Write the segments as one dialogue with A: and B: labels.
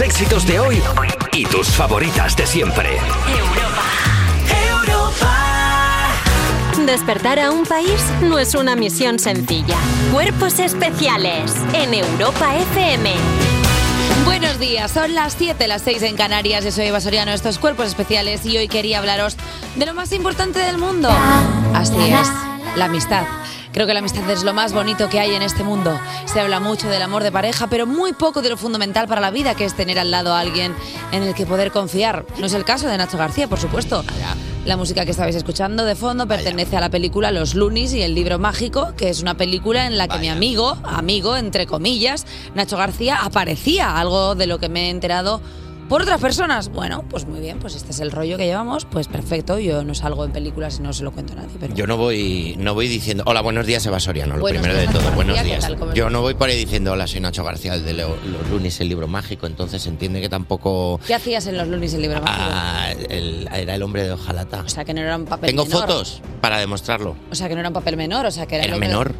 A: éxitos de hoy y tus favoritas de siempre.
B: Despertar a un país no es una misión sencilla. Cuerpos especiales en Europa FM.
C: Buenos días, son las 7, las 6 en Canarias. Yo soy Eva Soriano, estos cuerpos especiales y hoy quería hablaros de lo más importante del mundo. Así es, la amistad. Creo que la amistad es lo más bonito que hay en este mundo. Se habla mucho del amor de pareja, pero muy poco de lo fundamental para la vida, que es tener al lado a alguien en el que poder confiar. No es el caso de Nacho García, por supuesto. La música que estabais escuchando de fondo pertenece a la película Los Lunis y el libro mágico, que es una película en la que mi amigo, amigo entre comillas, Nacho García aparecía, algo de lo que me he enterado por otras personas. Bueno, pues muy bien, pues este es el rollo que llevamos, pues perfecto, yo no salgo en películas y no se lo cuento a nadie, pero
D: Yo no voy, no voy diciendo, hola, buenos días, Eva Soriano, lo
C: Buenos
D: primero
C: días,
D: de todo,
C: Nacho
D: buenos
C: García, ¿qué
D: días.
C: tal? ¿Cómo
D: Yo
C: estás?
D: no voy por ahí diciendo, hola, soy Nacho García, el de Leo- Los Lunes, el libro mágico, entonces se entiende que tampoco
C: ¿qué hacías en Los Lunis y el libro mágico?
D: ah, el- era el hombre de hojalata.
C: O sea, que no era un papel
D: Tengo
C: menor.
D: fotos para demostrarlo.
C: O sea, que no era un papel menor, o sea, que era, el
D: Era
C: hombre-
D: menor,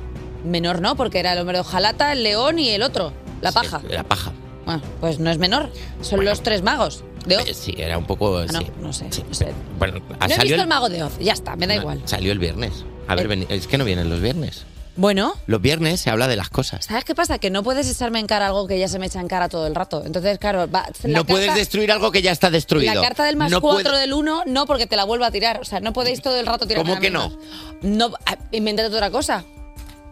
C: Menor no, porque era el hombre de hojalata, el león y el otro, la paja.
D: eh, era paja.
C: Bueno, pues no es menor, son los tres magos de Oz.
D: Eh, Sí, era un poco...
C: Ah, no,
D: sí.
C: no sé, no sé.
D: Bueno, ha
C: No he
D: salido
C: visto el
D: el-
C: mago de Oz, ya está, me da
D: no,
C: igual. Eh.
D: Salió el viernes. A ver, veni- es que no vienen los viernes.
C: Bueno,
D: Los viernes se habla de las cosas.
C: ¿sabes qué pasa? Que no puedes echarme en cara algo que ya se me echa en cara todo el rato. Entonces, claro, va, la
D: No puedes
C: carta-
D: destruir algo que ya está destruido.
C: La carta del más
D: No puede-
C: 4 del 1, no, porque te la vuelvo a tirar. O sea, no podéis todo el rato tirar.
D: ¿Cómo que no?
C: No, ah, inventate otra cosa.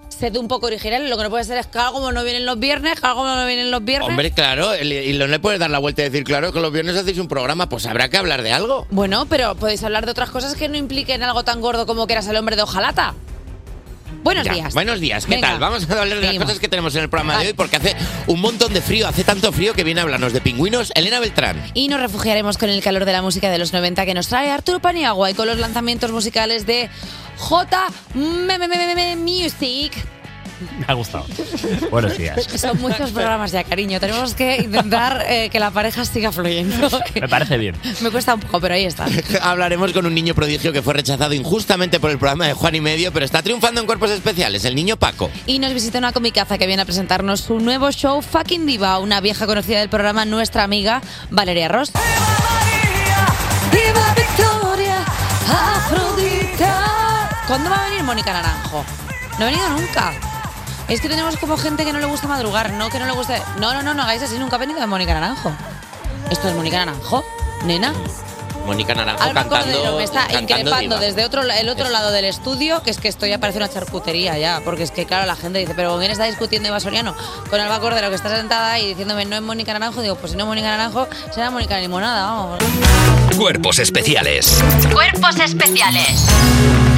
C: Sed un poco original. Lo que no puede ser es que algo no vienen los viernes, que algo no vienen los viernes.
D: Hombre, claro, el- y no le puedes dar la vuelta y decir, claro, que los viernes hacéis un programa, pues habrá que hablar de algo.
C: Bueno, pero podéis hablar de otras cosas que no impliquen algo tan gordo como que eras el hombre de hojalata. Buenos
D: Ya,
C: días.
D: Buenos días, ¿qué
C: Venga.
D: tal? Vamos a hablar de las
C: Seguimos.
D: cosas que tenemos en el programa
C: Vale.
D: de hoy porque hace un montón de frío, hace tanto frío que viene a hablarnos de pingüinos Elena Beltrán.
C: Y nos refugiaremos con el calor de la música de los 90 que nos trae Arturo Paniagua y con los lanzamientos musicales de J M- M- M- M- Music.
E: Me ha gustado. Buenos días.
C: Son muchos programas ya, cariño. Tenemos que intentar eh, que la pareja siga fluyendo.
E: Me parece bien.
C: Me cuesta un poco, pero ahí está.
D: Hablaremos con un niño prodigio que fue rechazado injustamente por el programa de Juan y Medio, pero está triunfando en cuerpos especiales, el niño Paco.
C: Y nos visita una comicaza que viene a presentarnos su nuevo show Fucking Diva, una vieja conocida del programa, nuestra amiga Valeria Ross. ¡Viva Victoria! ¡Afrodita! ¿Cuándo va a venir Mónica Naranjo? No ha venido nunca. Es que tenemos como gente que no le gusta madrugar, no que no le gusta... No, no, no, no hagáis así, nunca ha venido Mónica Naranjo. ¿Esto es Mónica Naranjo? ¿Nena?
D: Mónica Naranjo
C: Alba Cordero
D: cantando.
C: me está
D: cantando
C: increpando
D: diva.
C: desde otro, el otro lado del estudio, que es que esto ya parece una charcutería ya, porque es que claro, la gente dice, pero ¿con quién está discutiendo Eva Soriano? Con Alba Cordero, que está sentada ahí diciéndome, no es Mónica Naranjo, digo, pues si no es Mónica Naranjo, será Mónica Limonada, vamos.
A: Cuerpos especiales
B: Cuerpos especiales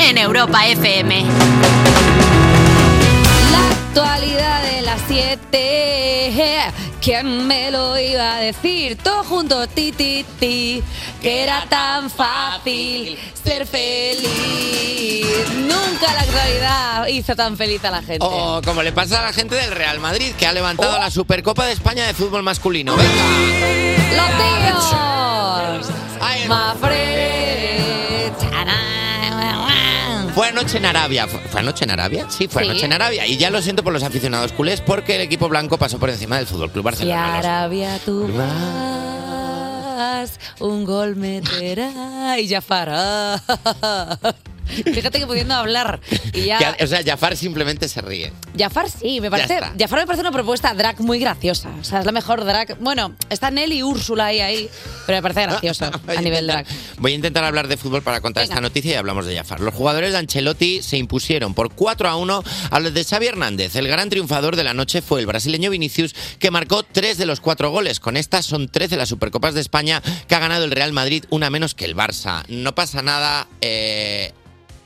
B: en Europa FM.
C: La actualidad de las 7, ¿quién me lo iba a decir? Todo junto, ti, ti, ti, que era tan fácil ser feliz. Nunca la actualidad hizo tan feliz a la gente.
D: O Oh, como le pasa a la gente del Real Madrid, que ha levantado la Supercopa de España de fútbol masculino. Venga.
C: ¡Los tíos!
D: Ahí está.
C: ¡Mafre!
D: Fue anoche en Arabia. ¿Fue fue anoche en Arabia? Sí, fue
C: Sí.
D: anoche en Arabia. Y ya lo siento por los aficionados culés porque el equipo blanco pasó por encima del Fútbol Club
C: Y
D: Barcelona. Los-
C: Arabia tú vas, un gol meterá y Jafar. ah, Fíjate que pudiendo hablar. Y ya,
D: Ya- o sea, Jafar simplemente se ríe.
C: Jafar sí, me parece.
D: está.
C: Jafar me parece una propuesta drag muy graciosa. O sea, es la mejor drag. Bueno, está Nelly y Úrsula ahí, ahí. Pero me parece gracioso
D: Voy
C: a nivel
D: intentar-
C: drag.
D: Voy a intentar hablar de fútbol para contar
C: Venga.
D: esta noticia y hablamos de Jafar. Los jugadores de Ancelotti se impusieron por 4 a 1 a los de Xavi Hernández. El gran triunfador de la noche fue el brasileño Vinicius, que marcó 3 de los 4 goles. Con estas son 13 las Supercopas de España que ha ganado el Real Madrid, una menos que el Barça. No pasa nada, eh,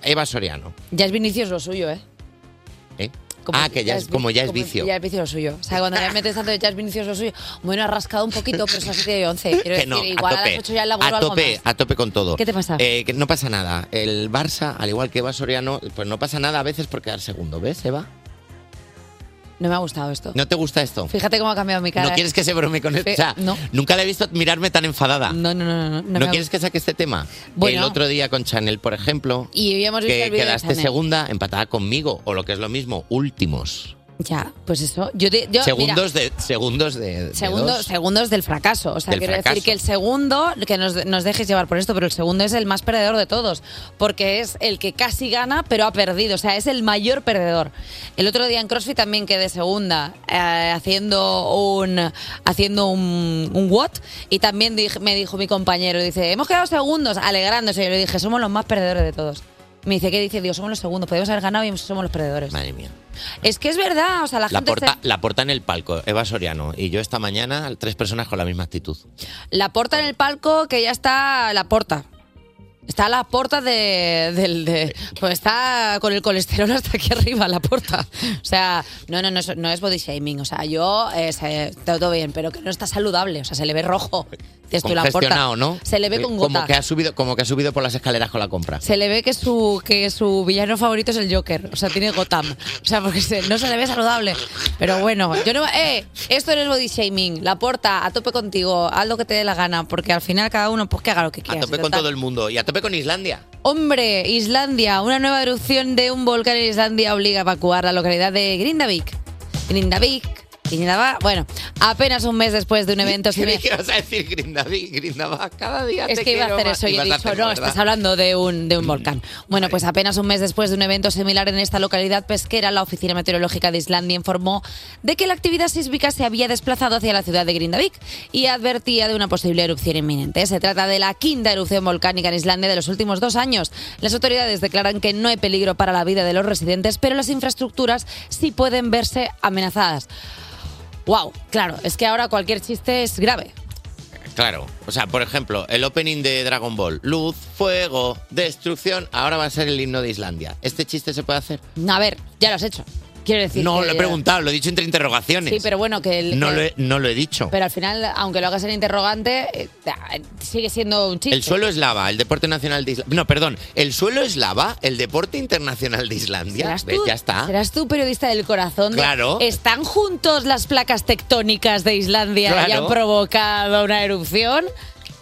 D: Eva Soriano.
C: Ya es Vinicius lo suyo, ¿eh?
D: ¿eh?
C: Como
D: Ah, que ya es, como ya es
C: como
D: vicio.
C: Ya es vicio lo suyo. O sea, cuando le metes tanto de ya es vicio lo suyo. Bueno, ha rascado un poquito, pero son 7 y 11. Quiero
D: Que
C: decir,
D: no,
C: igual
D: a
C: a,
D: tope,
C: las 8 ya el laburo
D: a
C: algo
D: tope,
C: más.
D: a tope con todo.
C: ¿Qué te pasa?
D: Eh, que no pasa nada. El Barça, al igual que Eva Soriano, pues no pasa nada a veces por quedar segundo, ¿ves, Eva?
C: No me ha gustado esto.
D: ¿No te gusta esto?
C: Fíjate cómo ha cambiado mi cara. ¿eh?
D: ¿No quieres que se brome con esto?
C: Fe-
D: O sea,
C: no.
D: nunca le he visto mirarme tan enfadada.
C: No, no, no. no, no, me
D: ¿No
C: ha
D: quieres que saque este tema?
C: Bueno.
D: El otro día con Chanel, por ejemplo,
C: Y habíamos visto
D: que
C: el vídeo de
D: quedaste
C: Chanel.
D: segunda empatada conmigo, o lo que es lo mismo, últimos.
C: Ya, pues eso. Yo, te- yo- mira,
D: segundos de. Segundos de. de
C: Segundo-
D: dos.
C: segundos del fracaso. O sea,
D: Del
C: quiero
D: fracaso.
C: decir que el segundo, que nos, nos dejes llevar por esto, pero el segundo es el más perdedor de todos, porque es el que casi gana, pero ha perdido. O sea, es el mayor perdedor. El otro día en CrossFit también quedé segunda, eh, haciendo un haciendo un, un what, y también dij- me dijo mi compañero, dice, hemos quedado segundos, alegrándose. Yo le dije, somos los más perdedores de todos. Me dice, ¿qué dice? Dios, somos los segundos, podemos haber ganado y somos los perdedores.
D: Madre mía.
C: Es que es verdad, o sea, la,
D: La
C: gente...
D: porta, la porta en el palco, Eva Soriano. Y yo esta mañana, tres personas con la misma actitud.
C: La porta en el palco que ya está la porta. Está a la porta de, del. de- pues está con el colesterol hasta aquí arriba, la porta. O sea, no, no, no, es- no es body shaming. O sea, yo. eh, se- todo bien, pero que no está saludable. O sea, se le ve rojo. Dices tú, la
D: Congestionado,
C: Porta.
D: ¿no? Eh,
C: Se le ve con
D: Como
C: gota.
D: que ha subido, como que ha subido por las escaleras con la compra.
C: Se le ve que su, que su villano favorito es el Joker. O sea, tiene Gotham. O sea, porque se- no se le ve saludable. Pero bueno, yo no. ¡Eh! Esto no es body shaming. La porta, a tope contigo. Haz lo que te dé la gana. Porque al final cada uno, pues que haga lo que
D: A
C: quiera.
D: tope con todo el mundo. Y a tope con Islandia.
C: Hombre, Islandia. Una nueva erupción de un volcán en Islandia obliga a evacuar la localidad de Grindavik. Grindavik. Grindava- Bueno, apenas un mes después de un evento semi-
D: Creí que ibas a decir Grindaví, Grindavá, cada día
C: Es
D: te
C: que iba a
D: quiero
C: hacer
D: más.
C: eso y he
D: Ibas a
C: dicho,
D: hacer,
C: no,
D: ¿verdad?
C: estás hablando de un, de un volcán. Bueno, pues apenas un mes después de un evento similar en esta localidad pesquera, la Oficina Meteorológica de Islandia informó de que la actividad sísmica se había desplazado hacia la ciudad de Grindavik y advertía de una posible erupción inminente. Se trata de la quinta erupción volcánica en Islandia de los últimos dos años. Las autoridades declaran que no hay peligro para la vida de los residentes, pero las infraestructuras sí pueden verse amenazadas. Wow, claro, es que ahora cualquier chiste es grave.
D: Claro. O sea, por ejemplo, el opening de Dragon Ball. Luz, fuego, destrucción. Ahora va a ser el himno de Islandia. ¿Este chiste se puede hacer?
C: A ver, ya lo has hecho. Quiero decir.
D: no,
C: que-
D: lo he preguntado, lo he dicho entre interrogaciones.
C: eh. Sí, pero bueno, que el.
D: no,
C: que-
D: lo he, no lo he dicho.
C: Pero al final, aunque lo hagas en interrogante, eh, ah, sigue siendo un chiste.
D: El suelo es lava, el deporte nacional de Islandia. No, perdón. El suelo es lava, el deporte internacional de Islandia.
C: ¿Serás
D: ¿Ves?
C: tú,
D: Ya está.
C: Serás tú periodista del corazón. de-
D: Claro.
C: ¿Están juntos las placas tectónicas de Islandia y
D: Claro.
C: han provocado una erupción?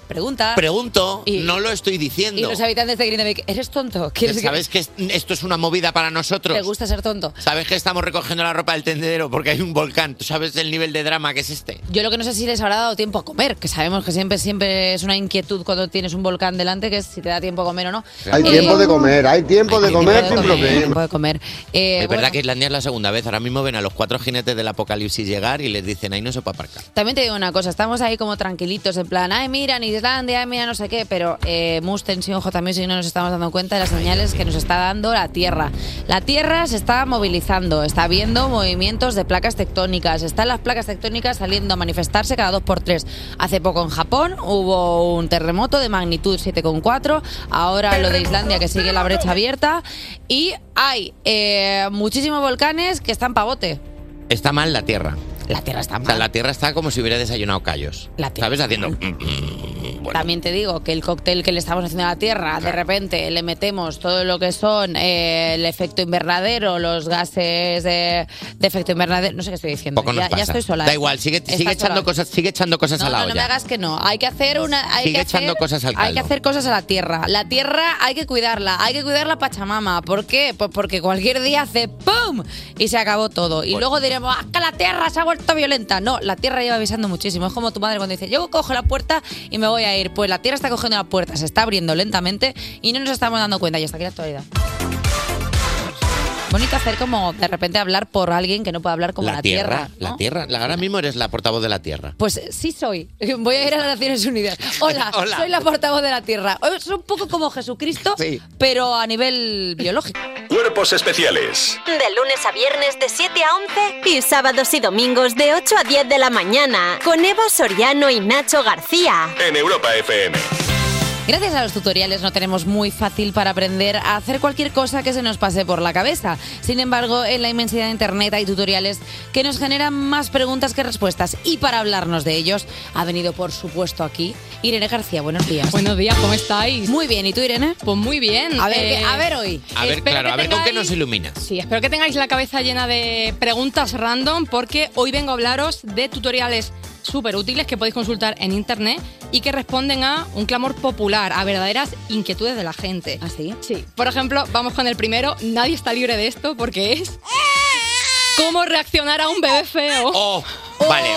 C: Pregunta.
D: Pregunto,
C: Y-
D: no lo estoy
C: y
D: diciendo.
C: los habitantes de Grindavik, ¿eres tonto? ¿Quieres que-
D: ¿Sabes que es- esto es una movida para nosotros?
C: ¿Te gusta ser tonto?
D: ¿Sabes que estamos recogiendo la ropa del tendedero porque hay un volcán? ¿Tú sabes el nivel de drama que es este?
C: Yo lo que no sé es si les habrá dado tiempo a comer, que sabemos que siempre siempre es una inquietud cuando tienes un volcán delante, que es si te da tiempo a comer o no.
F: Hay
C: Eh,
F: tiempo de comer, hay tiempo de
C: tiempo
F: comer
C: de
F: sin
C: comer,
F: problema.
C: tiempo de comer. Eh,
D: es
C: bueno,
D: verdad que Islandia es la segunda vez. Ahora mismo ven a los cuatro jinetes del apocalipsis llegar y les dicen, ahí no se puede aparcar.
C: También te digo una cosa, estamos ahí como tranquilitos, en plan, ay, mira, en Islandia, ay, mira, no sé qué, pero eh, mus tensión, ojo, también si no nos estamos dando cuenta de las señales que nos está dando la Tierra. La Tierra se está movilizando, está habiendo movimientos de placas tectónicas, están las placas tectónicas saliendo a manifestarse cada dos por tres. Hace poco en Japón hubo un terremoto de magnitud 7,4, ahora lo de Islandia que sigue la brecha abierta y hay eh, muchísimos volcanes que están pavote.
D: Está mal la tierra.
C: La Tierra está
D: O
C: mal.
D: sea, la tierra está como si hubiera desayunado callos.
C: La tierra.
D: ¿Sabes? Haciendo... Bueno.
C: También te digo que el cóctel que le estamos haciendo a la Tierra, de repente le metemos todo lo que son eh, el efecto invernadero, los gases de, de efecto invernadero, no sé qué estoy diciendo.
D: Poco nos
C: ya, ya
D: pasa.
C: estoy sola. ¿eh?
D: Da igual, sigue,
C: Estás
D: sigue echando
C: sola.
D: cosas, sigue echando cosas
C: No,
D: a la
C: no, no
D: olla.
C: me hagas que no. Hay que hacer una. Hay
D: Sigue
C: que
D: echando
C: hacer-
D: cosas al
C: Hay que
D: caldo.
C: hacer cosas a la tierra. La tierra hay que cuidarla. Hay que cuidar la pachamama. ¿Por qué? Pues porque cualquier día hace ¡pum! y se acabó todo.
D: Pues
C: Y luego diremos, ¡ah, que la tierra se ha vuelto violenta! No, la tierra lleva avisando muchísimo. Es como tu madre cuando dice, Yo cojo la puerta y me voy a ir. Pues la tierra está cogiendo la puerta, se está abriendo lentamente y no nos estamos dando cuenta. Y hasta aquí la actualidad. Bonito hacer como de repente hablar por alguien que no puede hablar como la,
D: la tierra,
C: ¿no?
D: la tierra. La- Ahora mismo eres la portavoz de la tierra.
C: Pues sí soy. Voy a ir a las Naciones Unidas. Hola,
D: Hola.
C: soy la portavoz de la Tierra. Es un poco como Jesucristo,
D: Sí.
C: pero a nivel biológico.
G: Cuerpos especiales
B: De lunes a viernes de 7 a 11 y sábados y domingos de 8 a 10 de la mañana con Evo Soriano y Nacho García.
G: en Europa FM.
C: Gracias a los tutoriales no tenemos muy fácil para aprender a hacer cualquier cosa que se nos pase por la cabeza. Sin embargo, en la inmensidad de Internet hay tutoriales que nos generan más preguntas que respuestas. Y para hablarnos de ellos, ha venido, por supuesto, aquí Irene García. Buenos días.
H: Buenos días, ¿cómo estáis?
C: Muy bien, ¿y tú, Irene?
H: Pues muy bien.
C: A ver,
H: eh,
C: ¿qué- a ver hoy.
D: A ver,
H: espero
D: claro,
H: que
D: a ver con qué
H: tengáis-
D: nos iluminas.
H: Sí, espero que tengáis la cabeza llena de preguntas random porque hoy vengo a hablaros de tutoriales súper útiles que podéis consultar en internet y que responden a un clamor popular, a verdaderas inquietudes de la gente.
C: ¿Así?
H: Sí, por ejemplo, vamos con el primero. Nadie está libre de esto porque es ¿Cómo reaccionar a un bebé feo?
D: Oh,
H: Oh.
D: vale,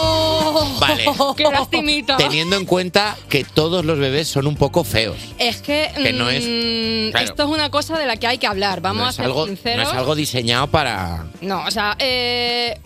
D: vale.
H: ¡Qué lastimita!
D: Teniendo en cuenta que todos los bebés son un poco feos.
H: Es que,
D: Que no es-
H: mm,
D: claro.
H: esto es una cosa de la que hay que hablar. Vamos
D: no,
H: a
D: es
H: ser
D: algo, no
H: sinceros.
D: es algo diseñado para...
H: No, o sea, eh,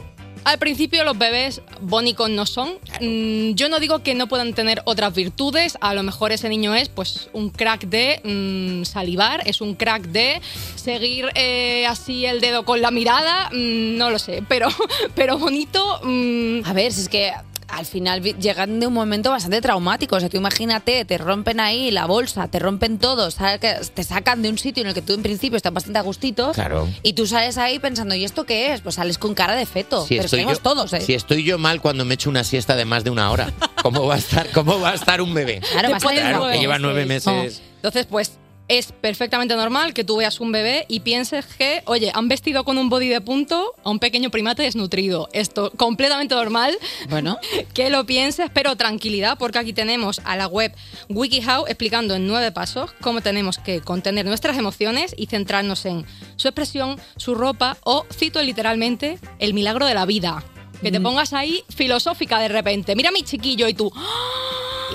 H: al principio los bebés bónicos no son. Mm, yo no digo que no puedan tener otras virtudes. A lo mejor ese niño es pues un crack de mm, salivar, es un crack de seguir eh, así el dedo con la mirada. mm, no lo sé, pero, pero bonito.
C: A ver, si es que al final vi- llegan de un momento bastante traumático. O sea, tú imagínate, te rompen ahí la bolsa, te rompen todo, ¿sabes? Que te sacan de un sitio en el que tú en principio estás bastante a gustitos.
D: Claro.
C: Y tú sales ahí pensando, ¿y esto qué es? Pues sales con cara de feto.
D: Si
C: pero
D: estoy,
C: estamos
D: yo,
C: todos, ¿eh?
D: si estoy yo mal cuando me echo una siesta de más de una hora, ¿cómo va a estar, cómo va a estar un bebé?
C: Claro, va a estar
D: Claro,
C: nueve
D: que lleva nueve
C: meses.
D: meses.
H: Entonces, pues es perfectamente normal que tú veas un bebé y pienses que, oye, han vestido con un body de punto a un pequeño primate desnutrido. Esto completamente normal.
C: Bueno.
H: Que lo pienses, pero tranquilidad, porque aquí tenemos a la web WikiHow explicando en nueve pasos cómo tenemos que contener nuestras emociones y centrarnos en su expresión, su ropa o, cito literalmente, el milagro de la vida. Que te
C: Mm.
H: pongas ahí filosófica de repente. Mira a mi chiquillo y tú.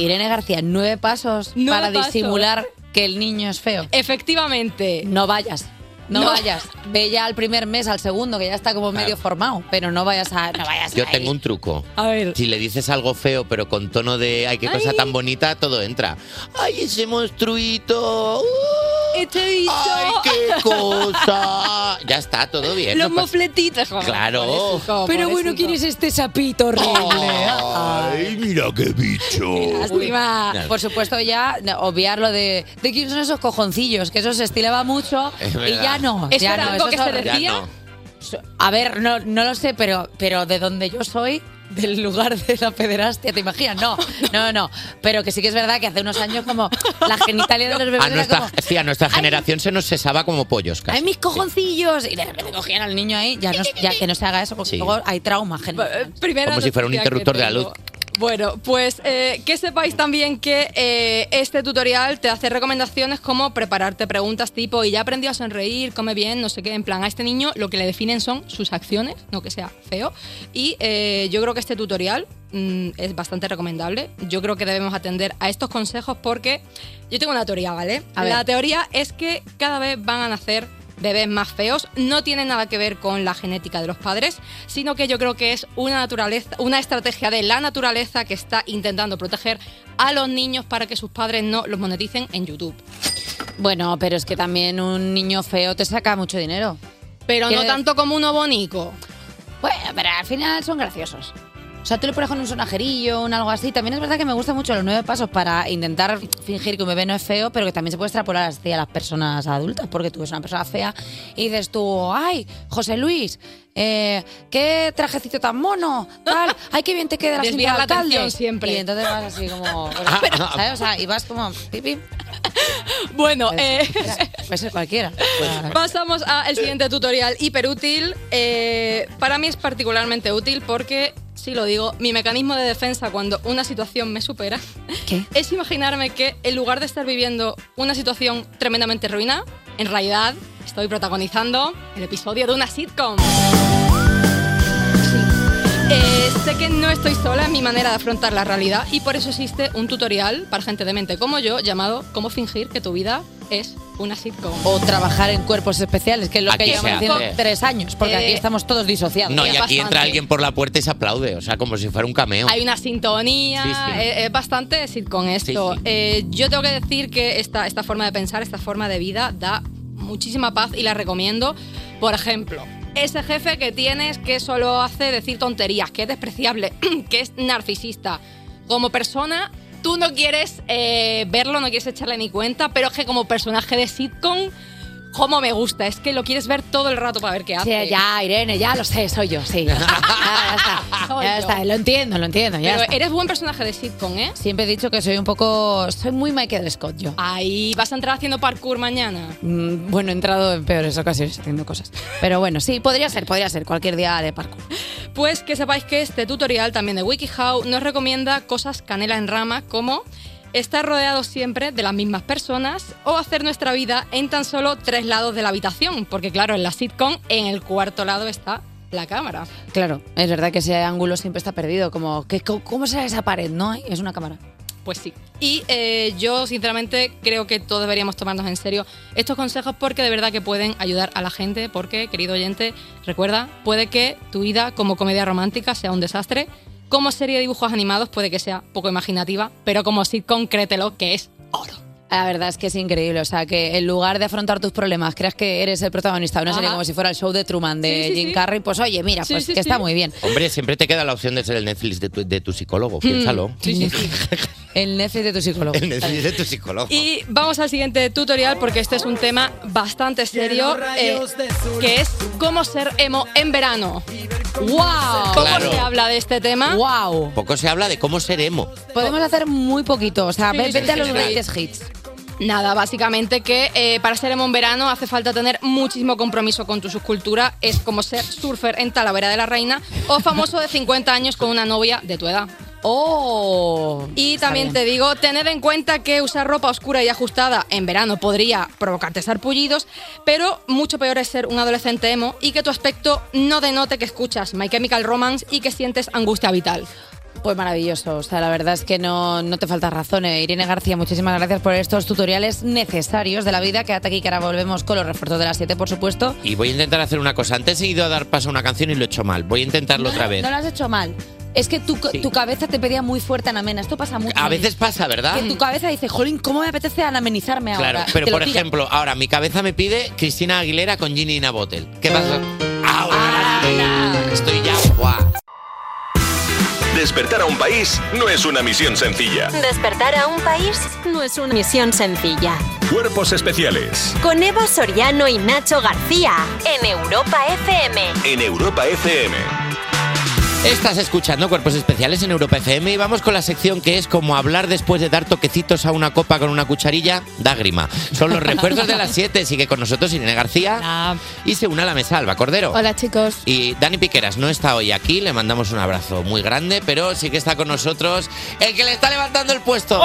C: Irene García, nueve pasos
H: Nueve
C: para
H: pasos.
C: disimular que el niño es feo.
H: ¿eh? Efectivamente.
C: No vayas. No,
H: No.
C: vayas. Ve ya al primer mes, al segundo, que ya está como medio formado. Pero no vayas a. No vayas
D: Yo
C: ahí.
D: tengo un truco.
H: A ver.
D: Si le dices algo feo, pero con tono de ay, qué cosa
C: Ay.
D: tan bonita, todo entra. ¡Ay, ese
C: Uh.
D: monstruito! ¡Ay, qué cosa! Ya está, todo bien.
H: Los
D: no pasa-
H: mofletitos.
D: Claro.
C: Pero bueno, ¿quién es este sapito
D: Oh.
C: horrible?
D: ¡Ay, mira qué bicho!
C: Lástima.
D: Claro.
C: Por supuesto, ya no, obviar lo de de quién son esos cojoncillos, que eso se estilaba mucho
D: Es
C: y
D: verdad.
C: ya no.
H: ¿Eso
C: ya
H: era
C: no,
H: algo que
C: es
H: se
C: horrible.
D: Ya
H: decía?
D: no.
C: A ver, no, no lo sé, pero, pero de donde yo soy, del lugar de la pederastia, ¿te imaginas? No, no, no. Pero que sí que es verdad que hace unos años como la genitalia de los bebés
D: A
C: era
D: nuestra,
C: como...
D: sí, a nuestra generación se nos cesaba como pollos casi.
C: ¡Ay, mis cojoncillos! Y de repente cogían al niño ahí. Ya, no- ya que no se haga eso, porque
D: Sí.
C: luego hay trauma.
H: Eh, primera
D: Como si fuera un
H: noticia que
D: interruptor de la
H: tengo.
D: luz.
H: Bueno, pues eh, que sepáis también que eh, este tutorial te hace recomendaciones como prepararte preguntas tipo y ya aprendió a sonreír, come bien, no sé qué. En plan, a este niño lo que le definen son sus acciones, no que sea feo. Y eh, yo creo que este tutorial mm, es bastante recomendable. Yo creo que debemos atender a estos consejos porque yo tengo una teoría, ¿vale?
C: A ver.
H: La teoría es que cada vez van a nacer bebés más feos. No tiene nada que ver con la genética de los padres, sino que yo creo que es una, naturaleza, una estrategia de la naturaleza que está intentando proteger a los niños para que sus padres no los moneticen en YouTube.
C: Bueno, pero es que también un niño feo te saca mucho dinero.
H: Pero
C: Quiero
H: no
C: decir-
H: tanto como uno bonico.
C: Bueno, pero al final son graciosos. O sea, tú le pones con un sonajerillo, un algo así. También es verdad que me gustan mucho los nueve pasos para intentar fingir que un bebé no es feo, pero que también se puede extrapolar así a las personas adultas, porque tú ves una persona fea y dices tú, ay, José Luis, eh, qué trajecito tan mono, tal, ay, qué bien te queda la
H: Desviar
C: señora
H: la
C: alcalde".
H: atención siempre.
C: Y entonces vas así como, pues, ¿sabes? O sea, y vas como, pipi,
H: Bueno,
C: Puede
H: eh,
C: ser, puede ser cualquiera.
H: Pasamos al siguiente tutorial hiperútil. Eh, para mí es particularmente útil porque, si lo digo, mi mecanismo de defensa cuando una situación me supera
C: ¿Qué?
H: es imaginarme que en lugar de estar viviendo una situación tremendamente ruina, en realidad estoy protagonizando el episodio de una sitcom. Eh, sé que no estoy sola en mi manera de afrontar la realidad y por eso existe un tutorial para gente de mente como yo llamado Cómo fingir que tu vida es una sitcom.
C: O trabajar en cuerpos especiales, que es lo
D: Aquí se
C: que llevamos
D: hace.
C: haciendo tres años, porque
H: Eh,
C: aquí estamos todos disociados.
D: No,
H: ya
D: y aquí entra
H: bastante.
D: alguien por la puerta y se aplaude, o sea, como si fuera un cameo.
H: Hay una sintonía, eh,
D: Sí, sí.
H: Es, es bastante decir con esto.
D: Sí, sí.
H: Eh, yo tengo que decir que esta, esta forma de pensar, esta forma de vida da muchísima paz y la recomiendo. Por ejemplo, ese jefe que tienes que solo hace decir tonterías, que es despreciable, que es narcisista. Como persona, tú no quieres eh, verlo, no quieres echarle ni cuenta, pero es que como personaje de sitcom, ¿cómo me gusta? Es que lo quieres ver todo el rato para ver qué hace.
C: Sí, ya, Irene, ya lo sé, soy yo, sí. Ya está, ya está,
H: Soy
C: ya
H: yo.
C: está, lo entiendo, lo entiendo. Ya
H: pero
C: está.
H: eres buen personaje de sitcom, ¿eh?
C: Siempre he dicho que soy un poco. Soy muy Michael Scott, yo.
H: Ahí vas a entrar haciendo parkour mañana.
C: Mm, Bueno, he entrado en peores ocasiones haciendo cosas. Pero bueno, sí, podría ser, podría ser. Cualquier día haré parkour.
H: Pues que sepáis que este tutorial también de WikiHow nos recomienda cosas canela en rama como estar rodeados siempre de las mismas personas o hacer nuestra vida en tan solo tres lados de la habitación, porque claro, en la sitcom en el cuarto lado está la cámara.
C: Claro, es verdad que ese ángulo siempre está perdido, como, ¿qué, co- ¿cómo será esa pared? No, hay, es una cámara.
H: Pues sí. Y eh, yo, sinceramente, creo que todos deberíamos tomarnos en serio estos consejos porque de verdad que pueden ayudar a la gente. Porque, querido oyente, recuerda, puede que tu vida como comedia romántica sea un desastre. Como serie de dibujos animados puede que sea poco imaginativa, pero como sitcom, créetelo, que es
C: La verdad es que es increíble, o sea, que en lugar de afrontar tus problemas, creas que eres el protagonista de una serie
H: Ajá.
C: como si fuera el show de Truman de
H: Sí, sí,
C: Jim
H: sí.
C: Carrey, pues oye, mira,
H: Sí,
C: pues
H: sí,
C: que está
H: sí.
C: muy bien.
D: Hombre, siempre te queda la opción de ser el Netflix de tu, de tu
C: Mm,
D: psicólogo, piénsalo.
C: El Netflix de tu psicólogo.
D: El Netflix de tu psicólogo.
H: Y vamos al siguiente tutorial porque este es un tema bastante serio, eh, que es cómo ser emo en verano. ¡Wow! ¿Cómo
D: Claro.
H: se habla de este tema?
C: ¡Wow!
D: Poco se habla de cómo ser emo.
C: Podemos hacer muy poquito, o sea,
H: Sí,
C: ve-
H: sí,
C: vete a
H: sí,
C: los
H: sí.
C: grandes hits.
H: Nada, básicamente que eh, para ser emo en verano hace falta tener muchísimo compromiso con tu subcultura. Es como ser surfer en Talavera de la Reina o famoso de 50 años con una novia de tu edad.
C: ¡Oh!
H: Y
C: Está
H: también
C: bien.
H: te digo, tened en cuenta que usar ropa oscura y ajustada en verano podría provocarte sarpullidos, pero mucho peor es ser un adolescente emo y que tu aspecto no denote que escuchas My Chemical Romance y que sientes angustia vital.
C: Pues maravilloso, o sea, la verdad es que no, no te falta razón. eh. Irene García, muchísimas gracias por estos tutoriales necesarios de la vida. Quédate aquí que ahora volvemos con los refuerzos de las 7, por supuesto.
D: Y voy a intentar hacer una cosa. Antes he ido a dar paso a una canción y lo he hecho mal. Voy a intentarlo otra vez.
C: No lo has hecho mal. Es que tu,
D: Sí.
C: tu cabeza te pedía muy fuerte anamena. Esto pasa mucho.
D: A veces pasa, ¿verdad?
C: Que tu cabeza dice, jolín, ¿cómo me apetece anamenizarme ahora?
D: Claro,
C: Y
D: pero
C: te lo
D: por
C: tira.
D: ejemplo, ahora mi cabeza me pide Cristina Aguilera con Ginny in a Bottle. ¿Qué pasa?
C: Ah.
D: Ahora estoy ya. Buah.
G: Despertar a un país no es una misión sencilla.
B: Despertar a un país no es una misión sencilla.
G: Cuerpos especiales
B: Con Eva Soriano y Nacho García en Europa FM.
G: en Europa FM.
D: Estás escuchando Cuerpos Especiales en Europa FM y vamos con la sección que es como hablar después de dar toquecitos a una copa con una cucharilla, da grima. Son los refuerzos de las 7, sigue con nosotros Irene García y se une a la mesa Alba
E: Oh.
D: Cordero.
F: Hola chicos.
D: Y Dani Piqueras no está hoy aquí, le mandamos un abrazo muy grande, pero sí que está con nosotros el que le está levantando el puesto.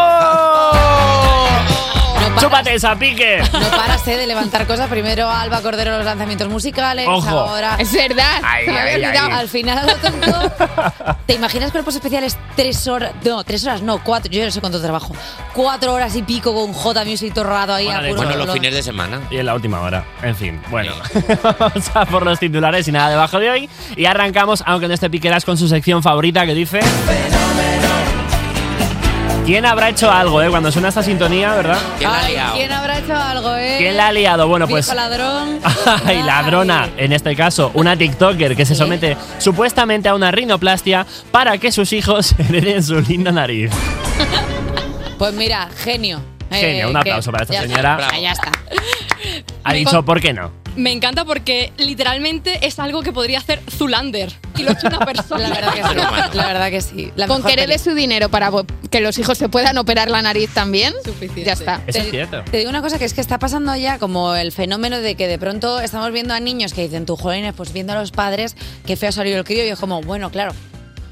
C: No paras,
E: ¡Oh! ¡Chúpate esa pique!
C: no paras, eh, de levantar cosas. Primero Alba Cordero los lanzamientos musicales.
E: Ojo.
C: Ahora.
F: Es verdad.
E: Ay,
F: se me había
E: ay,
F: olvidado.
E: ay.
C: Al final, a lo tonto, ¿te imaginas cuerpos especiales tres horas? No, tres horas no, cuatro. Yo no sé cuánto trabajo. Cuatro horas y pico con J Music torrado ahí
E: Bueno,
C: a
E: de-
C: puro
D: Bueno, los
C: dolor.
D: fines de semana.
E: Y en la última hora. En fin, bueno. Vamos a por los titulares y nada debajo de hoy. Y arrancamos, aunque no esté piqueras, con su sección favorita que dice. ¿Quién habrá hecho algo, eh? Cuando suena esta sintonía, ¿verdad?
D: ¿Quién la ha
C: Ay,
D: liado?
C: ¿Quién habrá hecho algo, eh?
E: ¿Quién la ha liado? Bueno, pues.
C: Viejo ladrón.
E: Ay, ladrona,
C: Ay.
E: en este caso, una TikToker que se somete supuestamente a una rinoplastia para que sus hijos hereden su linda nariz.
C: Pues mira, genio.
H: Eh,
E: Genio, un
C: que-
E: aplauso para esta
C: ya está.
E: señora.
C: Ah, ya está.
E: Ha
H: Me
E: dicho,
H: con-
E: ¿por qué no?
H: Me encanta porque literalmente es algo que podría hacer Zulander y lo ha hecho una persona.
C: La verdad que sí. La verdad que sí. La
F: Con
C: mejor
F: quererle su dinero para vo- que los hijos se puedan operar la nariz también.
H: Suficiente.
F: Ya está.
E: Eso es cierto.
C: Te digo una cosa que es que está pasando ya como el fenómeno de que de pronto estamos viendo a niños que dicen, tú jóvenes, pues viendo a los padres, qué feo salió el crío. Y es como, bueno, claro,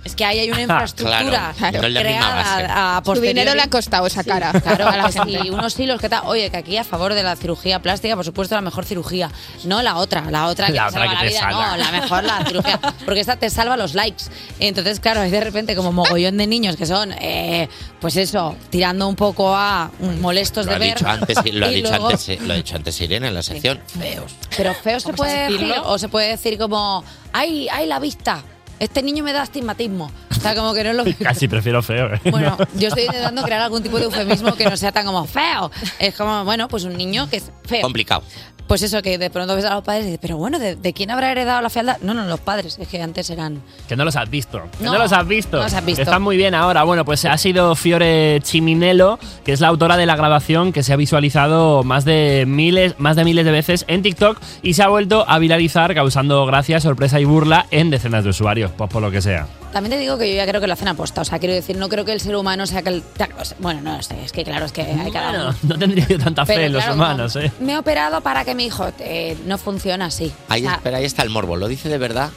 C: es que ahí hay una infraestructura
D: claro, no es la misma base.
C: creada a
F: Su dinero
C: posteriori.
F: le ha costado esa cara.
C: Claro,
F: a la
C: pues
F: gente.
C: sí, unos hilos que tal. Oye, que aquí a favor de la cirugía plástica, por supuesto, la mejor cirugía. No la otra, la otra que
E: La
C: te
E: otra
C: salva
E: que
C: la
E: te
C: vida.
E: salva.
C: No, la mejor la cirugía. Porque esta te salva los likes. Entonces, claro, hay de repente como mogollón de niños que son, eh, pues eso, tirando un poco a mm, molestos
D: Lo
C: de
D: ha
C: ver.
D: dicho antes, lo ha
C: Y
D: dicho
C: luego-
D: antes, eh, lo ha dicho antes Irene en la sección. Feos.
C: Pero feo se
H: Vamos
C: puede
H: a decirlo.
C: decir, o se puede decir como, ay, ay, la vista. Este niño me da astigmatismo. O sea, como que no lo.
E: Casi prefiero feo. ¿eh?
C: Bueno, yo estoy intentando crear algún tipo de eufemismo que no sea tan como feo. Es como, bueno, pues un niño que es feo.
D: Complicado.
C: Pues eso, que de pronto ves a los padres y dices, pero bueno, ¿de, de quién habrá heredado la fealdad? No, no, los padres, es que antes eran.
E: Que no los has visto. Que no,
C: No,
E: los has visto.
C: no los has visto.
E: Están muy bien ahora. Bueno, pues ha sido Fiore Chiminello, que es la autora de la grabación que se ha visualizado más de miles, más de miles de veces en TikTok y se ha vuelto a viralizar causando gracia, sorpresa y burla en decenas de usuarios, pues por lo que sea.
C: También te digo que yo ya creo que lo hacen aposta. O sea, quiero decir, no creo que el ser humano sea que el. o sea, Bueno, no lo sé, es que claro, es que hay cada uno.
E: Bueno, no tendría yo tanta fe
C: Pero
E: en los
C: claro,
E: humanos,
C: como,
E: ¿eh?
C: Me he operado para que mi hijo eh, no funciona así.
D: Ahí,
C: O sea,
D: pero ahí está el morbo, ¿lo dice de verdad?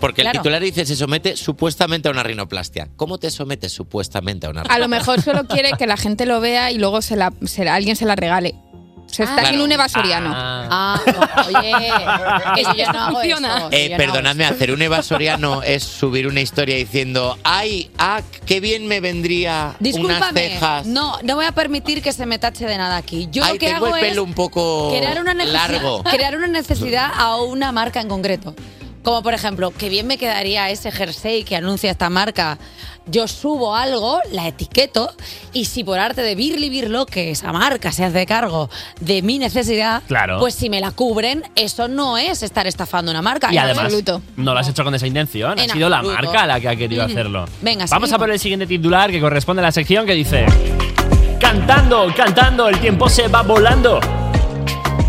D: Porque el
C: Claro.
D: titular dice se somete supuestamente a una rinoplastia. ¿Cómo te sometes supuestamente a una
F: A lo
D: rinoplastia?
F: mejor solo quiere que la gente lo vea y luego se la, se la- alguien se la regale.
H: Ah.
F: Se está
D: Claro.
F: en un evasoriano.
C: Ah, no, oye, Eh, que yo no hago
H: Funciona.
C: eso,
D: Eh,
C: yo no hago
D: perdonadme,
C: eso.
D: hacer un evasoriano es subir una historia diciendo, ay, ah, qué bien me vendría unas
C: Discúlpame,
D: cejas.
C: no, no voy a permitir que se me tache de nada aquí. Yo
D: ay,
C: lo que
D: tengo
C: hago
D: el pelo
C: es
D: un poco
C: crear una necesidad,
D: largo.
C: crear una necesidad a una marca en concreto. Como por ejemplo, que bien me quedaría ese jersey que anuncia esta marca. Yo subo algo, la etiqueto y si por arte de birli birlo que esa marca se hace cargo de mi necesidad,
E: Claro.
C: pues si me la cubren, eso no es estar estafando una marca.
E: Y
C: en
E: además,
C: absoluto.
E: no lo has hecho con esa intención.
C: En
E: ha sido la
C: absoluto.
E: marca la que ha querido
C: Ujú.
E: hacerlo. Vamos
C: Venga,
E: a
C: seguimos.
E: por el siguiente titular que corresponde a la sección que dice: Cantando, cantando, el tiempo se va volando.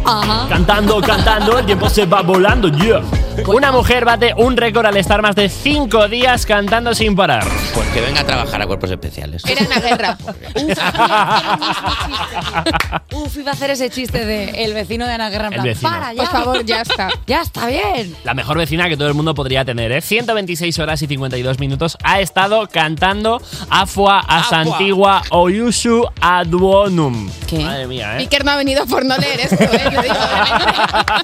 C: Ajá.
E: Cantando, cantando, el tiempo se va volando. Yeah. Una mujer bate un récord al estar más de cinco días cantando sin parar.
D: Pues que venga a trabajar a cuerpos especiales.
F: Era una guerra.
C: Uf, iba a hacer ese chiste de el vecino de Ana Guerra. en
E: El
C: plan,
E: vecino.
C: Para, ya,
F: Por favor, ya está.
C: ya está bien.
E: La mejor vecina que todo el mundo podría tener, ¿eh? 126 horas y 52 minutos ha estado cantando Afua a
D: Afua.
E: Santigua Oyusu Aduonum.
C: ¿Qué?
E: Madre mía, ¿eh?
F: Iker no ha venido por no leer esto, ¿eh? Lo digo de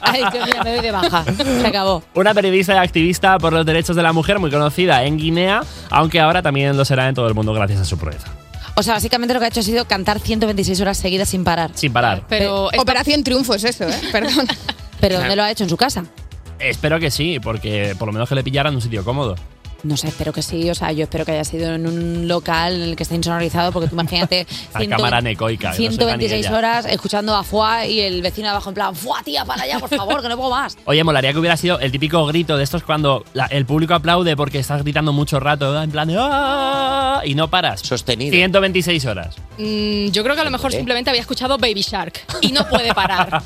C: Ay, Dios mío, me doy de baja. Se acabó.
E: Una periodista y activista por los derechos de la mujer muy conocida en Guinea, aunque ahora también lo será en todo el mundo gracias a su proeza.
C: O sea, básicamente lo que ha hecho ha sido cantar 126 horas seguidas sin parar. Eh,
E: Sin parar.
H: Pero
F: verdad. Operación Triunfo es eso, ¿eh? Perdón.
C: ¿Pero dónde lo ha hecho? ¿En su casa?
E: Espero que sí, porque por lo menos que le pillaran un sitio cómodo.
C: No sé, espero que sí. O sea, yo espero que haya sido en un local en el que esté insonorizado, porque tú imagínate.
E: La
C: 120
E: cámara anecoica, que no sepa ni
C: 126
E: ella.
C: horas escuchando a Fuá y el vecino de abajo en plan, Fuá, tía, para allá, por favor, que no puedo más.
E: Oye, molaría que hubiera sido el típico grito de estos cuando la- el público aplaude porque estás gritando mucho rato, en plan de "¡Ah!", y no paras.
D: Sostenido.
E: 126 horas.
H: Mm, yo creo que a lo mejor
D: ¿Eh?
H: simplemente había escuchado Baby Shark y no puede parar.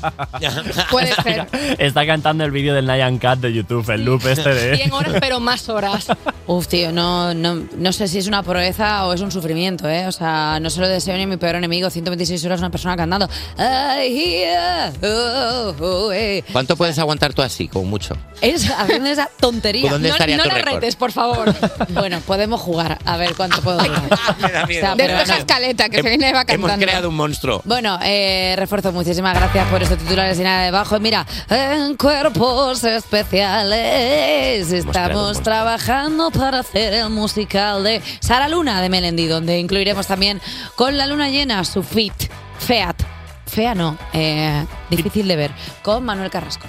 F: Puede ser.
E: Está cantando el vídeo del Nyan Cat de YouTube, el loop este de.
H: 100 horas, pero más horas.
C: Uf, tío, no, no, no sé si es una proeza o es un sufrimiento, ¿eh? O sea, no se lo deseo ni a mi peor enemigo. 126 horas una persona cantando. I hear, oh, oh, eh.
D: ¿Cuánto puedes aguantar tú así, como mucho?
C: Es haciendo esa tontería.
D: ¿Dónde
H: no
D: estaría
H: no
D: tu
H: la
D: récord?
H: retes, por favor.
C: Bueno, podemos jugar. A ver cuánto puedo durar. O sea,
F: De
C: pero
F: Rosa
C: no.
F: Escaleta, que se viene va
D: Hemos
F: cantando.
D: creado un monstruo.
C: Bueno, eh, refuerzo, muchísimas gracias por estos titulares y nada debajo. Mira, en cuerpos especiales
D: creado un
C: estamos
D: monstruo.
C: trabajando para hacer el musical de Sara Luna de Melendi, donde incluiremos también con la luna llena su fit, feat, fea no, eh, difícil de ver, con Manuel Carrasco.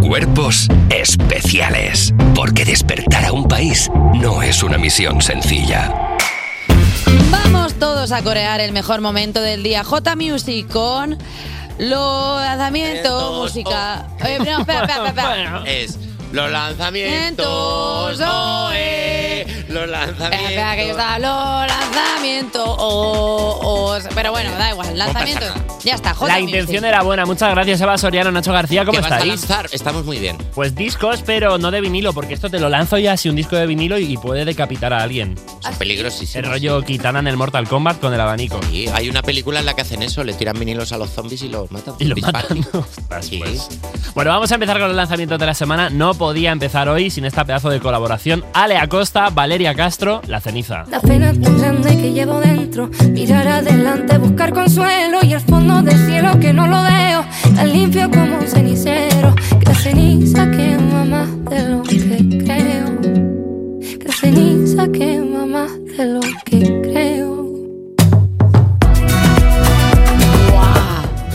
A: Cuerpos especiales. Porque despertar a un país no es una misión sencilla.
C: Vamos todos a corear el mejor momento del día. J Music con los lanzamientos,
D: Entonces,
C: música. Eh, no, espera, espera, espera, espera.
D: Es los lanzamientos.
C: oh, eh.
D: Noé, los lanzamientos.
C: Espera, espera, que yo estaba los lanzamientos o, o- oh". pero bueno, da igual, lanzamientos. Ya está, J
E: La intención era buena. Muchas gracias, Eva Soriano, Nacho García. ¿Cómo
D: ¿Qué vas a
E: estáis?
D: lanzar? Estamos muy bien.
E: Pues discos, pero no de vinilo, porque esto te lo lanzo ya si un disco de vinilo y puede decapitar a alguien.
D: Son
E: El
D: peligrosísimos.
E: rollo Kitana en el Mortal Kombat con el abanico.
D: Sí, hay una película en la que hacen eso, le tiran vinilos a los zombies y los matan.
E: Y lo
D: Zombies
E: matan.
D: Party.
E: Ostras,
D: Sí.
E: pues. Bueno, vamos a empezar con los lanzamientos de la semana. No podía empezar hoy sin esta pedazo de colaboración. Ale Acosta, Valeria Castro, La Ceniza.
I: La pena tan grande que llevo dentro. Mirar adelante, buscar consuelo y el fondo del cielo que no lo veo. Tan limpio como un cenicero. Que la ceniza quema más de lo que creo. Que la ceniza quema más de lo que creo.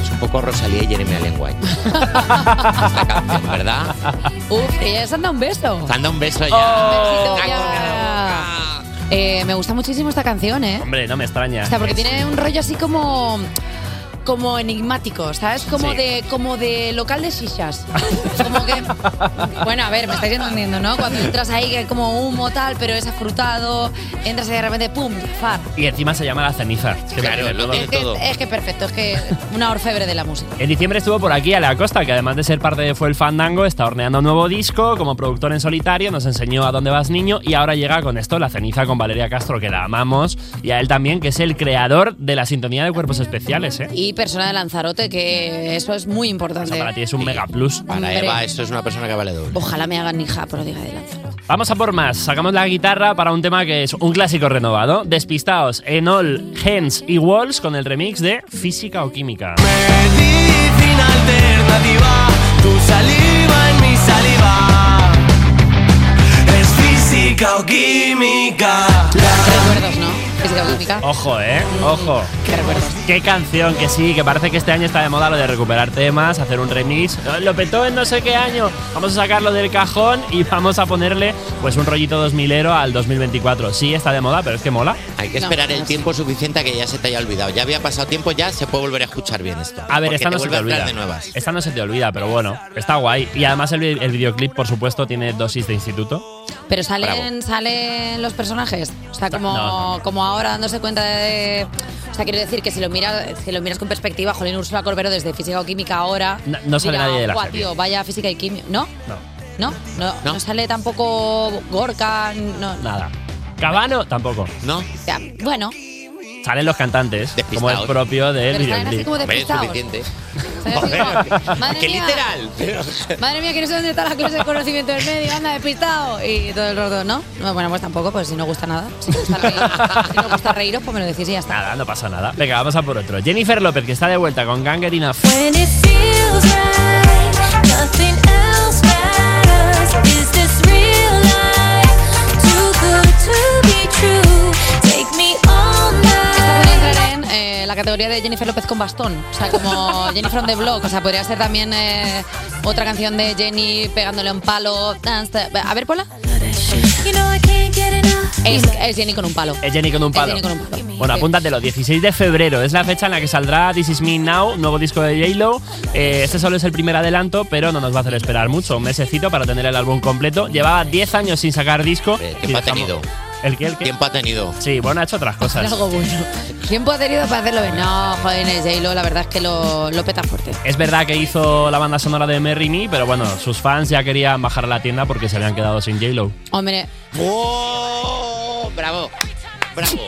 D: Es un poco Rosalía y Jeremy Allen White. Esta canción, ¿verdad?
C: Uf, que ya se han dado un beso.
D: Dando un beso
E: Oh,
D: ya.
C: Un besito ya. Eh, me gusta muchísimo esta canción, ¿eh?
E: Hombre, no me extraña.
C: O sea, porque tiene un rollo así como como enigmático, ¿sabes? Como
E: Sí.
C: de como de local de shishas. como que Bueno, a ver, me estáis entendiendo, ¿no? Cuando entras ahí que hay como humo tal, pero es afrutado, entras ahí de repente pum, far.
E: Y encima se llama La Ceniza. Es que me
D: Claro,
E: tiene
D: lo
E: todo.
D: tiene
C: Es que,
D: todo.
C: es que perfecto, es que una orfebre de la música.
E: En diciembre estuvo por aquí Ale Acosta, que además de ser parte de Fue el Fandango, está horneando un nuevo disco como productor en solitario, nos enseñó a dónde vas niño y ahora llega con esto La Ceniza con Valeria Castro, que la amamos, y a él también, que es el creador de la sintonía de cuerpos especiales. ¿eh?
C: Y y persona de Lanzarote, que eso es muy importante.
E: Para ti es un mega plus.
C: Para Eva,
D: eso es una persona que vale doble.
C: Ojalá me hagan hija, pero diga de Lanzarote.
E: Vamos a por más. Sacamos la guitarra para un tema que es un clásico renovado. Despistaos, Enol, Hens y Walls con el remix de Física o Química.
J: Medicina alternativa, tu saliva en mi saliva. Es física o química.
C: Recuerdos, ¿no? Física o química.
E: Ojo, eh, ojo.
C: Qué
E: canción, que sí, que parece que este año está de moda lo de recuperar temas, hacer un remix. Lo petó en no sé qué año. Vamos a sacarlo del cajón y vamos a ponerle pues un rollito 2000ero al 2024. Sí, está de moda, pero es que mola.
D: Hay que esperar el tiempo suficiente a que ya se te haya olvidado. Ya había pasado tiempo, ya se puede volver a escuchar bien esto.
E: A ver,
D: Porque
E: esta
D: te
E: no se
D: vuelve
E: te
D: a entrar
E: olvida.
D: de nuevas.
E: Esta no se te olvida, pero bueno, está guay. Y además el, vi- el videoclip, por supuesto, tiene dosis de instituto.
C: Pero salen, salen los personajes. O sea, como,
E: No,
C: como ahora dándose cuenta de. O sea, quiero decir que si lo miras, si lo miras con perspectiva, Jolín Úrsula Corbero desde física o química ahora.
E: No- no sale
C: dirá,
E: nadie de la
C: "Buah,
E: serie".
C: tío, vaya física y química. ¿No?
E: No.
C: No, no, no sale tampoco Gorka, no.
E: Nada. Cabano tampoco.
D: No.
C: O sea, bueno,
E: Salen los cantantes, como es propio del
C: Pero salen así
E: videoclip.
C: como Hombre, es despistados. suficiente. madre
D: ¡Qué
C: mía.
D: literal!
C: Madre mía, que no sé dónde está la clase de conocimiento del medio, anda despistado. Y todo el rato, ¿no? No, Bueno, pues tampoco, pues si no gusta nada. Si no gusta, reír- si no gusta reíros, pues me lo decís y ya está.
E: Nada, no pasa nada. Venga, vamos a por otro. Jennifer López, que está de vuelta con Ganger Enough.
J: When it feels right, nothing else matters. Is this real life? Too good to be true. Take me all
C: Esta
J: night.
C: podría entrar en eh, la categoría de Jennifer López con bastón. O sea, como Jennifer on the Block. O sea, podría ser también eh, otra canción de Jenny pegándole un palo. Dance the- A ver, Pola. Es, es Jenny con un palo.
E: Es Jenny con un
C: Es
E: palo.
C: Jenny con un palo.
E: Bueno, apúntatelo, 16 de febrero es la fecha en la que saldrá This Is Me Now, nuevo disco de J-Lo. Eh, este solo es el primer adelanto, pero no nos va a hacer esperar mucho, un mesecito para tener el álbum completo. Llevaba 10 años sin sacar disco.
D: tiempo ha Eh, tenido?
E: ¿El qué? ¿El qué?
D: Tiempo ha tenido.
E: Sí, bueno, ha hecho otras cosas.
C: Algo bueno. Tiempo ha tenido para hacerlo bien. No, joder, es J-Lo, la verdad es que lo, lo peta fuerte.
E: Es verdad que hizo la banda sonora de Merry Me, pero bueno, sus fans ya querían bajar a la tienda porque se habían quedado sin J-Lo.
C: Hombre.
D: ¡Oh! ¡Bravo! ¡Bravo!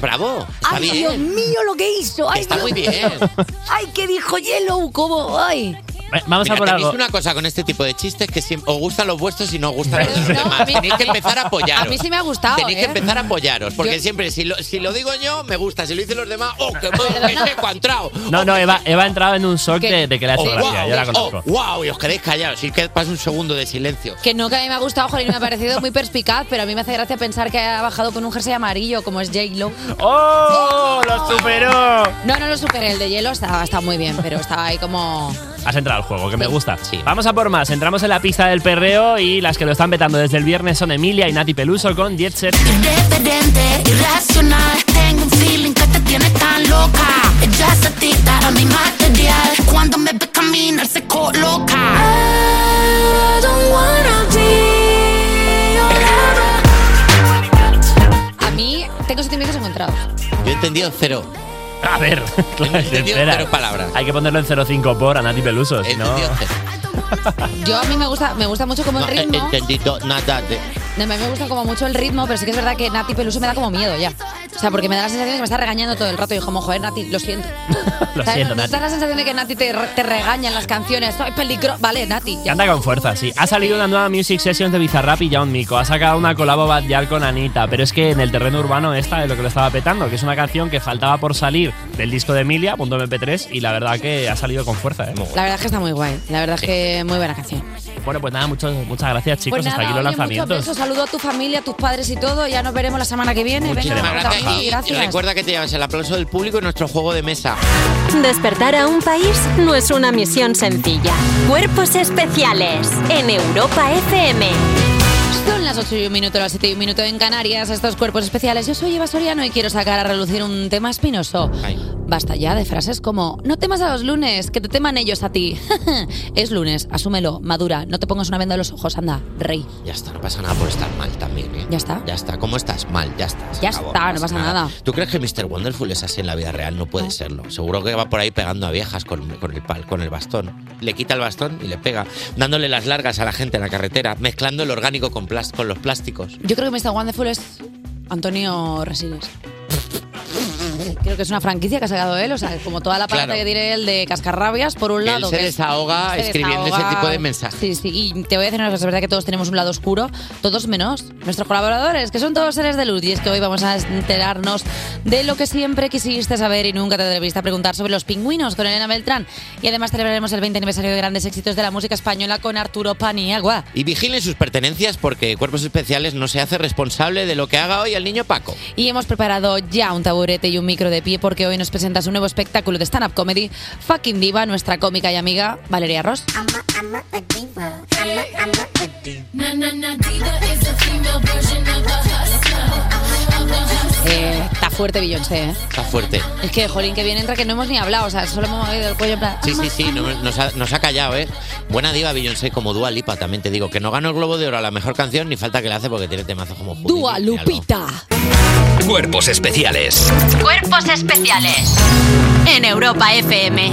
D: ¡Bravo! Está
C: ¡Ay,
D: bien.
C: Dios mío, lo que hizo! ¡Ay,
D: Está
C: Dios
D: muy
C: mío!
D: bien.
C: ¡Ay, qué dijo Yellow! ¿Cómo? ¡Ay!
E: Vamos
D: Mira,
E: a por
D: tenéis
E: algo.
D: una cosa con este tipo de chistes que siempre os gustan los vuestros y no os gustan los de los
C: No,
D: demás.
C: a mí-
D: Tenéis que empezar a
C: A
D: apoyaros.
C: mí sí me ha gustado.
D: Tenéis que
C: ¿eh?
D: empezar a apoyaros, porque
C: Yo-
D: siempre si lo, si lo digo yo, me gusta. Si lo dicen los demás, ¡oh, qué bueno! ¡Que seco ha entrado!
E: No, no, Eva, Eva ha entrado en un shock
C: ¿Qué?
E: de, de que le ha hecho
D: Oh,
E: gracia,
D: wow,
E: yo la
D: oh,
E: conozco.
D: wow, y os quedéis callados. Y que pasa un segundo de silencio.
C: Que no, que a mí me ha gustado, Jolín, me ha parecido muy perspicaz, pero a mí me hace gracia pensar que ha bajado con un jersey amarillo, como es J-Lo.
E: ¡Oh! ¡Lo superó!
C: No, no lo superé, el de hielo estaba, estaba muy bien, pero estaba ahí como...
E: Has entrado al juego, que me gusta. Vamos a por más. Entramos en la pista del perreo y las que lo están vetando desde el viernes son Emilia y Nati Peluso con Jet Set.
J: Diferente, irracional. Tengo un feeling que te tiene tan loca. Ella se tita a mi material. Cuando me ve caminar se coloca. I don't wanna be your lover.
C: A mí tengo sentimientos encontrados.
D: Yo he entendido cero.
E: A ver, claro,
D: entendido
E: espera.
D: cero palabras.
E: Hay que ponerlo en 0,5 por a Nati Peluso, si no.
C: Yo a mí me gusta, me gusta mucho como el
D: No eh, he
C: ritmo.
D: entendido nada de.
C: No, A mí me gusta como mucho el ritmo, pero sí que es verdad que Nati Peluso me da como miedo ya. O sea, porque me da la sensación de que me está regañando todo el rato. Y como, joder, Nati, lo siento.
E: Lo
C: ¿Sabes?
E: siento,
C: ¿No
E: Nati.
C: te da la sensación de que Nati te, te regaña en las canciones. Soy peligro. Vale, Nati, ya.
E: Anda con fuerza, sí. Ha salido una nueva Music Sessions de Bizarrap y John Mico. Ha sacado una colabo Bad Gyal con Anita. Pero es que en el terreno urbano esta es lo que lo estaba petando, que es una canción que faltaba por salir del disco de Emilia, punto MP3, y la verdad que ha salido con fuerza, ¿eh?
C: La verdad es que está muy guay. La verdad es que muy buena canción.
E: Bueno, pues nada, muchas muchas gracias, chicos.
C: pues
E: Hasta aquí los
C: oye, muchos
E: lanzamientos.
C: besos, saludo a tu familia, a tus padres y todo. Ya nos veremos la semana que viene.
D: Muchísimas
C: Venga,
D: gracias.
C: David,
D: Y
C: gracias.
D: Recuerda que te llevas el aplauso del público en nuestro juego de mesa.
B: Despertar a un país no es una misión sencilla. Cuerpos especiales en Europa FM.
C: Son las 8 y un minuto, las 7 y un minuto en Canarias, estos cuerpos especiales. Yo soy Eva Soriano y quiero sacar a relucir un tema espinoso. Basta ya de frases como, no temas a los lunes, que te teman ellos a ti. es lunes, asúmelo, madura, no te pongas una venda en los ojos, anda, rey.
D: Ya está, no pasa nada por estar mal también, ¿eh?
C: Ya está.
D: Ya está. ¿Cómo estás? Mal, ya está. se
C: Ya
D: acabó,
C: está, no pasa nada.
D: ¿Tú crees que Mr. Wonderful es así en la vida real? No puede serlo. Seguro que va por ahí pegando a viejas con, con el, pal- con el bastón. Le quita el bastón y le pega, dándole las largas a la gente en la carretera, mezclando el orgánico con, plas- con los plásticos.
C: Yo creo que Mr. Wonderful es Antonio Resines. creo que es una franquicia que ha sacado él, o sea, como toda la parte
D: Claro.
C: que tiene él de cascarrabias, por un
D: Que él
C: lado.
D: se
C: que es-
D: desahoga
C: se
D: escribiendo ese tipo de mensajes.
C: Sí, sí, y te voy a decir una cosa, es verdad que todos tenemos un lado oscuro, todos menos nuestros colaboradores, que son todos seres de luz, y es que hoy vamos a enterarnos de lo que siempre quisiste saber y nunca te atreviste a preguntar sobre los pingüinos con Elena Beltrán, y además celebraremos el 20 aniversario de grandes éxitos de la música española con Arturo Paniagua.
D: Y vigilen sus pertenencias porque Cuerpos Especiales no se hace responsable de lo que haga hoy el niño Paco.
C: Y hemos preparado ya un taburete y un micro de pie porque hoy nos presentas un nuevo espectáculo de stand-up comedy, Fucking Diva, nuestra cómica y amiga Valeria Ross.
J: Na na na diva is a female version of a hustler. Of a hustler.
C: Eh, está fuerte Beyoncé, ¿eh?
D: Está fuerte.
C: Es que, jolín, que bien entra que no hemos ni hablado, o sea, solo hemos movido el cuello en plan...
D: Sí, sí, sí, no- nos, ha, nos ha callado, ¿eh? Buena diva Beyoncé como Dua Lipa, también te digo. Que no ganó el Globo de Oro a la mejor canción, ni falta que la hace porque tiene temazos como Houdini,
C: Dua
D: míralo.
C: Lupita.
A: Cuerpos especiales
B: Cuerpos especiales en Europa FM.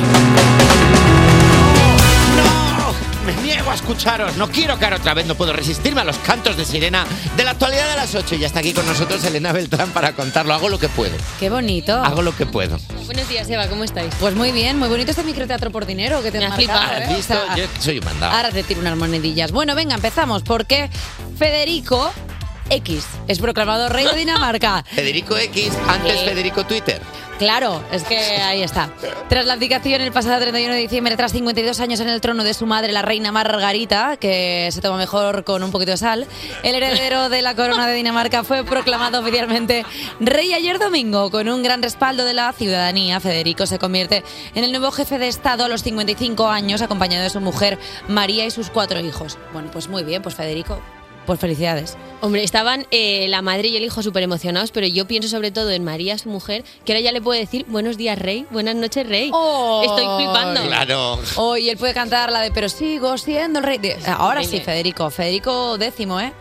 D: Me niego a escucharos, no quiero caer otra vez, no puedo resistirme a los cantos de sirena de la actualidad de las 8. Y ya está aquí con nosotros Elena Beltrán para contarlo. Hago lo que puedo.
C: Qué bonito.
D: Hago lo que puedo.
C: Buenos días, Eva, ¿cómo estáis? Pues muy bien, muy bonito este microteatro por dinero que te han marcado,
D: ¿Has
C: ¿eh?
D: visto?
C: O sea, ah,
D: Yo soy un mandado.
C: Ahora te tiro unas monedillas. Bueno, venga, empezamos, porque Federico X es proclamado rey de Dinamarca.
D: Federico
C: eh,
D: X, antes Federico Twitter.
C: Claro, es que ahí está. Tras la abdicación el pasado 31 de diciembre, tras 52 años en el trono de su madre, la reina Margarita, que se toma mejor con un poquito de sal, el heredero de la corona de Dinamarca fue proclamado oficialmente rey ayer domingo. Con un gran respaldo de la ciudadanía, Federico se convierte en el nuevo jefe de Estado a los 55 años, acompañado de su mujer María y sus cuatro hijos. Bueno, pues muy bien, pues Federico, pues felicidades.
K: Hombre, estaban eh, la madre y el hijo súper emocionados, pero yo pienso sobre todo en María, su mujer, que ahora ya le puedo decir buenos días, rey, buenas noches, rey. Estoy flipando.
D: Claro.
C: Hoy ¡Oh! él puede cantar la de Pero sigo siendo el rey. de- Ahora sí, Federico. Federico décimo, ¿eh?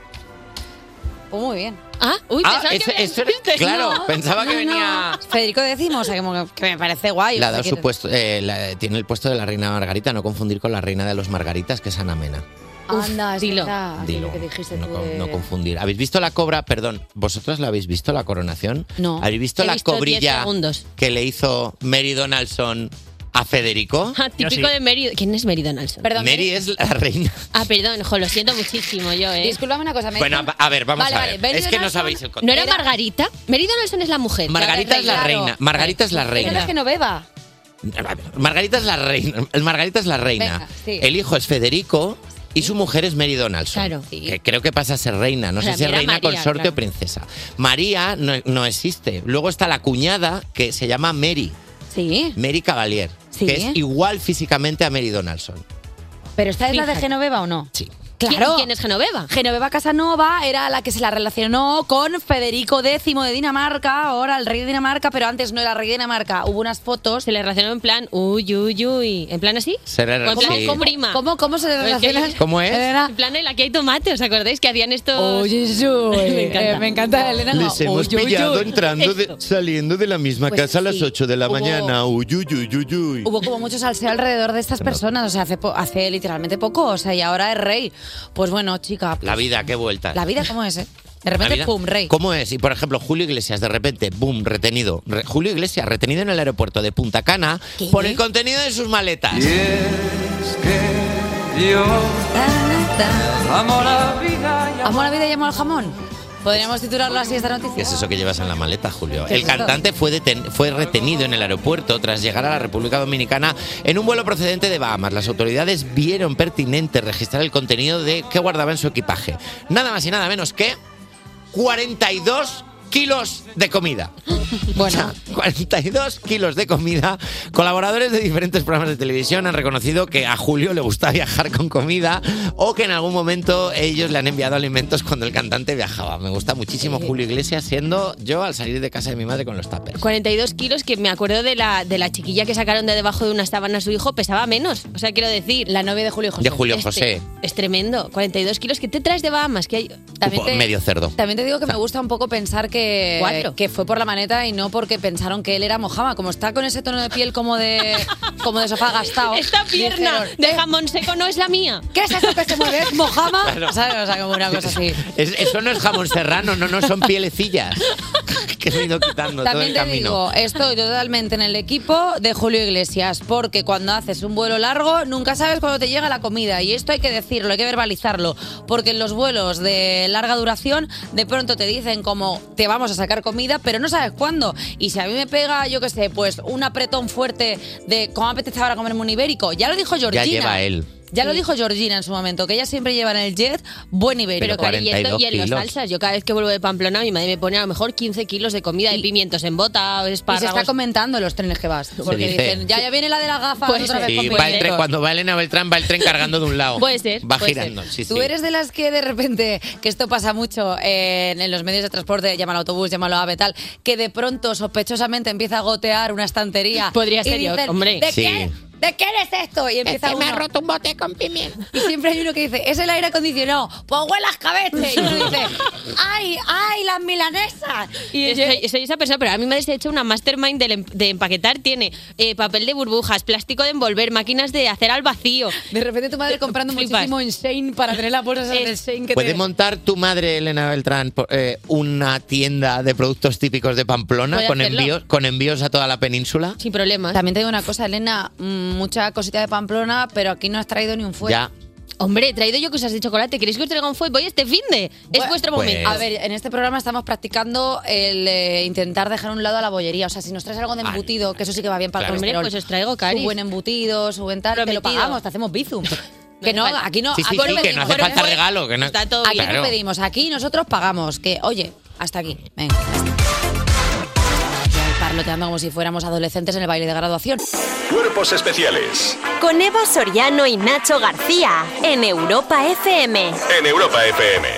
C: Pues muy bien.
K: Ah, uy,
D: Ah, pensaba que eso- había- eso era- claro, pensaba que venía-
C: Federico décimo, o sea, como que- que me parece guay.
D: Le ha
C: o sea,
D: dado
C: que-
D: su puesto, eh, la- tiene el puesto de la reina Margarita, no confundir con la reina de los Margaritas, que es Ana Mena.
C: Anda, es verdad,
D: Dilo,
C: aquello que dijiste
D: no,
C: tú
D: co-
C: de-
D: no confundir. ¿Habéis visto la cobra? Perdón, ¿vosotros la habéis visto la coronación?
C: No.
D: ¿Habéis visto
K: He
D: la
K: visto 10
D: cobrilla
K: segundos.
D: que le hizo Mary Donaldson a Federico?
K: Ah, típico de Mary. ¿Quién es Mary Donaldson?
D: Mary es la reina.
K: Ah, perdón, jo, lo siento muchísimo yo, ¿eh?
C: Disculpame una cosa,
D: Bueno, a- a ver, vamos
K: Vale,
D: a
K: vale,
D: ver.
K: Mary
D: es que no
K: Donaldson
D: sabéis el
K: ¿No
D: contexto.
K: era Margarita? Mary Donaldson es la mujer.
D: Margarita es la reina. Margarita es la reina.
C: no beba.
D: Margarita es la reina. Margarita es la reina.
C: Venga, sí.
D: El hijo es Federico y su mujer es Mary Donaldson.
C: Claro.
D: Que creo que pasa a ser reina. No
C: O
D: sé
C: sea,
D: si es
C: mira
D: reina
C: María,
D: consorte
C: claro.
D: o princesa. María no, no existe. Luego está la cuñada que se llama Mary.
C: Sí.
D: Mary Cavalier.
C: Sí.
D: Que es igual físicamente a Mary Donaldson.
C: Pero esta es la de
K: Fíjate.
C: Genoveva o no?
D: Sí.
C: Claro.
K: ¿Quién es Genoveva?
C: Genoveva Casanova era la que se la relacionó con Federico X de Dinamarca, ahora el rey de Dinamarca, pero antes no era rey de Dinamarca. Hubo unas fotos.
K: Se le relacionó en plan, uy, uy, uy. ¿En plan así?
D: Se le-
K: Con plan
D: sí.
K: con prima.
C: ¿Cómo, cómo se
K: Es que-
C: relaciona?
D: ¿Cómo es?
C: Elena.
K: En plan, el aquí hay tomate, ¿os acordáis que hacían estos?
C: Oye, uy.
K: Me encanta.
C: Eh, me encanta Elena.
K: Les
C: Uy,
K: hemos
C: uy, uy.
K: pillado
L: entrando de-
D: saliendo de la misma
C: Pues casa a las sí. 8 de la Hubo- mañana. Hubo como mucho salseo alrededor de estas personas, o sea, hace, po- hace literalmente poco, o sea, y ahora es rey. Pues bueno, chica,
D: La vida, qué vuelta.
C: la vida cómo es, ¿eh?
D: ¿La
C: De repente,
D: vida?
C: pum, rey.
D: ¿Cómo es? Y por ejemplo, Julio Iglesias, de repente, boom, retenido. Re- Julio Iglesias, retenido en el aeropuerto de Punta Cana por el contenido de sus maletas.
M: Yo amo la
C: Amo a la vida y amo al jamón. Podríamos titularlo así esta noticia.
D: ¿Qué es eso que llevas en la maleta, Julio?
C: ¿Qué es
D: El
C: esto?
D: cantante fue, deten- fue retenido en el aeropuerto tras llegar a la República Dominicana en un vuelo procedente de Bahamas. Las autoridades vieron pertinente registrar el contenido de que guardaba en su equipaje. Nada más y nada menos que 42 kilos de comida.
C: Bueno,
D: 42 kilos de comida. Colaboradores de diferentes programas de televisión han reconocido que a Julio le gusta viajar con comida o que en algún momento ellos le han enviado alimentos cuando el cantante viajaba. Me gusta muchísimo Julio Iglesias siendo yo al salir de casa de mi madre con los tapers.
K: 42 kilos, que me acuerdo de la, de la chiquilla que sacaron de debajo de una sábana a su hijo, pesaba menos. O sea, quiero decir.
C: La novia de Julio
D: José. De Julio José.
K: Es tremendo. 42 kilos. ¿Qué te traes de Bahamas? Que hay,
D: Medio cerdo.
C: También te digo que me gusta un poco pensar que que,
K: Cuatro.
C: que fue por la maneta y no porque pensaron que él era Mojama. Como está con ese tono de piel como de, como de sofá gastado.
K: Esta pierna
C: dijeron, "Eh,
K: de jamón seco no es la mía.
C: ¿Qué es eso que se mueve? ¿Mojama?
D: Claro.
C: ¿Sabes? O sea, como una cosa así.
D: Es- eso no es jamón serrano, no, no son pielecillas. Que he ido quitando todo
C: También
D: el
C: te
D: camino.
C: digo, estoy totalmente en el equipo de Julio Iglesias, porque cuando haces un vuelo largo nunca sabes cuándo te llega la comida y esto hay que decirlo, hay que verbalizarlo, porque en los vuelos de larga duración de pronto te dicen como te vamos a sacar comida, pero no sabes cuándo. Y si a mí me pega, yo qué sé, pues un apretón fuerte de cómo me apetece ahora comerme un ibérico, ya lo dijo Georgina.
D: Ya lleva él.
C: Ya lo dijo Georgina en su momento, que ella siempre lleva en el jet buen
K: Pero,
C: ibérico.
K: cari, y, esto, y en
D: 42
K: las salsas, yo cada vez que vuelvo de Pamplona, mi madre me pone a lo mejor 15 kilos de comida de pimientos en bota,
C: Y se
K: espárragos.
C: está comentando en los trenes que vas. Porque
D: dice-
C: dicen, ya, ya viene la de las gafas
K: Pues
C: otra vez
D: Sí,
C: con
D: va el
C: pimientos".
D: tren- cuando va Elena Beltrán, va el tren cargando de un lado.
C: Puede ser,
D: Va
C: puede
D: girando.
C: ser.
D: Sí,
C: Tú
D: sí.
C: eres de las que de repente, que esto pasa mucho eh, en, en los medios de transporte, llámalo autobús, llámalo AVE, tal, que de pronto sospechosamente empieza a gotear una estantería.
K: Podría
C: y
K: ser yo,
C: dicen,
K: hombre.
C: ¿De,
K: Sí.
C: qué, ¿De qué eres esto? Y empieza
K: que me ha
C: roto un bote con pimiento. Y siempre hay uno que dice, es el aire acondicionado, pues huelas cabezas. Y uno dice, ¡ay, ay, las milanesas!
K: Y soy, soy esa persona, pero a mi madre se ha hecho una mastermind del em- de, empaquetar. Tiene eh, papel de burbujas, plástico de envolver, máquinas de hacer al vacío.
C: De repente tu madre comprando muchísimo en Shane para tener las bolsas en el Shane que
D: ¿Puede
C: te-
D: montar tu madre, Elena Beltrán, po- eh, una tienda de productos típicos de Pamplona
C: Puede
D: con
C: hacerlo.
D: envíos, con envíos a toda la península?
K: Sin problemas.
C: También te digo una cosa, Elena, mm, mucha cosita de Pamplona, pero aquí no has traído ni un fuego.
D: Ya.
K: Hombre, he traído yo cosas de chocolate. ¿Queréis que os traiga un fue? Voy este fin de. es vuestro momento.
D: pues-
C: A ver, en este programa estamos practicando el eh, intentar dejar a un lado a la bollería. O sea, si nos traes algo de embutido, que eso sí que va bien para
K: Claro.
C: el
K: Hombre,
C: colesterol.
K: pues os traigo, Caris.
C: Su buen embutido, su buen tal, te lo
K: Prometido.
C: pagamos, te hacemos bizum. Que no,
K: falta.
C: aquí no,
D: sí, sí, sí,
C: aquí no
D: que no
C: pedimos.
D: hace falta regalo. Que no,
C: Está todo bien. Aquí no
D: Claro.
C: pedimos, aquí nosotros pagamos. Que, oye, hasta aquí. Venga. Ya Parloteando como si fuéramos adolescentes en el baile de graduación.
G: Cuerpos especiales
B: Con Eva Soriano y Nacho García en Europa FM.
G: en Europa FM.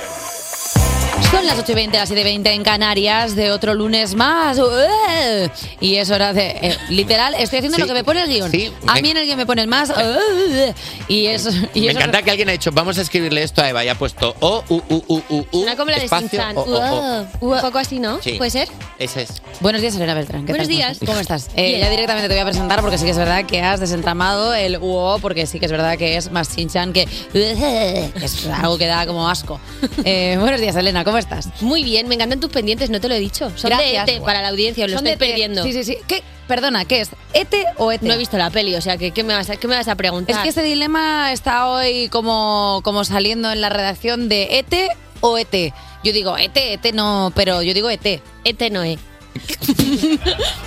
C: Son las 8 y 20, las 7 y 20 en Canarias de otro lunes más. ¡Ueh! Y es hora de. eh, literal, estoy haciendo lo que me pone el guión. a
D: me-
C: mí en el guión me pone el más. ¡Ueh! Y eso. Y
D: Me
C: eso-
D: encanta que alguien ha dicho, vamos a escribirle esto a Eva y ha puesto "Oh, uh, O, U, U, U, U, U.
K: Una como la de
D: espacio,
K: Simpson.
D: O, O, O.
K: Un poco así, ¿no?
D: Sí.
K: ¿Puede ser?
D: Ese es.
C: Buenos días, Elena Beltrán. ¿Qué
K: Buenos
C: tal?
K: días.
C: ¿Cómo estás? Eh,
K: Bien.
C: ya directamente te voy a presentar porque sí que es verdad que has desentramado el UO, porque sí que es verdad que es más chinchan que. ¡Ueh! que Es algo que da como asco. Eh, buenos días, Elena, ¿cómo estás?
K: Muy bien, me encantan tus pendientes, no te lo he dicho. Son
C: Gracias.
K: de ET para la audiencia, os lo
C: Son
K: estoy
C: de ET.
K: perdiendo.
C: Sí, sí, sí. ¿Qué? Perdona, ¿qué es? ¿Ete o ET?
K: No he visto la peli, o sea, que- ¿qué, me, vas a, qué me vas a preguntar?
C: Es que este dilema está hoy como, como saliendo en la redacción de ET o ET. Yo digo E ET, ET no, pero yo digo E ET.
K: ET E no es.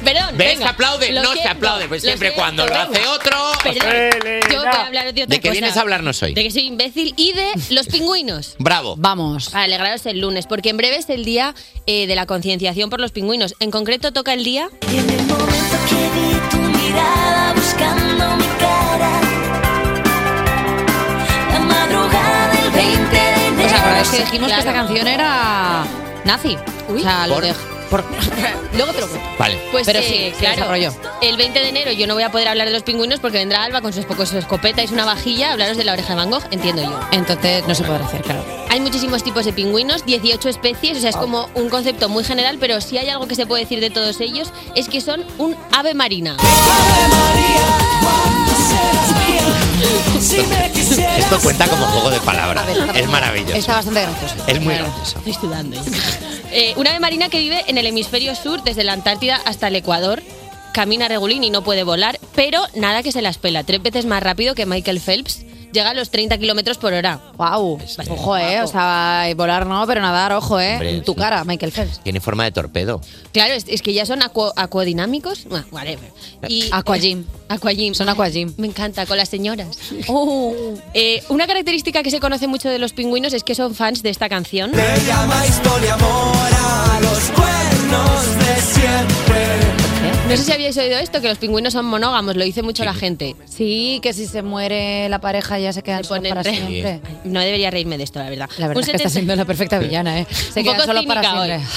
K: Perdón.
D: ¿Ves?
K: venga,
D: se aplaude.
K: lo
D: No se
K: siento,
D: aplaude. Pues
K: lo
D: siempre
K: siento,
D: cuando lo
K: venga.
D: hace otro. pues
K: Perdón, yo voy a hablaros de otra
D: ¿De qué
K: cosa.
D: vienes a hablarnos hoy?
K: De que soy imbécil y de los pingüinos.
D: Bravo.
C: Vamos.
K: Para alegraros el lunes, porque en breve es el día eh, de la concienciación por los pingüinos. En concreto toca el día
J: Mirada buscando mi cara. La madrugada del 20 de enero.
K: Pues
C: O sea, pero es que dijimos que esta canción era nazi. O sea, lo
D: Por-
C: de- por- Luego te lo cuento.
D: Vale.
K: Pues
C: pero
K: eh,
C: sí, se
K: claro.
C: desarrolló.
K: El 20 de enero yo no voy a poder hablar de los pingüinos porque vendrá Alba con su, espo- con su escopeta y una vajilla a hablaros de la oreja de Van Gogh, entiendo yo.
C: Entonces no se podrá hacer, claro.
K: Hay muchísimos tipos de pingüinos, 18 especies, o sea, es como un concepto muy general, pero si hay algo que se puede decir de todos ellos es que son un ave marina.
D: Esto cuenta como juego de palabras. Es maravilloso.
C: Está bastante gracioso.
D: Es muy
C: Claro.
D: gracioso.
K: Estoy sudando. Eh, un ave marina que vive en el hemisferio sur, desde la Antártida hasta el Ecuador. Camina regulín y no puede volar, pero nada que se las pela. Tres veces más rápido que Michael Phelps. Llega a los 30 kilómetros por hora.
C: Guau. Ojo, eh. O sea, volar no, pero nadar, ojo, eh.
D: Hombre,
C: en tu
D: sí.
C: cara, Michael Phelps.
D: Tiene forma de torpedo.
K: Claro, es, es que ya son acu- acuodinámicos. Bueno, whatever. Y,
C: Eh,
K: eh,
C: Aquagym.
K: Aquagym.
C: Son Aquagym.
K: Me encanta, con las señoras. Eh, una característica que se conoce mucho de los pingüinos es que son fans de esta canción.
M: Le llamáis poliamor a los cuernos de siempre.
K: No sé si habíais oído esto, que los pingüinos son monógamos, lo dice mucho la gente.
C: Sí, que si se muere la pareja ya se quedan solos para
K: re-
C: siempre.
K: Ay, No debería reírme de esto, la verdad.
C: La verdad es que está siendo la perfecta villana, ¿eh? Se
K: Un
C: quedan
K: poco
C: solos para
K: cínica hoy.
C: siempre.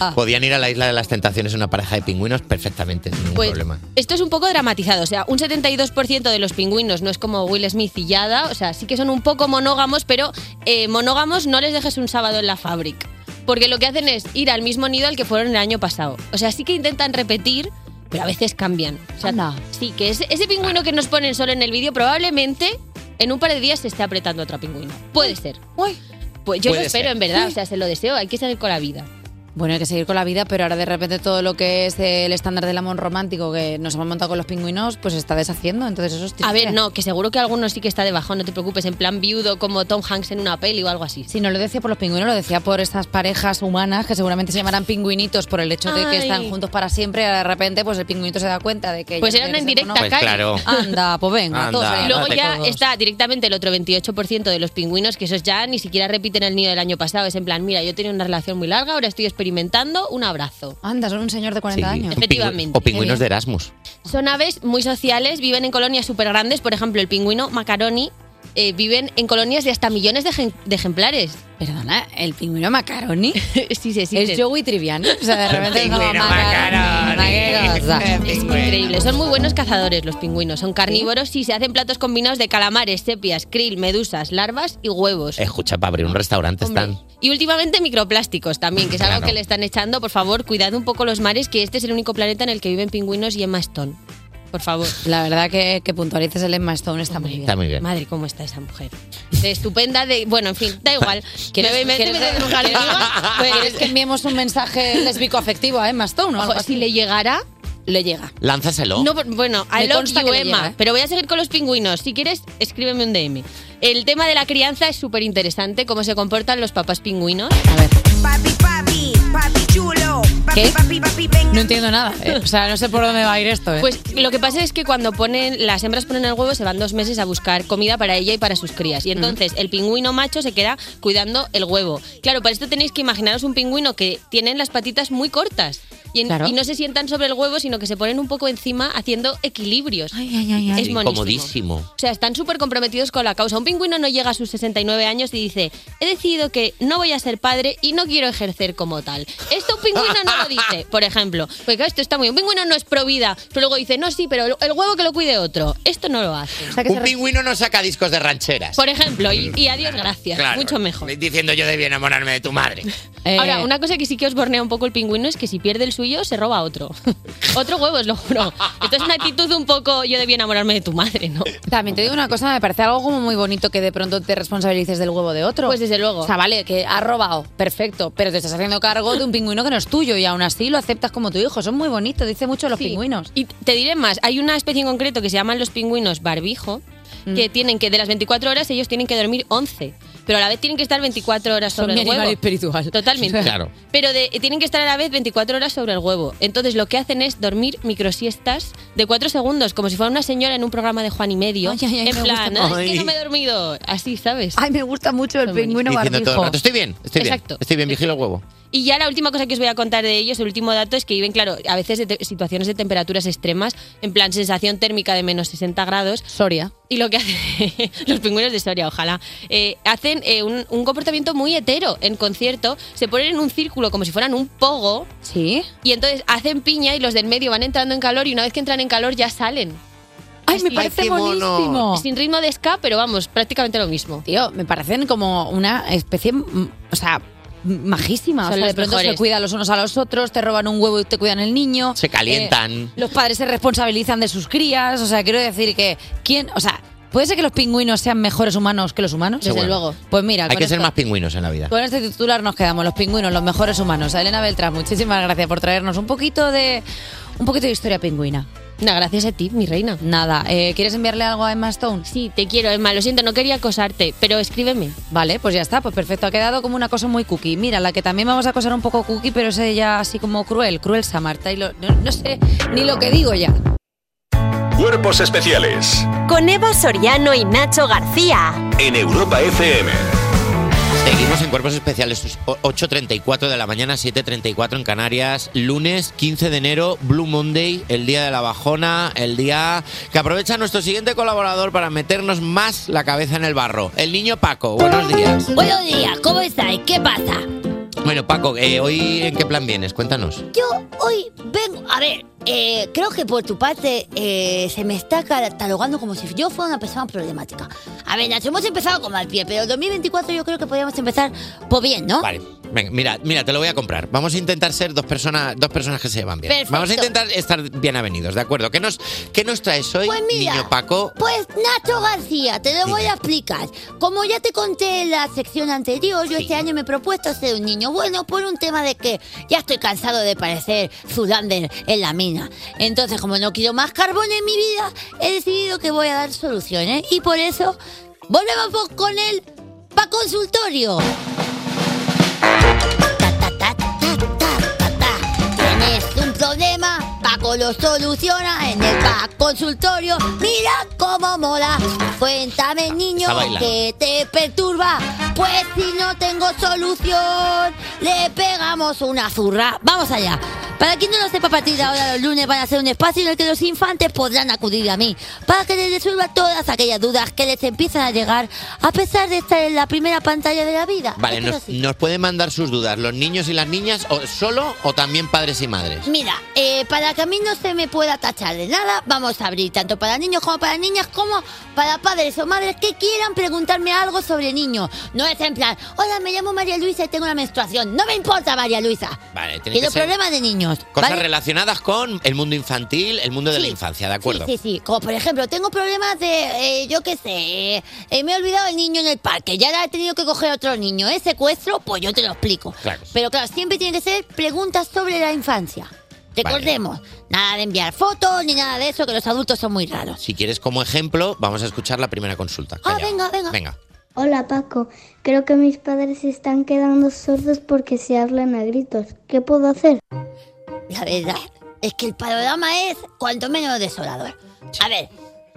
K: Ah.
D: Podían ir a la isla de las tentaciones una pareja de pingüinos perfectamente, sin ningún
K: Pues,
D: problema.
K: Esto es un poco dramatizado, o sea, un 72% de los pingüinos no es como Will Smith y Yada, o sea, sí que son un poco monógamos, pero eh, monógamos no les dejes un sábado en la fábrica. porque lo que hacen es ir al mismo nido al que fueron el año pasado. O sea, sí que intentan repetir, pero a veces cambian. O sea, Sí, que ese, ese pingüino que nos ponen solo en el vídeo probablemente en un par de días se esté apretando otro pingüino. Puede ser. Pues yo lo
C: Puede
K: espero,
C: ser.
K: en verdad. O sea, se lo deseo. Hay que seguir con la vida.
C: Bueno, hay que seguir con la vida, pero ahora de repente todo lo que es el estándar del amor romántico que nos hemos montado con los pingüinos, pues se está deshaciendo. Entonces eso es
K: A ver,
C: triste.
K: no, que seguro que alguno sí que está debajo, no te preocupes, en plan viudo como Tom Hanks en una peli o algo así.
C: Si no lo decía por los pingüinos, lo decía por estas parejas humanas que seguramente se llamarán pingüinitos por el hecho de
K: Ay.
C: que están juntos para siempre y de repente pues el pingüinito se da cuenta de que...
K: Pues
C: ya
K: era
C: no
K: una
C: eres
K: indirecta, Cari.
C: económico.
K: Pues claro.
C: Anda, pues venga, todos
K: Y
C: ahí,
K: luego
C: date
K: ya
C: todos.
K: está directamente el otro 28% de los pingüinos, que esos ya ni siquiera repiten el nido del año pasado. Es en plan, mira, yo tenía una relación muy larga, ahora estoy experimentando, un abrazo.
C: Anda, son un señor de 40 años.
K: Efectivamente.
D: O pingüinos de Erasmus.
K: Son aves muy sociales, viven en colonias súper grandes. Por ejemplo, el pingüino macaroni eh, viven en colonias de hasta millones de, ejem- de ejemplares.
C: Perdona, ¿el pingüino macaroni?
K: sí, sí, sí.
C: Es Joey Trivian. O sea, de repente es como, macaroni.
K: Es increíble. Son muy buenos cazadores los pingüinos. Son carnívoros y se hacen platos combinados de calamares, sepias, krill, medusas, larvas y huevos.
D: Escucha, para abrir un restaurante están.
K: Y últimamente microplásticos también, que es algo
D: Claro.
K: que le están echando. Por favor, cuidad un poco los mares, que este es el único planeta en el que viven pingüinos y Emma Stone. Por favor.
C: La verdad que, que puntualices el Emma Stone está muy bien.
D: Está muy bien.
K: Madre, cómo está esa mujer. De estupenda, de. Bueno, en fin, da igual.
C: ¿Quieres,
K: Me- me-
C: quieres-
K: me- me- me-
C: ¿Quieres que enviemos un mensaje lésbico afectivo a Emma Stone? o algo así?
K: Si le llegara,
C: le llega.
D: Lánzaselo.
K: No, por- bueno, I
C: Me
K: love
C: consta
K: you,
C: que le
K: Emma.
C: llega, ¿eh?
K: Pero voy a seguir con los pingüinos. Si quieres, escríbeme un DM. El tema de la crianza es súper interesante, cómo se comportan los papás pingüinos. A ver. Papi, papi, papi chulo.
C: ¿Qué? No entiendo nada. eh. O sea, no sé por dónde va a ir esto. eh.
K: Pues lo que pasa es que cuando ponen las hembras ponen el huevo se van dos meses a buscar comida para ella y para sus crías y entonces el pingüino macho se queda cuidando el huevo. Claro, para esto tenéis que imaginaros un pingüino que tienen las patitas muy cortas y, en-
D: Claro.
K: y no se sientan sobre el huevo sino que se ponen un poco encima haciendo equilibrios. Es monísimo.
D: Incomodísimo.
K: O sea, están súper comprometidos con la causa. Un pingüino no llega a sus 69 años y dice, he decidido que no voy a ser padre y no quiero ejercer como tal. Esto un pingüino no lo dice, por ejemplo. Porque claro, esto está muy bien. Un pingüino no es pro vida, pero luego dice, no, sí, pero el, el huevo que lo cuide otro. Esto no lo hace.
D: Un pingüino no saca discos de rancheras.
K: Por ejemplo, y, y adiós, gracias.
D: Claro.
K: Mucho mejor.
D: Diciendo yo debí enamorarme de tu madre.
K: Ahora, una cosa que sí que os bornea un poco el pingüino es que si pierde el suyo, se roba otro. otro huevo, os lo juro. Esto es una actitud un poco, yo debí enamorarme de tu madre, ¿no?
C: También te digo una cosa, me parece algo como muy bonito que de pronto te responsabilices del huevo de otro. Pues
K: desde luego.
C: O sea, vale, que ha robado, perfecto, pero te estás haciendo cargo de un pingüino que no es tuyo y aún así lo aceptas como tu hijo. Son muy bonitos, dice mucho los pingüinos.
K: Y te diré más, hay una especie en concreto que se llaman los pingüinos barbijo, que
C: Mm.
K: tienen que de las 24 horas ellos tienen que dormir 11, pero a la vez tienen que estar 24 horas
C: Son
K: sobre
C: mi
K: el huevo.
C: animal espiritual.
K: Totalmente.
C: Claro.
K: Pero de- tienen que estar a la vez 24 horas sobre el huevo. Entonces lo que hacen es dormir microsiestas de 4 segundos, como si fuera una señora en un programa de Juan y medio. en
C: me
K: plan,
C: gusta.
K: "Ay, es que no
C: Ay.
K: me he dormido. Así, ¿sabes?
C: Ay, me gusta mucho el pingüino
D: Diciendo todo el rato, estoy bien, estoy bien.
K: Exacto.
D: Estoy bien, vigilo el huevo.
K: Y ya la última cosa que os voy a contar de ellos, el último dato, es que viven, claro, a veces de te- situaciones de temperaturas extremas, en plan sensación térmica de menos 60 grados.
C: Soria.
K: Y lo que hacen los pingüinos de Soria, ojalá, eh, hacen eh, un, un comportamiento muy hetero en concierto, se ponen en un círculo como si fueran un pogo.
C: Sí.
K: Y entonces hacen piña y los del medio van entrando en calor y una vez que entran en calor ya salen.
C: Ay, me parece buenísimo.
K: Sin ritmo de ska, pero vamos, prácticamente lo mismo.
C: Tío, me parecen como una especie, mm, o sea, m- majísima.
K: Son
C: o sea, de
K: los
C: pronto se
K: mejores.
C: cuidan los unos a los otros, te roban un huevo y te cuidan el niño. Eh,
D: Se calientan.
C: los padres se responsabilizan de sus crías. O sea, quiero decir que, ¿quién? O sea, ¿puede ser que los pingüinos sean mejores humanos que los humanos?
D: Desde Seguro. luego.
C: Pues mira,
D: Hay
C: con
D: que ser
C: esto-
D: más pingüinos en la vida.
C: con este titular nos quedamos, los pingüinos, los mejores humanos. Elena Beltrán, muchísimas gracias por traernos un poquito de un poquito de historia pingüina.
K: gracias a ti, mi reina.
C: Nada, eh, ¿quieres enviarle algo a Emma Stone?
K: Sí, te quiero, Emma. Lo siento, no quería acosarte, pero escríbeme.
C: Vale, pues ya está, pues perfecto. Ha quedado como una cosa muy cookie. Mira, la que también vamos a acosar un poco cookie, pero es ella así como cruel, cruel Samarta. Y lo- no, no sé ni lo que digo ya.
G: Cuerpos especiales
B: Con Eva Soriano y Nacho García.
G: en Europa FM.
D: Seguimos en Cuerpos Especiales, o- 8.34 de la mañana, 7.34 en Canarias, lunes 15 de enero, Blue Monday, el día de la bajona, el día que aprovecha nuestro siguiente colaborador para meternos más la cabeza en el barro, el niño Paco. Buenos días.
L: Buenos días, ¿cómo estáis? ¿Qué pasa?
D: Bueno, Paco, eh, ¿hoy en qué plan vienes? Cuéntanos.
L: Yo hoy vengo, a ver, eh, creo que por tu parte eh, se me está catalogando como si yo fuera una persona problemática. A ver, Nacho, hemos empezado con mal pie, pero el 2024 yo creo que podríamos empezar por pues bien, ¿no?
D: Vale. Venga, mira, mira, te lo voy a comprar. Vamos a intentar ser dos personas, dos personas que se llevan bien.
L: Perfecto.
D: Vamos a intentar estar bien avenidos, ¿de acuerdo? ¿Qué nos, qué nos traes hoy,
L: Pues mira,
D: niño Paco?
L: Pues Nacho García, te lo voy a explicar. Como ya te conté en la sección anterior, yo este año me he propuesto ser un niño bueno por un tema de que ya estoy cansado de parecer Zulander en la mina. Entonces, como no quiero más carbón en mi vida, he decidido que voy a dar soluciones. Y por eso, volvemos con el Pa' Consultorio. Tienes un problema, Paco lo soluciona en el Pac consultorio. Mira cómo mola. Cuéntame, niño,
M: Está bailando.
L: que te perturba. Pues si no tengo solución, le pegamos una zurra. Vamos allá. Para quien no lo sepa, a partir de ahora los lunes van a ser un espacio en el que los infantes podrán acudir a mí para que les resuelva todas aquellas dudas que les empiezan a llegar a pesar de estar en la primera pantalla de la vida.
D: Vale,
L: Es que es
D: nos,
L: así.
D: nos pueden mandar sus dudas los niños y las niñas o, solo o también padres y madres.
L: Mira, eh, para que a mí no se me pueda tachar de nada, vamos a abrir tanto para niños como para niñas, como para padres o madres que quieran preguntarme algo sobre niños. No es en plan, hola, me llamo María Luisa y tengo una menstruación. No me importa, María Luisa.
D: Vale, tiene
L: Y
D: que
L: los
D: ser
L: problemas de niños.
D: cosas
L: ¿vale?
D: relacionadas con el mundo infantil, el mundo de la infancia, ¿de acuerdo?
L: Sí, sí, sí. Como por ejemplo, tengo problemas de, eh, yo qué sé, eh, eh, me he olvidado el niño en el parque, ya la he tenido que coger otro niño. ¿Es secuestro? Pues yo te lo explico.
M: Claro.
L: Pero claro, siempre tiene que ser preguntas sobre la infancia. Recordemos, nada de enviar fotos ni nada de eso, que los adultos son muy raros.
D: Si quieres como ejemplo, vamos a escuchar la primera consulta.
L: Ah,
D: Calla.
L: venga, venga.
D: Venga.
N: Hola Paco, creo que mis padres se están quedando sordos porque se hablan a gritos. ¿Qué puedo hacer?
L: La verdad es que el panorama es cuanto menos desolador. A ver,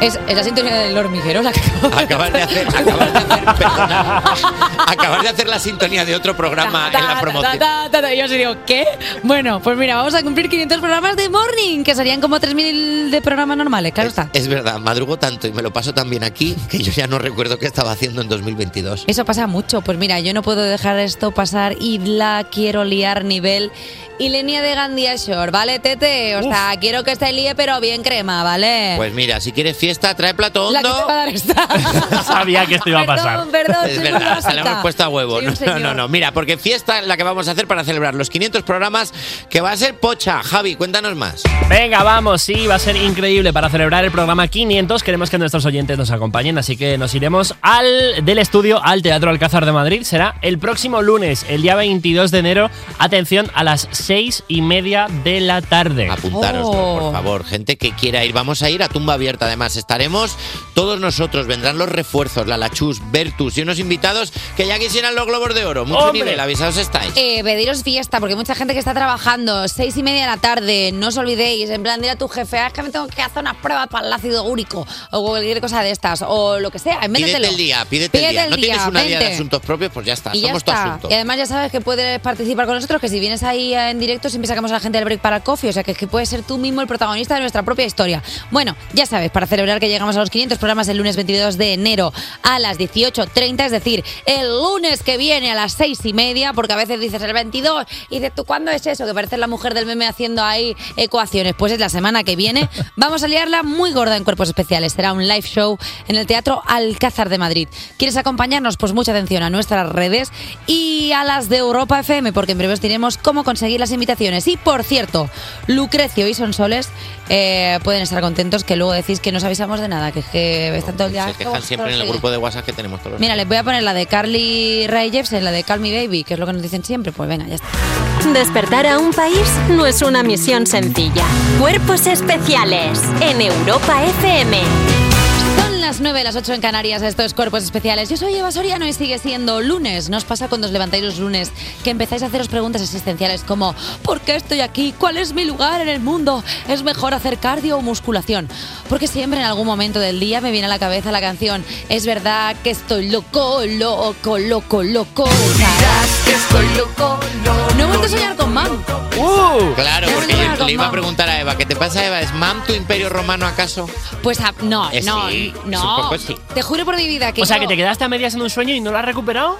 C: Es, es la sintonía del hormiguero la que
D: Acabas de hacer, acabas de hacer, perdona, acabas de hacer la sintonía de otro programa en la promoción.
C: Ta, ta, ta. Y yo os digo, ¿qué? Bueno, pues mira, vamos a cumplir 500 programas de morning, que serían como 3.000 de programas normales, claro está.
D: Es verdad, madrugo tanto y me lo paso tan bien aquí que yo ya no recuerdo qué estaba haciendo en 2022.
C: Eso pasa mucho. Pues mira, yo no puedo dejar esto pasar y la quiero liar nivel y línea de Gandia Shore, ¿vale, Tete? O sea, quiero que se líe, pero bien crema, ¿vale?
D: Pues mira, si quieres fiesta, trae plato
C: la que te
D: hondo.
C: va a dar esta.
E: Sabía que esto iba a pasar.
C: Perdón, perdón,
D: es
C: soy
D: verdad,
C: muy
D: se la hemos
C: básica.
D: puesto a huevo.
C: Soy
D: No,
C: un
D: no,
C: señor.
D: no, no. Mira, porque fiesta es la que vamos a hacer para celebrar los 500 programas que va a ser pocha. Javi, cuéntanos más.
E: Venga, vamos, sí, va a ser increíble para celebrar el programa 500. Queremos que nuestros oyentes nos acompañen, así que nos iremos al del estudio al Teatro Alcázar de Madrid. Será el próximo lunes, el día 22 de enero. Atención, a las seis y media de la tarde.
C: Oh.
D: Apuntaros, por favor, gente que quiera ir. Vamos a ir a tumba abierta, además. estaremos todos nosotros. Vendrán los refuerzos, la Lachus, Bertus y unos invitados que ya quisieran los globos de oro. Mucho
C: ¡Hombre!
D: nivel, avisados estáis.
C: Eh, pediros fiesta, porque hay mucha gente que está trabajando, seis y media de la tarde, no os olvidéis, en plan, dile a tu jefe, "Ah, es que me tengo que hacer unas pruebas para el ácido úrico, o cualquier cosa de estas, o lo que sea,
D: Pídete
C: invéntatelo.
D: el día, pídete, el día.
C: el
D: No tienes una día de
C: vente.
D: asuntos propios, pues ya está,
C: Y ya
D: somos tu
C: está.
D: asunto.
C: Y además ya sabes que puedes participar con nosotros, que si vienes ahí eh, en directo siempre sacamos a la gente del break para el coffee, o sea que, es que puedes ser tú mismo el protagonista de nuestra propia historia. Bueno, ya sabes, para celebrar que llegamos a los 500 programas el lunes 22 de enero a las 18.30, es decir, el lunes que viene a las 6 y media, porque a veces dices el 22 y dices tú, ¿cuándo es eso? Que pareces la mujer del meme haciendo ahí ecuaciones. Pues es la semana que viene. Vamos a liarla muy gorda en cuerpos especiales. Será un live show en el Teatro Alcázar de Madrid. ¿Quieres acompañarnos? Pues mucha atención a nuestras redes y a las de Europa FM, porque en breve os diremos cómo conseguir las invitaciones. Y por cierto, Lucrecio y Sonsoles eh, pueden estar contentos que luego decís que no os avisamos de nada, que, es que están todo el día.
D: Se quejan siempre en el grupo de WhatsApp que tenemos todos los
C: Mira, les voy a poner la de Carly Rae Jepsen, la de Call Me Baby, que es lo que nos dicen siempre. Pues venga, ya está.
B: Despertar a un país no es una misión sencilla. Cuerpos especiales en Europa FM.
C: Son las 9, las 8 en Canarias, esto es Cuerpos Especiales. Yo soy Eva Soriano y sigue siendo lunes. Nos pasa cuando os levantáis los lunes que empezáis a haceros preguntas existenciales como ¿por qué estoy aquí? ¿Cuál es mi lugar en el mundo? ¿Es mejor hacer cardio o musculación? Porque siempre en algún momento del día me viene a la cabeza la canción Es verdad que estoy loco, loco, loco, loco. que estoy loco, No he vuelto a soñar con man.
D: Claro,
C: No,
D: porque yo
C: no, Uh. no,
D: le iba a
C: mam.
D: preguntar a Eva, ¿qué te pasa, Eva? ¿Es mam tu imperio romano acaso?
C: Pues ah, no,
D: Eh,
C: no,
D: sí, es un
C: no.
D: poco sí.
C: Te juro por mi vida que
E: O sea,
C: yo-
E: que te quedaste a medias en un sueño y no lo has recuperado.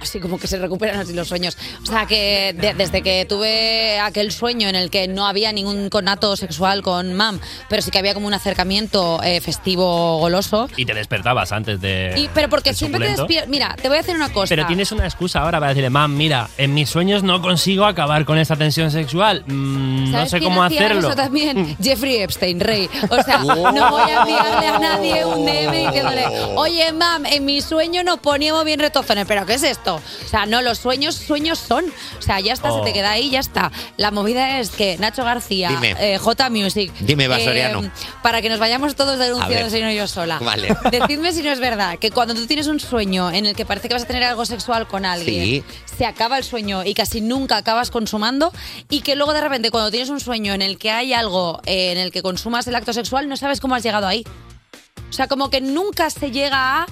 C: Así como que se recuperan así los sueños. O sea, que de- desde que tuve aquel sueño en el que no había ningún conato sexual con mam, pero sí que había como un acercamiento eh, festivo goloso.
E: Y te despertabas antes de.
C: Y- pero porque
E: del
C: siempre te
E: suculento.
C: despiertas. Mira, te voy a decir una cosa.
E: Pero tienes una excusa ahora para decirle, mam, mira, en mis sueños no consigo acabar con esta tensión sexual. Mm, no
C: ¿Sabes
E: sé
C: quién
E: cómo
C: hacía
E: hacerlo.
C: Eso también,
D: Mm.
C: Jeffrey Epstein, rey. O sea, no voy a enviarle a nadie un DM diciéndole, oye, mam, en mi sueño nos poníamos bien retozones, pero ¿qué es esto? O sea, no, los sueños, sueños son. O sea, ya está,
D: Oh.
C: se te queda ahí, ya está. La movida es que Nacho García,
D: Dime.
C: eh, J Music. eh,
D: Dime, Eva Soriano.
C: para que nos vayamos todos
D: A
C: denunciando,
D: ver.
C: si no yo sola.
D: Vale.
C: Decidme si no es verdad que cuando tú tienes un sueño en el que parece que vas a tener algo sexual con alguien,
D: Sí.
C: se acaba el sueño y casi nunca acabas consumando y que luego de repente cuando tienes un sueño en el que hay algo eh, en el que consumas el acto sexual no sabes cómo has llegado ahí. O sea, como que nunca se llega a,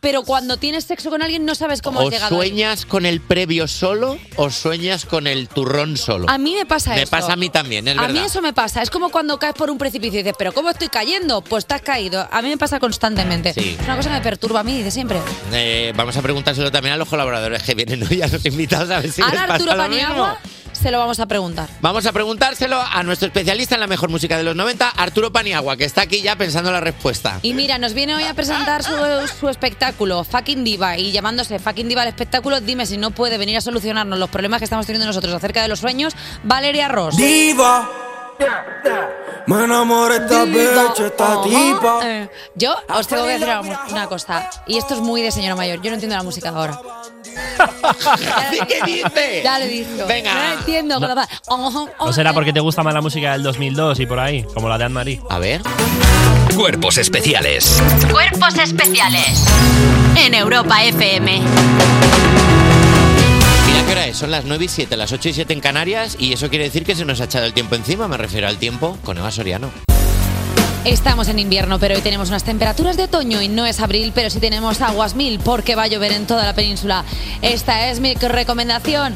C: pero cuando tienes sexo con alguien no sabes cómo has
D: ¿O
C: llegado ahí.
D: sueñas con el previo solo o sueñas con el turrón solo?
C: A mí me pasa
D: Me
C: esto.
D: pasa a mí también, es
C: a
D: verdad.
C: mí eso me pasa. Es como cuando caes por un precipicio y dices, ¿pero cómo estoy cayendo? Pues te has caído. A mí me pasa constantemente.
D: Sí.
C: Es una cosa que me perturba a mí de siempre.
D: Eh, vamos a preguntárselo también a los colaboradores que vienen hoy, a los invitados, a ver si les
C: Ahora
D: pasa
C: Arturo
D: lo mismo.
C: Paniagua se lo vamos a preguntar.
D: Vamos a preguntárselo a nuestro especialista en la mejor música de los 90, Arturo Paniagua, que está aquí ya pensando la respuesta.
C: Y mira, nos viene hoy a presentar su, su espectáculo, Fucking Diva, y llamándose Fucking Diva el espectáculo, dime si no puede venir a solucionarnos los problemas que estamos teniendo nosotros acerca de los sueños, Valeria Ross.
M: Diva. Me enamoré esta
C: Diva.
M: bitch, esta
C: Ajá.
M: tipa.
C: Eh, Yo os tengo que decir una, mu- una cosa, y esto es muy de señora mayor, yo no entiendo la música ahora.
D: ¿Qué dices?
C: Ya lo he visto.
D: Venga.
C: No la entiendo.
E: No.
C: con la- Ajá,
E: ¿No será porque te gusta más la música del 2002 y por ahí, como la de Anne-Marie?
D: A ver.
A: Cuerpos especiales.
O: Cuerpos especiales en Europa FM.
D: Mira qué hora es, son las 9 y 7, las 8 y 7 en Canarias, y eso quiere decir que se nos ha echado el tiempo encima, me refiero al tiempo con Eva Soriano.
C: Estamos en invierno, pero hoy tenemos unas temperaturas de otoño y no es abril, pero sí tenemos aguas mil porque va a llover en toda la península. Esta es mi recomendación.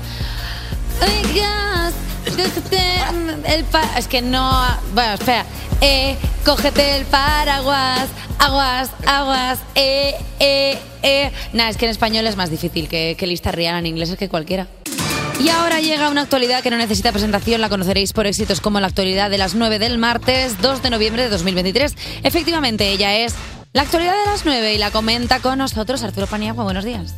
C: Oigas, cógete el pa- es que no, bueno, espera. Eh, cógete el paraguas, aguas, aguas, eh, eh, eh. Nah, es que en español es más difícil que, que lista Rihanna en inglés es que cualquiera. Y ahora llega una actualidad que no necesita presentación, la conoceréis por éxitos como la actualidad de las 9 del martes 2 de noviembre de 2023. Efectivamente, ella es la actualidad de las 9 y la comenta con nosotros Arturo Paniagua. Buenos días.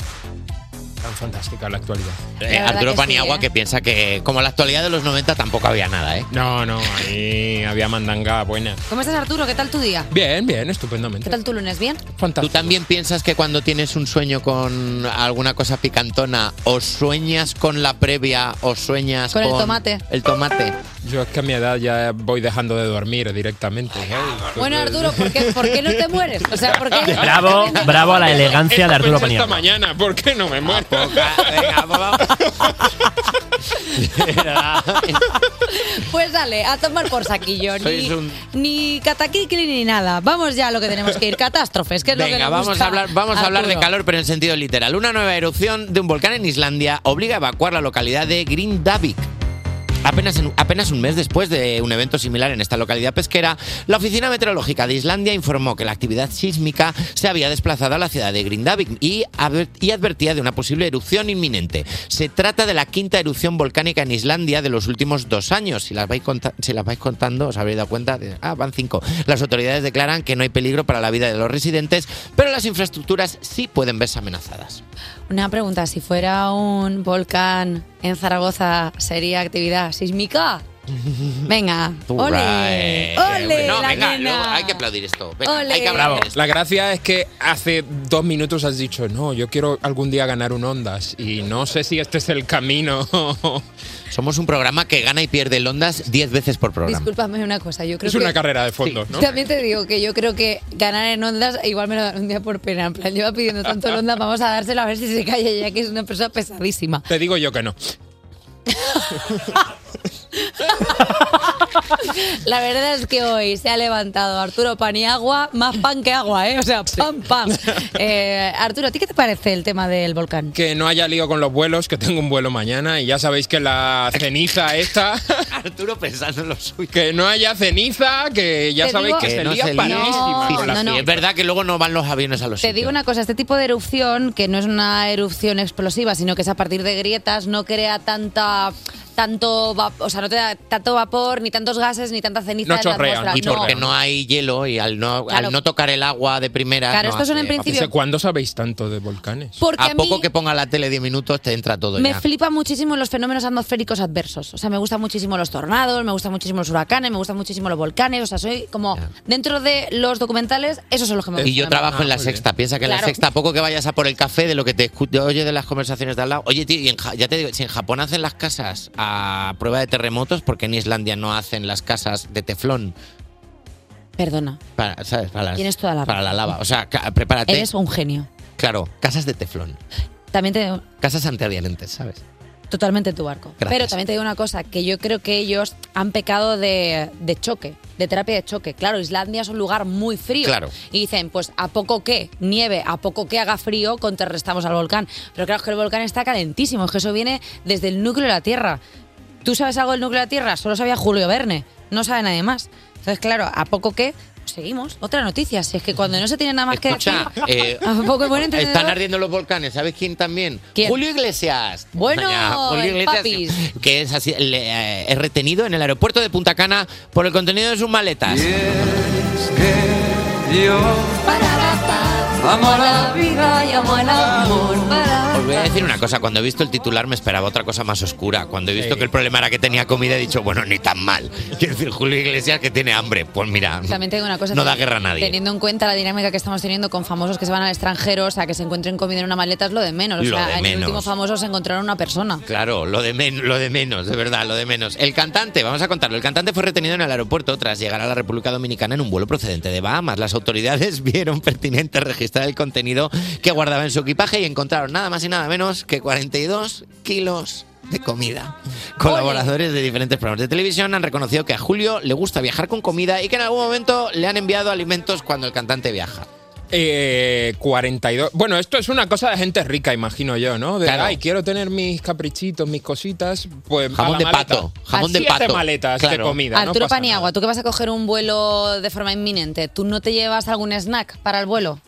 D: Tan fantástica la actualidad.
C: La verdad
D: Arturo
C: que sí,
D: Paniagua
C: ¿eh?
D: que piensa que como la actualidad de los 90 tampoco había nada, ¿eh?
P: No, no, ahí había mandanga buena.
C: ¿Cómo estás Arturo? ¿Qué tal tu día?
P: Bien, bien,
C: ¿Qué
P: estupendamente.
C: tal tu lunes? ¿Bien?
D: ¿Tú también piensas que cuando tienes un sueño con alguna cosa picantona, o sueñas con la previa, o sueñas
C: Con
D: con,
C: el tomate.
D: El tomate.
P: Yo es que a mi edad ya voy dejando de dormir directamente. ¿eh? ¿sabes?
C: Bueno, Arturo, ¿por qué, por qué no te mueres? O sea, ¿por qué?
E: Bravo, bravo a la elegancia
P: Esto
E: de Arturo
P: pensé esta
E: Paniagua.
P: mañana, ¿por qué no me muero?
C: Pues dale, a tomar por saquillo. Ni,
D: Sois un-
C: ni cataquiqui ni nada. Vamos ya a lo que tenemos que ir. Catástrofes, que es lo que
D: Venga,
C: le
D: vamos
C: gusta
D: a hablar, vamos a hablar de
C: Arturo.
D: calor, pero en sentido literal. Una nueva erupción de un volcán en Islandia obliga a evacuar la localidad de Grindavik. Apenas, en- apenas un mes después de un evento similar en esta localidad pesquera, la Oficina Meteorológica de Islandia informó que la actividad sísmica se había desplazado a la ciudad de Grindavik y, adver- y advertía de una posible erupción inminente. Se trata de la quinta erupción volcánica en Islandia de los últimos dos años. Si las vais, conta- si las vais contando, os habréis dado cuenta de, ah, van cinco. Las autoridades declaran que no hay peligro para la vida de los residentes, pero las infraestructuras sí pueden verse amenazadas.
C: Una pregunta, si fuera un volcán en Zaragoza, ¿sería actividad sísmica? Venga, ole, Oh,
D: Right.
C: Eh, ole,
D: No,
C: la
D: venga,
C: nena.
D: luego hay que aplaudir esto. Venga,
C: Ole.
D: hay que aplaudir esto.
P: La gracia es que hace dos minutos has dicho, no, yo quiero algún día ganar un Ondas y no sé si este es el camino.
D: Somos un programa que gana y pierde el Ondas 10 veces por programa.
C: Discúlpame una cosa, yo creo
D: Es una
C: que-
D: carrera de fondo, ¿no?
C: También te digo que yo creo que ganar en ondas igual me lo dan un día por pena. En plan, lleva pidiendo tanto el onda, vamos a dárselo a ver si se calla ya que es una persona pesadísima.
P: Te digo yo que no.
C: La verdad es que hoy se ha levantado Arturo Pan y Agua, más pan que agua, ¿eh? O sea, pan, pan. Eh, Arturo, ¿a ti qué te parece el tema del volcán?
P: Que no haya lío con los vuelos, que tengo un vuelo mañana y ya sabéis que la ceniza esta...
D: Arturo pensando en lo suyo.
P: Que no haya ceniza, que ya
C: Te
P: sabéis
C: digo-
P: que, se
C: no
P: lía
C: se lía.
P: panísima
C: No,
P: con la
C: no, no.
P: fiesta.
D: Es verdad que luego no van los aviones a los
C: Te digo una cosa, este tipo de erupción, que no es una erupción explosiva, sino que es a partir de grietas, no crea tanta tanto, va- o sea, no te da tanto vapor, ni tantos gases, ni tanta ceniza en la atmósfera.
D: Y
C: No.
D: porque no hay hielo y al no,
C: Claro.
D: al no tocar el agua de primera.
C: Claro,
D: no
C: estos son
D: hace-
C: en principio- ¿Desde
P: cuándo sabéis tanto de volcanes?
C: Porque a
D: a
C: mí-
D: poco que ponga la tele 10 minutos te entra todo
C: Me
D: ya.
C: flipan muchísimo los fenómenos atmosféricos adversos. O sea, me gustan muchísimo los tornados, me gustan muchísimo los huracanes, me gustan muchísimo los volcanes. O sea, soy como dentro de los documentales, esos son los que me gustan.
D: Y yo trabajo en la sexta. Piensa que en la
C: Claro.
D: sexta, a poco que vayas a por el café de lo que te escu- oye de las conversaciones de al lado. Oye, tío, y en Ja- ya te digo, si en Japón hacen las casas a prueba de terremotos, ¿por qué en Islandia no hacen las casas de teflón?
C: Perdona,
D: Para, ¿sabes? Para, las-
C: Tienes toda la
D: para la lava. O sea, ca- prepárate.
C: eres un genio.
D: Claro, casas de teflón.
C: También te
D: Casas antiadherentes, ¿sabes?
C: totalmente en tu barco.
D: Gracias.
C: Pero también te digo una cosa, que yo creo que ellos han pecado de, de choque, de terapia de choque. Claro, Islandia es un lugar muy frío.
Q: Claro.
C: Y dicen, pues a poco que nieve, a poco que haga frío, contrarrestamos al volcán. Pero claro, es que el volcán está calentísimo, es que eso viene desde el núcleo de la Tierra. ¿Tú sabes algo del núcleo de la Tierra? Solo sabía Julio Verne, no sabe nadie más. Entonces, claro, a poco que... Seguimos. Otra noticia, si es que cuando no se tiene nada más
D: Escucha,
C: que decir...
D: eh,
C: a poco que buen
D: están
C: entendedor-
D: ardiendo los volcanes. ¿Sabes quién también?
C: ¿Quién?
D: Julio Iglesias.
C: Bueno,
D: Ya,
C: el papis.
D: que es, así, le- eh, es retenido en el aeropuerto de Punta Cana por el contenido de sus maletas.
C: Amo la vida y amo el amor.
D: Os voy a decir una cosa, cuando he visto el titular me esperaba otra cosa más oscura. Cuando he visto que el problema era que tenía comida, he dicho, bueno, ni tan mal. Quiero decir, Julio Iglesias que tiene hambre. Pues mira,
C: También tengo una cosa.
D: No da guerra a nadie.
C: Teniendo en cuenta la dinámica que estamos teniendo con famosos que se van al extranjero, o sea, que se encuentren comida en una maleta es lo de menos. O
D: Lo
C: sea,
D: de
C: en el
D: menos.
C: último famoso se encontraron una persona.
D: Claro, lo de, men- lo de menos, de verdad, lo de menos. El cantante, vamos a contarlo, el cantante fue retenido en el aeropuerto tras llegar a la República Dominicana en un vuelo procedente de Bahamas. Las autoridades vieron pertinente registrar el contenido que guardaba en su equipaje y encontraron nada más y nada menos que 42 kilos de comida. Colaboradores de diferentes programas de televisión han reconocido que a Julio le gusta viajar con comida y que en algún momento le han enviado alimentos cuando el cantante viaja.
P: Eh, 42. Bueno, esto es una cosa de gente rica, imagino yo, ¿no? De,
D: Claro.
P: ay, quiero tener mis caprichitos, mis cositas, pues a
D: Jamón
P: la
D: de
P: maleta.
D: pato, jamón de
P: Siete
D: pato.
P: maletas de
D: Claro.
P: comida, no
C: Arturo
P: pasa nada.
C: Paniagua, tú que vas a coger un vuelo de forma inminente, ¿tú no te llevas algún snack para el vuelo?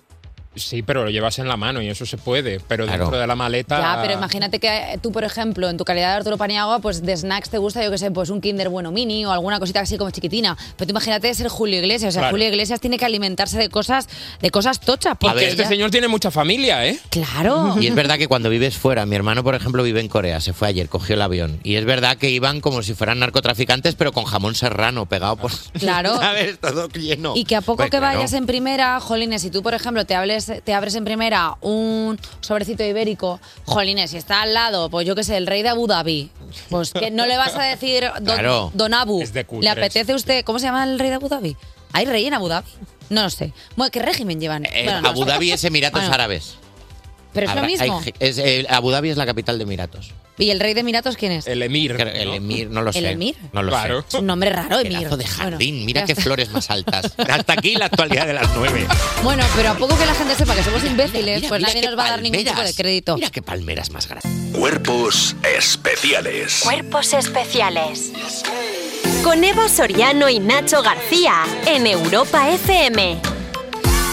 P: Sí, pero lo llevas en la mano y eso se puede, pero dentro de la maleta...
C: Ya, pero imagínate que eh, tú, por ejemplo, en tu calidad de Arturo Paniagua, pues de snacks te gusta, yo que sé, pues un Kinder Bueno Mini o alguna cosita así como chiquitina. Pero tú imagínate ser Julio Iglesias. O sea,
P: Claro.
C: Julio Iglesias tiene que alimentarse de cosas, de cosas tochas.
P: Porque
C: Porque
P: este
C: ya-
P: señor tiene mucha familia, ¿eh?
C: Claro.
D: Y es verdad que cuando vives fuera, mi hermano, por ejemplo, vive en Corea, se fue ayer, cogió el avión. Y es verdad que iban como si fueran narcotraficantes, pero con jamón serrano pegado por.
C: Claro.
D: ¿Sabes? Todo lleno.
C: Y que a poco
D: Pues
C: que
D: claro.
C: vayas en primera, jolines, si tú, por ejemplo, te hables abres, te abres en primera un sobrecito ibérico, jolines, si está al lado, pues yo qué sé, el rey de Abu Dhabi, pues que no le vas a decir don,
J: Claro,
C: don Abu,
J: es de cutres.
C: le apetece a usted, ¿cómo se llama el rey de Abu Dhabi? ¿Hay rey en Abu Dhabi? No lo sé. Bueno, ¿Qué régimen llevan?
D: Eh,
C: Bueno, no
D: Abu
C: lo sé.
D: Dhabi es Emiratos
C: Bueno,
D: Árabes.
C: Pero es lo
D: Habrá-
C: mismo.
D: hay- es, eh, Abu Dhabi es la capital de Emiratos.
C: ¿Y el rey de Emiratos quién es?
D: El emir. El emir, Eh, no lo
C: ¿El
D: sé.
C: emir?
D: No lo
C: Claro.
D: sé.
C: Es un nombre raro, emir.
D: Pedazo de jardín,
C: ya
D: mira qué
C: está.
D: flores más altas. Hasta aquí la actualidad de las nueve.
C: Bueno, pero a poco que la gente sepa que somos imbéciles, pues
D: mira
C: nadie
D: qué
C: nos va a dar ningún tipo de
D: palmeras.
C: crédito.
D: Mira qué palmeras más grandes.
G: Cuerpos especiales.
B: Cuerpos especiales. Con Evo Soriano y Nacho García en Europa FM.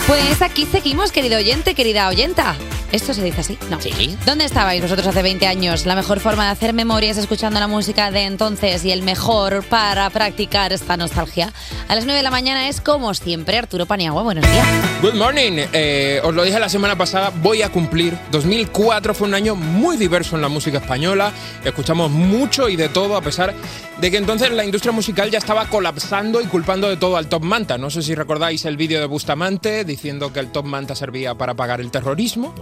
C: Pues aquí seguimos, querido oyente, querida oyenta. ¿Esto se dice así? No. ¿Dónde estabais vosotros hace 20 años? La mejor forma de hacer memoria es escuchando la música de entonces y el mejor para practicar esta nostalgia. A las 9 de la mañana es como siempre Arturo Paniagua. Buenos días.
P: Good morning. Eh, os lo dije la semana pasada, voy a cumplir. 2004 fue un año muy diverso en la música española. Escuchamos mucho y de todo, a pesar de que entonces la industria musical ya estaba colapsando y culpando de todo al Top Manta. No sé si recordáis el vídeo de Bustamante diciendo que el Top Manta servía para pagar el terrorismo.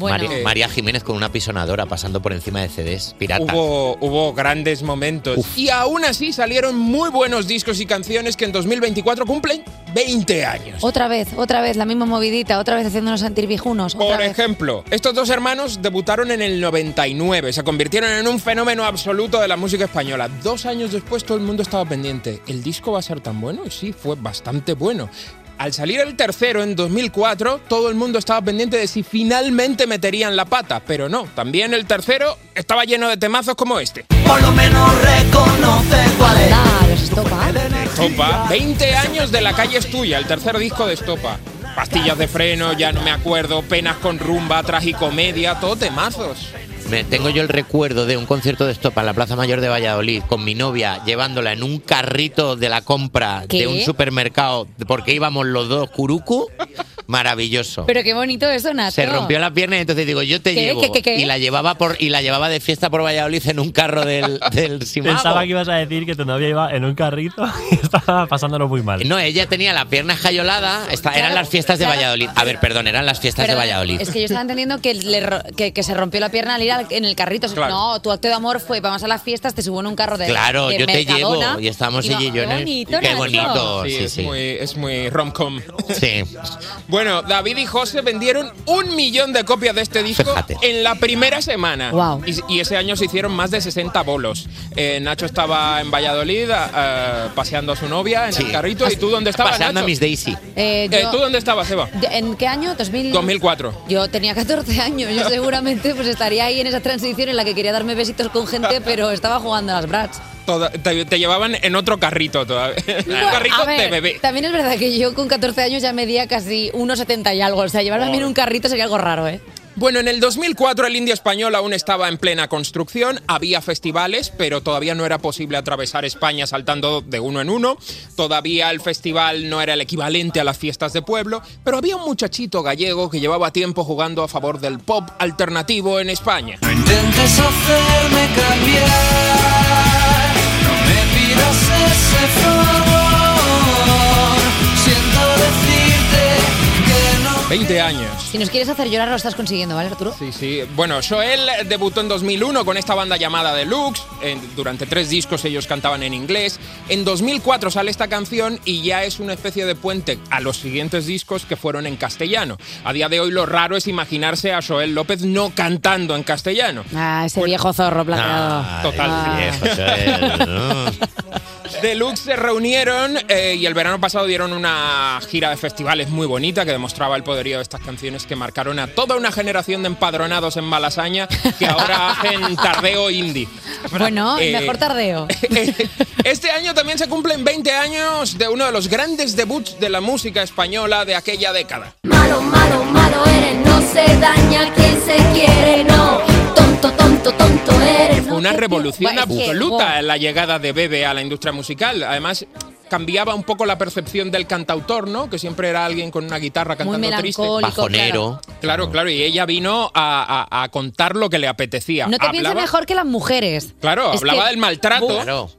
D: Mari-
P: Eh,
D: María Jiménez con una pisonadora pasando por encima de CDs. Pirata.
P: Hubo, hubo grandes momentos. Y aún así salieron muy buenos discos y canciones que en 2024 cumplen 20 años.
C: Otra vez, otra vez, la misma movidita, otra vez haciéndonos sentir viejunos. otra
P: Por
C: vez.
P: ejemplo, estos dos hermanos debutaron en el 99, se convirtieron en un fenómeno absoluto de la música española. Dos años después todo el mundo estaba pendiente. ¿El disco va a ser tan bueno? Y sí, fue bastante bueno. Al salir el tercero en 2004, todo el mundo estaba pendiente de si finalmente meterían la pata, pero no, también el tercero estaba lleno de temazos como este.
J: Por lo menos reconoce cuál es.
C: Ah,
P: Estopa, 20 años de la calle es tuya, el tercer disco de Estopa. Pastillas de freno, ya no me acuerdo, penas con rumba, tragicomedia, todo temazos.
D: Me tengo yo el recuerdo de un concierto de Estopa en la Plaza Mayor de Valladolid con mi novia llevándola en un carrito de la compra
C: ¿Qué?
D: de un supermercado porque íbamos los dos curucu. Maravilloso.
C: Pero qué bonito eso, Nacho.
D: se rompió la pierna y entonces digo, yo te
C: ¿Qué?
D: llevo.
C: ¿Qué, qué, qué?
D: Y la llevaba por y la llevaba de fiesta por Valladolid en un carro del, del Simago.
E: Pensaba que ibas a decir que tu novia iba en un carrito y estaba pasándolo muy mal.
D: No, ella tenía la pierna escayolada. esta- eran las fiestas de Valladolid. A ver, perdón, eran las fiestas
C: Perdón,
D: de Valladolid.
C: Es que yo estaba entendiendo que, le ro- que, que se rompió la pierna al ir al- en el carrito.
D: Claro.
C: No, tu acto de amor fue vamos a las fiestas, te subo en un carro de
D: Claro,
C: de
D: yo te
C: Mercadona
D: llevo y estábamos
C: no-
D: allí yo en el-
C: bonito,
D: qué
C: Nacho.
D: bonito, sí,
P: es
D: sí.
P: muy, es muy rom-com.
D: Sí.
P: Bueno, David y José vendieron un millón de copias de este disco en la primera semana. Y, y ese año se hicieron más de 60 bolos. Eh, Nacho estaba en Valladolid ah, ah, paseando a su novia en el carrito. ¿Y tú dónde estabas,
D: Paseando a
P: Nacho?
D: Miss Daisy.
C: Eh,
P: Eh,
C: yo- Mm.
P: ¿Tú dónde estabas, Eva?
C: yo- ¿En qué año? 2000.
P: 2004.
C: Yo tenía 14 años, yo seguramente pues estaría ahí en esa transición en la que quería darme besitos con gente, pero estaba jugando a las brats.
P: Toda- te, te llevaban en otro carrito todavía. un carrito
C: A ver,
P: de bebé.
C: También es verdad que yo con 14 años ya medía casi 1,70 y algo. O sea, llevarme a mí en un carrito sería algo raro, ¿eh?
P: Bueno, en el 2004 el Indio Español aún estaba en plena construcción, había festivales, pero todavía no era posible atravesar España saltando de uno en uno, todavía el festival no era el equivalente a las fiestas de pueblo, pero había un muchachito gallego que llevaba tiempo jugando a favor del pop alternativo en España.
J: Intentes hacerme cambiar. No me pidas ese favor. Siento decirte que no.
P: 20 años.
C: Si nos quieres hacer llorar lo estás consiguiendo, ¿vale, Arturo?
P: Sí, sí. Bueno, Joel debutó en 2001 con esta banda llamada Deluxe. En- durante tres discos ellos cantaban en inglés. En 2004 sale esta canción y ya es una especie de puente a los siguientes discos que fueron en castellano. A día de hoy lo raro es imaginarse a Joel López no cantando en castellano.
C: Ah, ese viejo zorro plateado.
P: Total.
C: Ah.
P: Deluxe se reunieron eh, y el verano pasado dieron una gira de festivales muy bonita que demostraba el poderío de estas canciones que marcaron a toda una generación de empadronados en Malasaña que ahora hacen tardeo indie.
C: Ah. Bueno, el
P: Eh,
C: mejor tardeo.
P: Este año también se cumplen 20 años de uno de los grandes debuts de la música española de aquella década.
I: No se daña quien se quiere, no. Tonto, tonto, tonto eres.
P: Fue una revolución
I: Buah, es que,
P: absoluta en la llegada de Bebe a la industria musical. Además, cambiaba un poco la percepción del cantautor, ¿no? Que siempre era alguien con una guitarra cantando triste.
C: melancólico, Bajonero.
P: Claro, claro. Y ella vino a, a- a contar lo que le apetecía.
C: No te pienses
P: Hablaba-
C: mejor que las mujeres.
P: Claro,
C: Es
P: hablaba
C: que-
P: del maltrato.
C: Claro.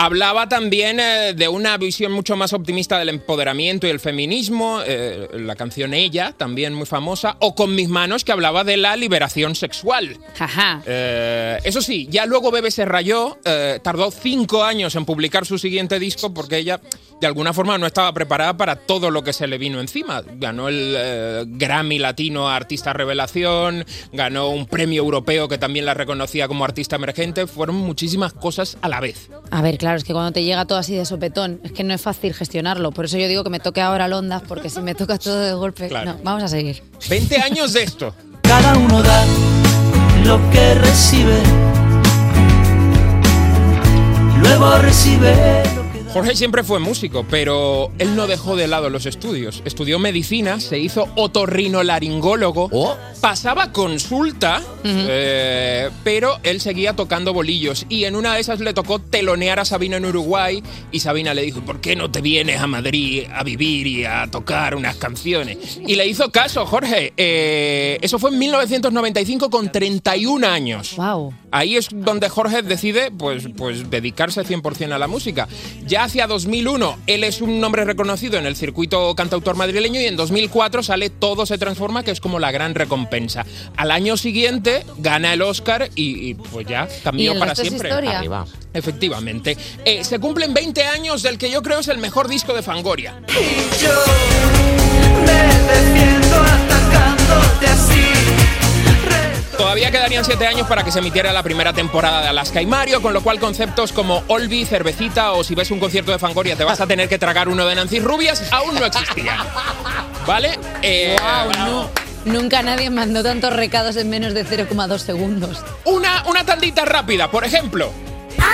P: Hablaba también eh, de una visión mucho más optimista del empoderamiento y el feminismo, eh, la canción Ella, también muy famosa, o Con mis manos, que hablaba de la liberación sexual. Eh, eso sí, ya luego Bebe se rayó, eh, tardó cinco años en publicar su siguiente disco porque ella de alguna forma no estaba preparada para todo lo que se le vino encima. Ganó el eh, Grammy Latino a Artista Revelación, ganó un premio europeo que también la reconocía como artista emergente, fueron muchísimas cosas a la vez.
C: A ver, claro, es que cuando te llega todo así de sopetón, es que no es fácil gestionarlo. Por eso yo digo que me toque ahora Londres, porque si me toca todo de golpe.
P: Claro.
C: No, vamos a seguir.
P: 20 años de esto.
Q: Cada uno da lo que recibe. Luego recibe.
P: Jorge siempre fue músico, pero él no dejó de lado los estudios. Estudió medicina, se hizo otorrinolaringólogo, pasaba consulta, eh, pero él seguía tocando bolillos. Y en una de esas le tocó telonear a Sabina en Uruguay y Sabina le dijo, ¿por qué no te vienes a Madrid a vivir y a tocar unas canciones? Y le hizo caso, Jorge. Eh, eso fue en 1995 con 31 años.
C: Wow.
P: Ahí es donde Jorge decide pues, pues dedicarse 100% a la música. Ya hacia 2001 él es un nombre reconocido en el circuito cantautor madrileño y en 2004 sale Todo se transforma, que es como la gran recompensa. Al año siguiente gana el Oscar y, y, pues ya
C: Y
P: cambió
C: el
P: para
C: resto es
P: siempre.
C: historia. Arriba.
P: Efectivamente. Eh, se cumplen 20 años del que yo creo es el mejor disco de Fangoria. Todavía quedarían siete años para que se emitiera la primera temporada de Alaska y Mario, con lo cual conceptos como Olvi, cervecita o si ves un concierto de Fangoria te vas a tener que tragar uno de Nancy Rubias aún no existían. ¿Vale? Eh,
C: Guau, no. Nunca nadie mandó tantos recados en menos de 0,2 segundos.
P: una, una tandita rápida, por ejemplo.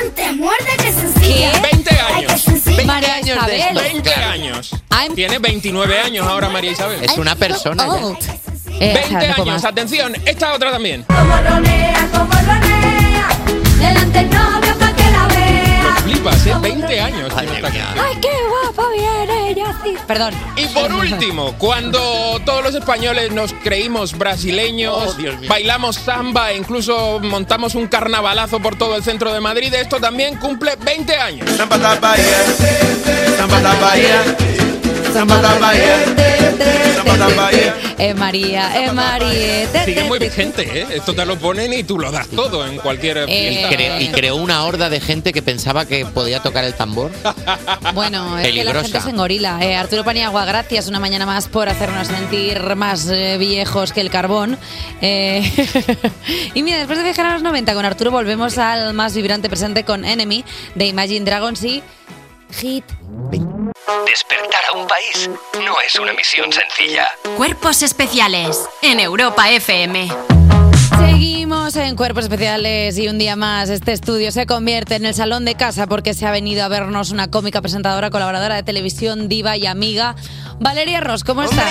C: Antes muerde que
P: sencilla. 20 años.
C: 20 años de esto.
P: 20 años. Tiene 29 años ahora María Isabel.
D: Es una persona
I: Oh.
D: ya.
C: Eh,
P: 20
C: Sara, poco
P: años,
C: más.
P: atención, esta otra también.
I: Delante el novio pa' que la vea.
P: Lo flipas, ¿eh? 20 años. tiene esta canción.
I: Ay, qué guapa viene ella sí.
C: Perdón.
P: Y por último, cuando todos los españoles nos creímos brasileños,
D: Oh, Dios mío.
P: bailamos samba e incluso montamos un carnavalazo por todo el centro de Madrid, esto también cumple 20 años.
C: Eh, María, eh, María. te-
P: Sigue
C: te-
P: muy vigente, ¿eh? Esto te lo ponen y tú lo das todo en cualquier
I: Eh,
D: Y,
R: Eh,
P: fiesta.
D: cre- y creó una horda de gente que pensaba que podía tocar el tambor.
C: Bueno, es que la
D: Peligrosa.
C: gente se engorila. Eh, Arturo Paniagua, gracias una mañana más por hacernos sentir más eh, viejos que el carbón. Eh, y mira, después de viajar a los 90 con Arturo, volvemos al más vibrante presente con Enemy de Imagine Dragons y Hit.
A: Despertar a un país no es una misión sencilla.
O: Cuerpos especiales en Europa FM.
C: Seguimos en Cuerpos Especiales y un día más este estudio se convierte en el salón de casa porque se ha venido a vernos una cómica presentadora, colaboradora de televisión, diva y amiga. Valeria Ross, ¿cómo estás?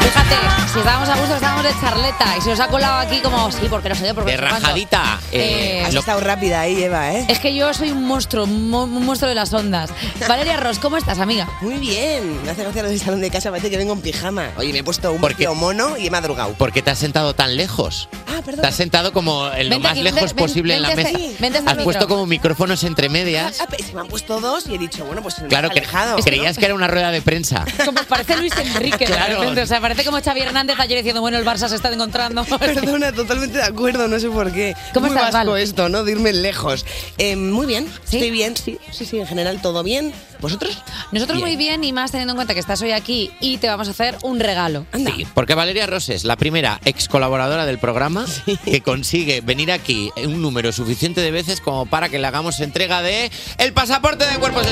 C: Fíjate, si estábamos a gusto estábamos de charleta y se os ha colado aquí como, sí, porque no sé yo, porque
D: De
C: no sé cuándo".
D: rajadita.
C: Eh,
D: eh,
C: has
D: lo-
C: estado
R: rápida ahí, Eva, ¿eh?
C: Es que yo soy un monstruo, un mo- un monstruo de las ondas. Valeria Ross, ¿cómo estás, amiga?
R: Muy bien, me hace gracia lo del salón de casa, parece que vengo en pijama. Oye, me he puesto un
D: Porque-
R: vestido mono y he madrugado.
D: ¿Por qué te has sentado tan lejos?
R: Ah, perdón.
D: Te has sentado como en lo
R: Vente
D: más
R: aquí,
D: lejos
R: ven- ven-
D: posible en la
R: vente
D: mesa.
R: este- vente este
D: Has puesto
R: micro.
D: como micrófonos entre medias.
R: Ah, pero se me han puesto dos y he dicho, bueno, pues
D: Claro, que
R: alejado.
D: creías que era una rueda de prensa.
C: Como parece Luis Enrique, de
D: Claro.
C: repente. O sea, parece como Xavi Hernández ayer diciendo, bueno, el Barça se está encontrando.
R: Perdona, totalmente de acuerdo, no sé por qué.
C: ¿Cómo
R: Muy
C: estás,
R: vasco
C: Val?
R: esto, ¿no? De irme lejos. Eh, muy bien, estoy bien, sí, sí, sí, en general todo bien. ¿Vosotros?
C: Nosotros muy bien y más teniendo en cuenta que estás hoy aquí y te vamos a hacer un regalo.
D: Sí, porque Valeria Roses, la primera ex colaboradora del programa, que consigue venir aquí un número suficiente de veces como para que le hagamos entrega de el pasaporte de cuerpos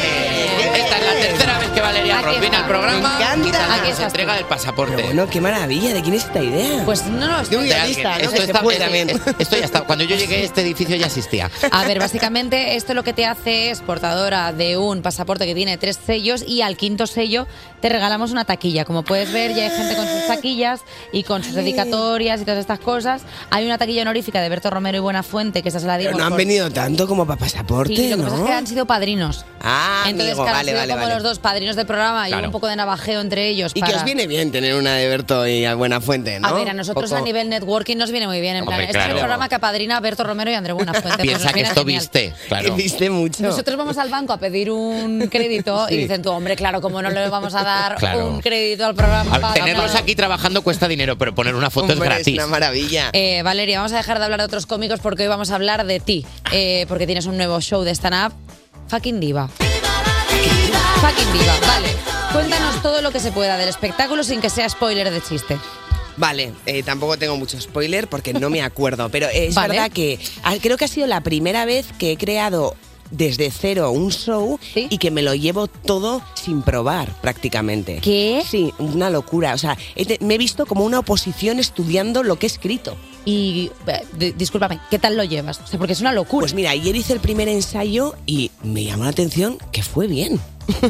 D: especiales. Esta es la tercera vez que Valeria
C: Aquí
D: Ross viene
C: está.
D: al programa
C: Me encanta.
D: y también
C: Aquí
D: nos
C: estás
D: entrega
C: tú.
D: el pasaporte.
R: Bueno, qué maravilla, ¿de quién es esta idea?
C: Pues no lo
R: De un guionista, ¿no?
D: Esto,
R: Que se
D: está-
R: puede
D: es-
R: también.
D: es- esto ya está. Cuando yo llegué, este edificio ya existía.
C: A ver, básicamente esto lo que te hace es portadora de un pasaporte que tiene tres sellos y al quinto sello te regalamos una taquilla. Como puedes ver, ya hay gente con sus taquillas y con sus dedicatorias y todas estas cosas. Hay una taquilla honorífica de Berto Romero y Buenafuente, que esa se la digo.
R: Pero no han
C: por-
R: venido tanto como para
C: Sí,
R: pasaporte,
C: lo
R: ¿no?
C: que pasa es que han sido padrinos.
R: Ah,
C: Entonces,
R: amigo,
C: claro,
R: vale,
C: han sido
R: vale,
C: como
R: vale.
C: los dos padrinos del programa y hubo
R: Claro.
C: un poco de navajeo entre ellos.
R: Y que
C: para-
R: os viene bien tener una de Berto y a Buenafuente, ¿no?
C: A ver, a nosotros
R: Poco-
C: a nivel networking nos viene muy bien. En
R: Hombre,
C: plan, este es el
R: claro.
C: programa que apadrina Berto Romero y André Buenafuente. pues
D: Piensa
C: nos
D: que
C: viene
D: esto
C: genial.
D: viste, claro.
R: Viste mucho.
C: Nosotros vamos al banco a pedir un crédito y
D: Sí.
C: dicen tú, hombre, claro, como no le vamos a dar
D: Claro.
C: un crédito al programa.
D: Al
C: claro.
D: tenerlos aquí trabajando cuesta dinero, pero poner una foto
R: Hombre,
D: es
R: es
D: gratis.
R: una maravilla.
C: Eh, Valeria, vamos a dejar de hablar de otros cómicos porque hoy vamos a hablar de ti, eh, porque tienes un nuevo show de stand-up, Fucking Diva. Fucking Diva, vale. Cuéntanos todo lo que se pueda del espectáculo sin que sea spoiler de chiste.
R: Vale, eh, tampoco tengo mucho spoiler porque no me acuerdo, pero es
C: Vale.
R: verdad que ah, creo que ha sido la primera vez que he creado desde cero un show y que me lo llevo todo sin probar prácticamente.
C: ¿Qué?
R: Sí, una locura. O sea, he te- me he visto como una oposición estudiando lo que he escrito.
C: Y eh, discúlpame, ¿qué tal lo llevas? porque es una locura.
R: Pues mira, ayer hice el primer ensayo y me llamó la atención que fue bien.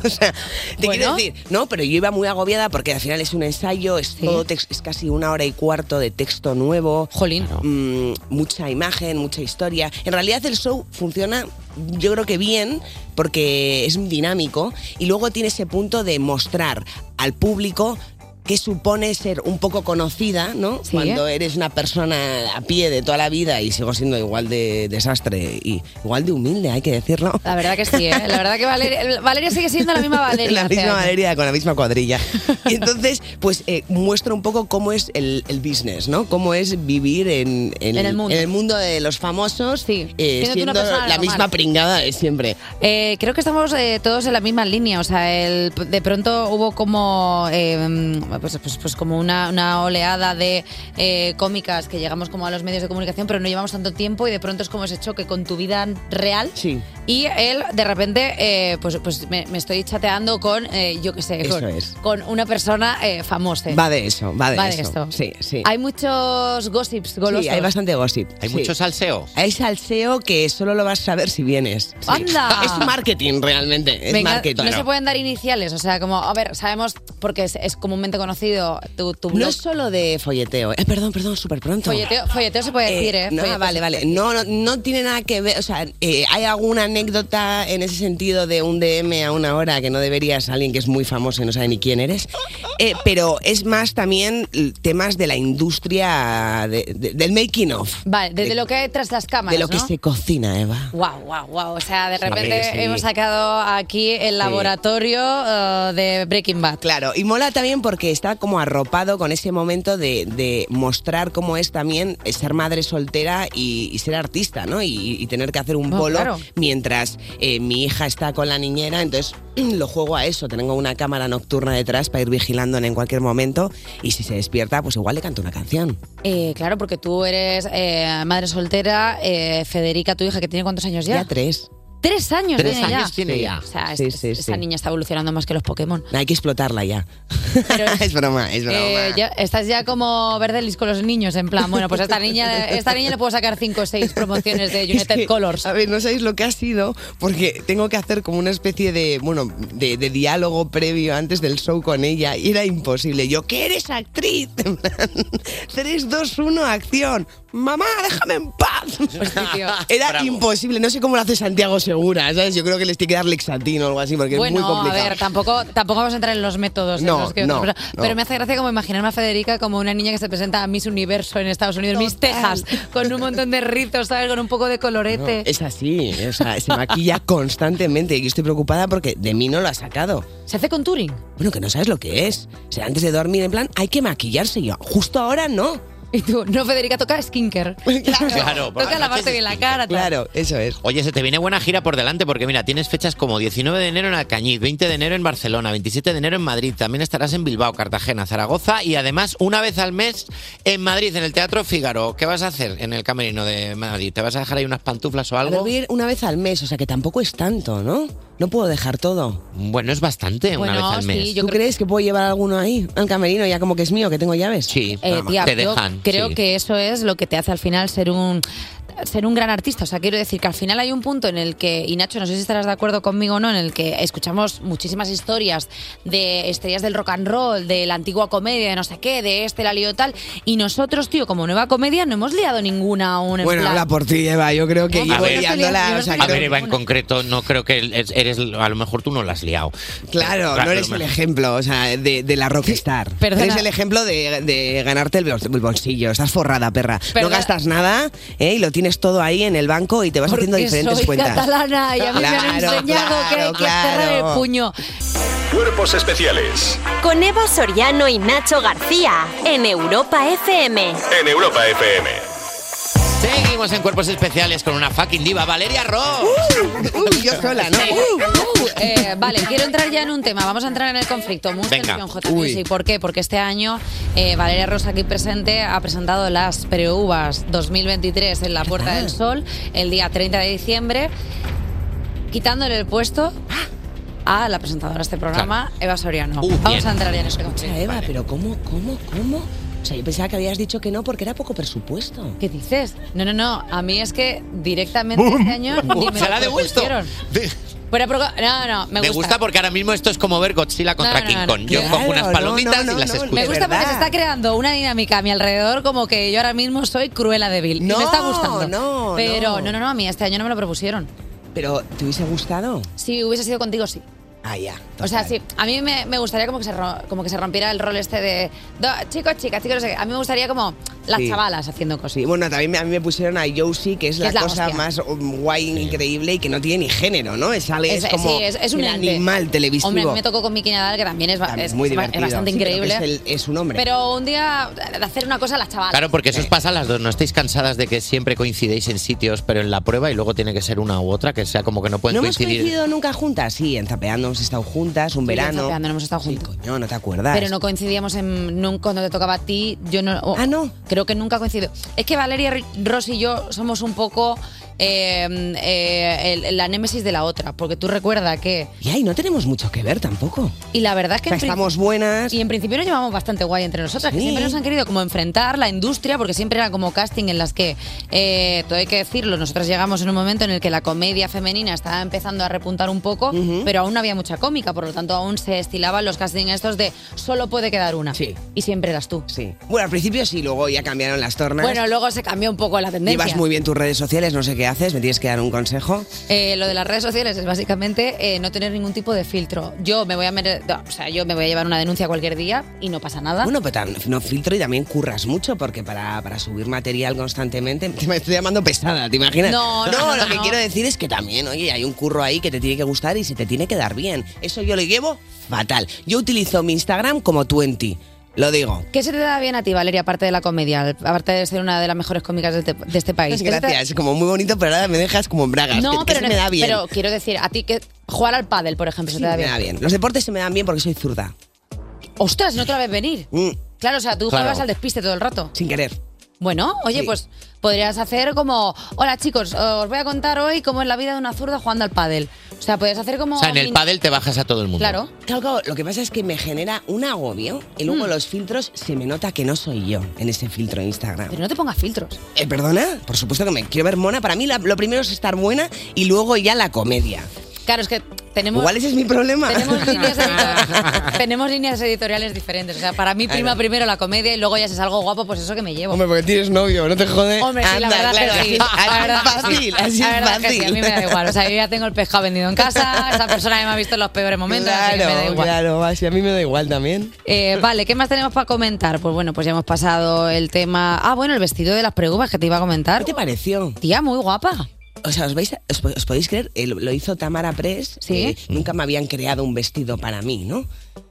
R: o sea, te quiero decir, no, pero yo iba muy agobiada porque al final es un ensayo, es todo tex- es casi una hora y cuarto de texto nuevo. Mm,
C: Jolín.
R: mucha imagen, mucha historia. En realidad el show funciona, yo creo que bien, porque es dinámico y luego tiene ese punto de mostrar al público que supone ser un poco conocida, ¿no?
C: Sí.
R: Cuando eres una persona a pie de toda la vida y sigo siendo igual de desastre y igual de humilde, hay que decirlo.
C: La verdad que sí, ¿eh? La verdad que Valeria, Valeria sigue siendo la misma Valeria.
R: La
C: o sea,
R: misma Valeria con la misma cuadrilla. Y entonces, pues eh, muestra un poco cómo es el, el business, ¿no? Cómo es vivir en, en-
C: En el mundo.
R: en de los famosos, eh,
C: Siendo tú una
R: siendo
C: persona
R: la
C: normal.
R: misma pringada de siempre.
C: eh, creo que estamos eh, todos en la misma línea, o sea, el- de pronto hubo como eh, pues, pues- pues como una, una oleada de eh, cómicas que llegamos como a los medios de comunicación, pero no llevamos tanto tiempo y de pronto es como ese choque con tu vida real.
R: Sí.
C: Y él, de repente, eh, pues, pues me, me estoy chateando con, eh, yo qué sé,
R: Eso
C: con,
R: es.
C: con una persona eh, famosa.
R: Va de eso, va de
C: Va de
R: eso.
C: esto.
R: Sí, sí.
C: Hay muchos gossips
R: Sí,
C: golosos.
R: hay bastante gossip.
D: Hay
R: sí.
D: mucho salseo.
R: Hay salseo que solo lo vas a saber si vienes. Sí.
C: ¡Anda!
R: Es marketing realmente, es
C: Venga,
R: marketing.
C: No se pueden dar iniciales, o sea, como, a ver, sabemos, porque es, es comúnmente conocido tu, tu
R: No
C: blog.
R: es solo de folleteo. Eh, perdón, perdón, súper pronto.
C: folleteo, folleteo se puede decir, ¿eh?
R: no,
C: Folleteo
R: vale,
C: se-
R: vale. No, no, no tiene nada que ver. O sea, eh, ¿hay alguna anécdota en ese sentido de un DM a una hora que no deberías a alguien que es muy famoso y no sabe ni quién eres? Eh, pero es más también l- temas de la industria de- de- del making of.
C: Vale, desde lo que hay tras las cámaras,
R: Eh, De lo que
C: ¿no?
R: se cocina, Eva.
C: Guau, guau, guau. O sea, de
R: Sí,
C: repente
R: sí.
C: hemos sacado aquí el
R: Sí.
C: laboratorio eh, de Breaking Bad.
R: Claro, y mola también porque está como arropado con ese momento de, de mostrar cómo es también ser madre soltera y, y ser artista, ¿no? Y, y tener que hacer un
C: Ah,
S: Oh,
R: bolo
S: claro.
R: mientras eh, mi hija está con la niñera, entonces lo juego a eso. Tengo una cámara nocturna detrás para ir vigilándole en cualquier momento y si se despierta, pues igual le canto una canción.
C: Eh, claro, porque tú eres eh, madre soltera, eh, Federica, tu hija, que tiene cuántos años ya.
R: Ya tres.
C: Tres años
R: Tres
C: tiene
R: años
C: ya.
R: tiene ya.
C: O sea, es-
R: Sí, sí,
C: es- esa
R: sí.
C: niña está evolucionando más que los Pokémon.
R: Hay que explotarla ya. es broma, es broma.
C: Eh, ya- estás ya como verdelis con los niños, en plan, bueno, pues a esta niña, esta niña le puedo sacar cinco o seis promociones de
R: Es
C: United
R: que,
C: Colors.
R: A ver, no sabéis lo que ha sido, porque tengo que hacer como una especie de, bueno, de, de diálogo previo antes del show con ella y era imposible. Yo, ¿qué eres actriz? En plan, 3, 2, 1, acción. Mamá, déjame en paz.
C: Pues
R: Era imposible. No sé cómo lo hace Santiago Segura, ¿sabes? Yo creo que les tiene que dar lexatino o algo así, porque es muy
C: Bueno, a
R: complicado.
C: ver, tampoco, tampoco vamos a entrar en los métodos. en
R: No,
C: los que
R: no,
C: pero,
R: no.
C: me hace gracia como imaginarme a Federica como una niña que se presenta a Miss Universo en Estados Unidos, Miss Texas, con un montón de rizos, ¿sabes? Con un poco de
R: No,
C: colorete.
R: es así, o sea, se maquilla constantemente y yo estoy preocupada porque de mí no lo ha sacado.
C: ¿Se hace con Turing?
R: Bueno, que no sabes lo que es. O sea, antes de dormir, en plan, hay que maquillarse y yo. Justo ahora no.
C: Y tú, no, Federica, toca skinker.
D: Claro, por
C: toca
D: la noche
C: lavarte bien la cara. tal.
R: eso es.
D: Oye, se te viene buena gira por delante porque mira, tienes fechas como 19 de enero en Alcañiz, 20 de enero en Barcelona, 27 de enero en Madrid, también estarás en Bilbao, Cartagena, Zaragoza y además una vez al mes en Madrid, en el Teatro Fígaro. ¿Qué vas a hacer en el camerino de Madrid? ¿Te vas a dejar ahí unas pantuflas o algo?
R: Dormir una vez al mes, o sea que tampoco es tanto, ¿no? No puedo dejar todo.
D: Bueno, es bastante una vez al mes.
R: ¿Tú crees que puedo llevar alguno ahí? Al camerino, ya como que es mío, que tengo llaves.
D: Sí,
C: Eh, tía, yo creo que eso es lo que te hace al final ser un ser un gran artista. O sea, quiero decir que al final hay un punto en el que, y Nacho, no sé si estarás de acuerdo conmigo o no, en el que escuchamos muchísimas historias de estrellas del rock and roll, de la antigua comedia, de no sé qué, de este, la lío tal. Y nosotros, tío, como nueva comedia, no hemos liado ninguna aún. en
R: Bueno,
C: plan-
R: habla por ti, Eva. Yo creo que
D: A
R: llevo
D: ver,
R: liándola, o sea,
D: a
R: creo-
D: ver, Eva, en concreto, no creo que eres, eres- a lo mejor tú no la has liado.
R: Claro, no eres el ejemplo, o sea, de, de la rockstar.
C: Perdona.
R: Eres el ejemplo de, de ganarte el bol- el bolsillo. Estás forrada, perra. No
C: Perdona.
R: gastas nada ¿eh? y lo tienes todo ahí en el banco y te vas haciendo diferentes
C: soy
R: cuentas.
C: catalana y a mí me han
R: Claro,
C: enseñado que hay que
R: claro.
C: cerrar el puño.
G: Cuerpos especiales
B: Con Eva Soriano y Nacho García en Europa FM.
G: en Europa FM.
D: Seguimos en cuerpos especiales con una fucking diva, Valeria Ross.
R: uh, yo sola, ¿no?
C: Uh, eh, vale, quiero entrar ya en un tema. Vamos a entrar en el conflicto. Mucha
D: Venga.
C: tensión, J.
D: Uy.
C: Sí, ¿Por qué? Porque este año eh, Valeria Rosa, aquí presente, ha presentado las Preuvas 2023 en la Puerta del Sol el día 30 de diciembre, quitándole el puesto a la presentadora de este programa, Eva Soriano.
D: Uh,
C: Vamos a entrar ya en este ese conflicto.
R: Uh, Escucha, Eva, pero ¿cómo, cómo, cómo? O sea, yo pensaba que habías dicho que no porque era poco presupuesto.
C: ¿Qué dices? No, no, no. A mí es que directamente
D: Bum.
C: este año
D: Bum.
C: ni me
D: Uh, Se la ha
C: lo
D: devuelto.
C: propusieron. Fuera pro- No, no, me
D: Me gusta porque ahora mismo esto es como ver Godzilla contra
C: No, no,
D: King
C: no,
D: Kong.
C: no.
D: Yo
C: Claro,
D: cojo unas
C: no,
D: palomitas
C: no,
D: y las
C: no, no,
D: escucho.
C: Me gusta porque se está creando una dinámica a mi alrededor como que yo ahora mismo soy cruela débil. y me está gustando.
R: no,
C: Pero
R: no.
C: no, no, no, a mí este año no me lo propusieron.
R: Pero, ¿te hubiese gustado?
C: Si hubiese sido contigo, sí.
R: Ah, ya.
C: O sea, sí, a mí me, me gustaría como que, se ro- como que se rompiera el rol este de do- chicos, chicas, chicos, no sé qué. A mí me gustaría como las
R: Sí.
C: chavalas haciendo cosas.
R: Sí, bueno, también me- a mí me pusieron a Josie, que es
C: Que
R: la,
C: es la
R: cosa
C: hostia.
R: más um, guay, increíble y que no tiene ni género, ¿no? Es, sale- es
C: Es-
R: como
C: sí, es- es un
R: el
C: ente.
R: animal televisivo.
C: Hombre, a mí me tocó con Miki Nadal, que también es, ba-
R: También
C: es-
R: muy
C: es ba- es
R: divertido.
C: bastante
R: Sí, pero que
C: increíble.
R: Es, el- es un hombre.
C: Pero un día de hacer una cosa a las chavalas.
D: Claro, porque eso os pasa a las dos. ¿No estáis cansadas de que siempre coincidéis en sitios, pero en la prueba y luego tiene que ser una u otra, que sea como que no pueden
R: ¿No hemos
D: coincidir?
R: coincidido nunca juntas? Sí, en Zapeando hemos estado juntas, un
C: Sí, en
R: verano.
C: Zapeando no hemos estado juntas.
R: no, no te acuerdas.
C: Pero no coincidíamos en nun- cuando te tocaba a ti. Yo no. ah, no. Creo que nunca coincido. Es que Valeria R- Ross y yo somos un poco eh, eh, el- la némesis de la otra, porque tú recuerdas que.
R: Ya, y no tenemos mucho que ver tampoco.
C: Y la verdad es
R: O
C: que
R: sea,
C: en prin-
R: estamos buenas.
C: Y en principio nos llevamos bastante guay entre nosotras, que
R: Sí.
C: siempre nos han querido como enfrentar la industria, porque siempre era como casting en las que, eh, todo hay que decirlo, nosotras llegamos en un momento en el que la comedia femenina estaba empezando a repuntar un poco, pero aún no había mucha cómica, por lo tanto aún se estilaban los castings estos de solo puede quedar una. Y siempre eras tú.
R: Sí. Bueno, al principio sí, luego ya cambiaron las tornas.
C: Bueno, luego se cambió un poco la tendencia.
R: Llevas muy bien tus redes sociales, no sé qué haces, me tienes que dar un consejo.
C: Eh, lo de las redes sociales es básicamente eh, no tener ningún tipo de filtro. Yo me voy a mere- no, o sea, yo me voy a llevar una denuncia cualquier día y no pasa nada.
R: Bueno, pero tam- no filtro y también curras mucho porque para, para subir material constantemente te me estoy llamando pesada, ¿te imaginas?
C: No, no, no,
R: lo
C: no,
R: que
C: no.
R: quiero decir es que también, oye, hay un curro ahí que te tiene que gustar y se te tiene que dar bien. Eso yo lo llevo fatal. Yo utilizo mi Instagram como 20, lo digo.
C: ¿Qué se te da bien a ti, Valeria, aparte de la comedia? Aparte de ser una de las mejores cómicas de este, de este país. ¿Qué se te-
R: Gracias, como muy bonito, pero ahora me dejas como en bragas.
C: No,
R: ¿Qué- qué
C: pero,
R: se
C: no-
R: me da bien.
C: pero quiero decir, a ti que jugar al pádel, por ejemplo, se
R: Sí,
C: te da
R: me
C: bien.
R: da bien. Los deportes se me dan bien porque soy zurda.
C: Ostras, no te la ves venir.
R: Mm,
C: Claro, o sea, tú
R: Claro.
C: juegas al despiste todo el rato.
R: sin querer.
C: Bueno, oye, pues podrías hacer como, hola chicos, os voy a contar hoy cómo es la vida de una zurda jugando al pádel. O sea, podrías hacer como...
D: O sea, en el
C: mini-
D: pádel te bajas a todo el mundo.
C: Claro.
R: Claro, claro, lo que pasa es que me genera un agobio y luego los filtros se me nota que no soy yo en ese filtro de Instagram.
C: Pero no te pongas filtros.
R: Eh, ¿Perdona? Por supuesto que me quiero ver mona. Para mí la- lo primero es estar buena y luego ya la comedia.
C: Claro, es que tenemos...
R: Igual ese es mi problema.
C: Tenemos líneas, edito- tenemos líneas editoriales diferentes. O sea, para mí prima
R: Claro.
C: primero la comedia y luego ya si salgo guapo, pues eso que me llevo.
R: Hombre, porque tienes novio, no te jode.
C: Hombre, sí, la verdad que sí. La verdad que sí. La verdad que sí, a mí me da igual. O sea, yo ya tengo el pescado vendido en casa. Esa persona ya me ha visto en los peores momentos. así que me da
R: Claro,
C: igual.
R: claro, así a mí me da igual también.
C: Eh, vale, ¿qué más tenemos para comentar? Pues bueno, pues ya hemos pasado el tema. Ah, bueno, el vestido de las pregubas que te iba a comentar. ¿Qué
R: te pareció?
C: Tía, muy guapa.
R: O sea, os, vais a- os po- os podéis creer, Eh, lo- lo hizo Tamara Press. eh, nunca me habían creado un vestido para mí, ¿no?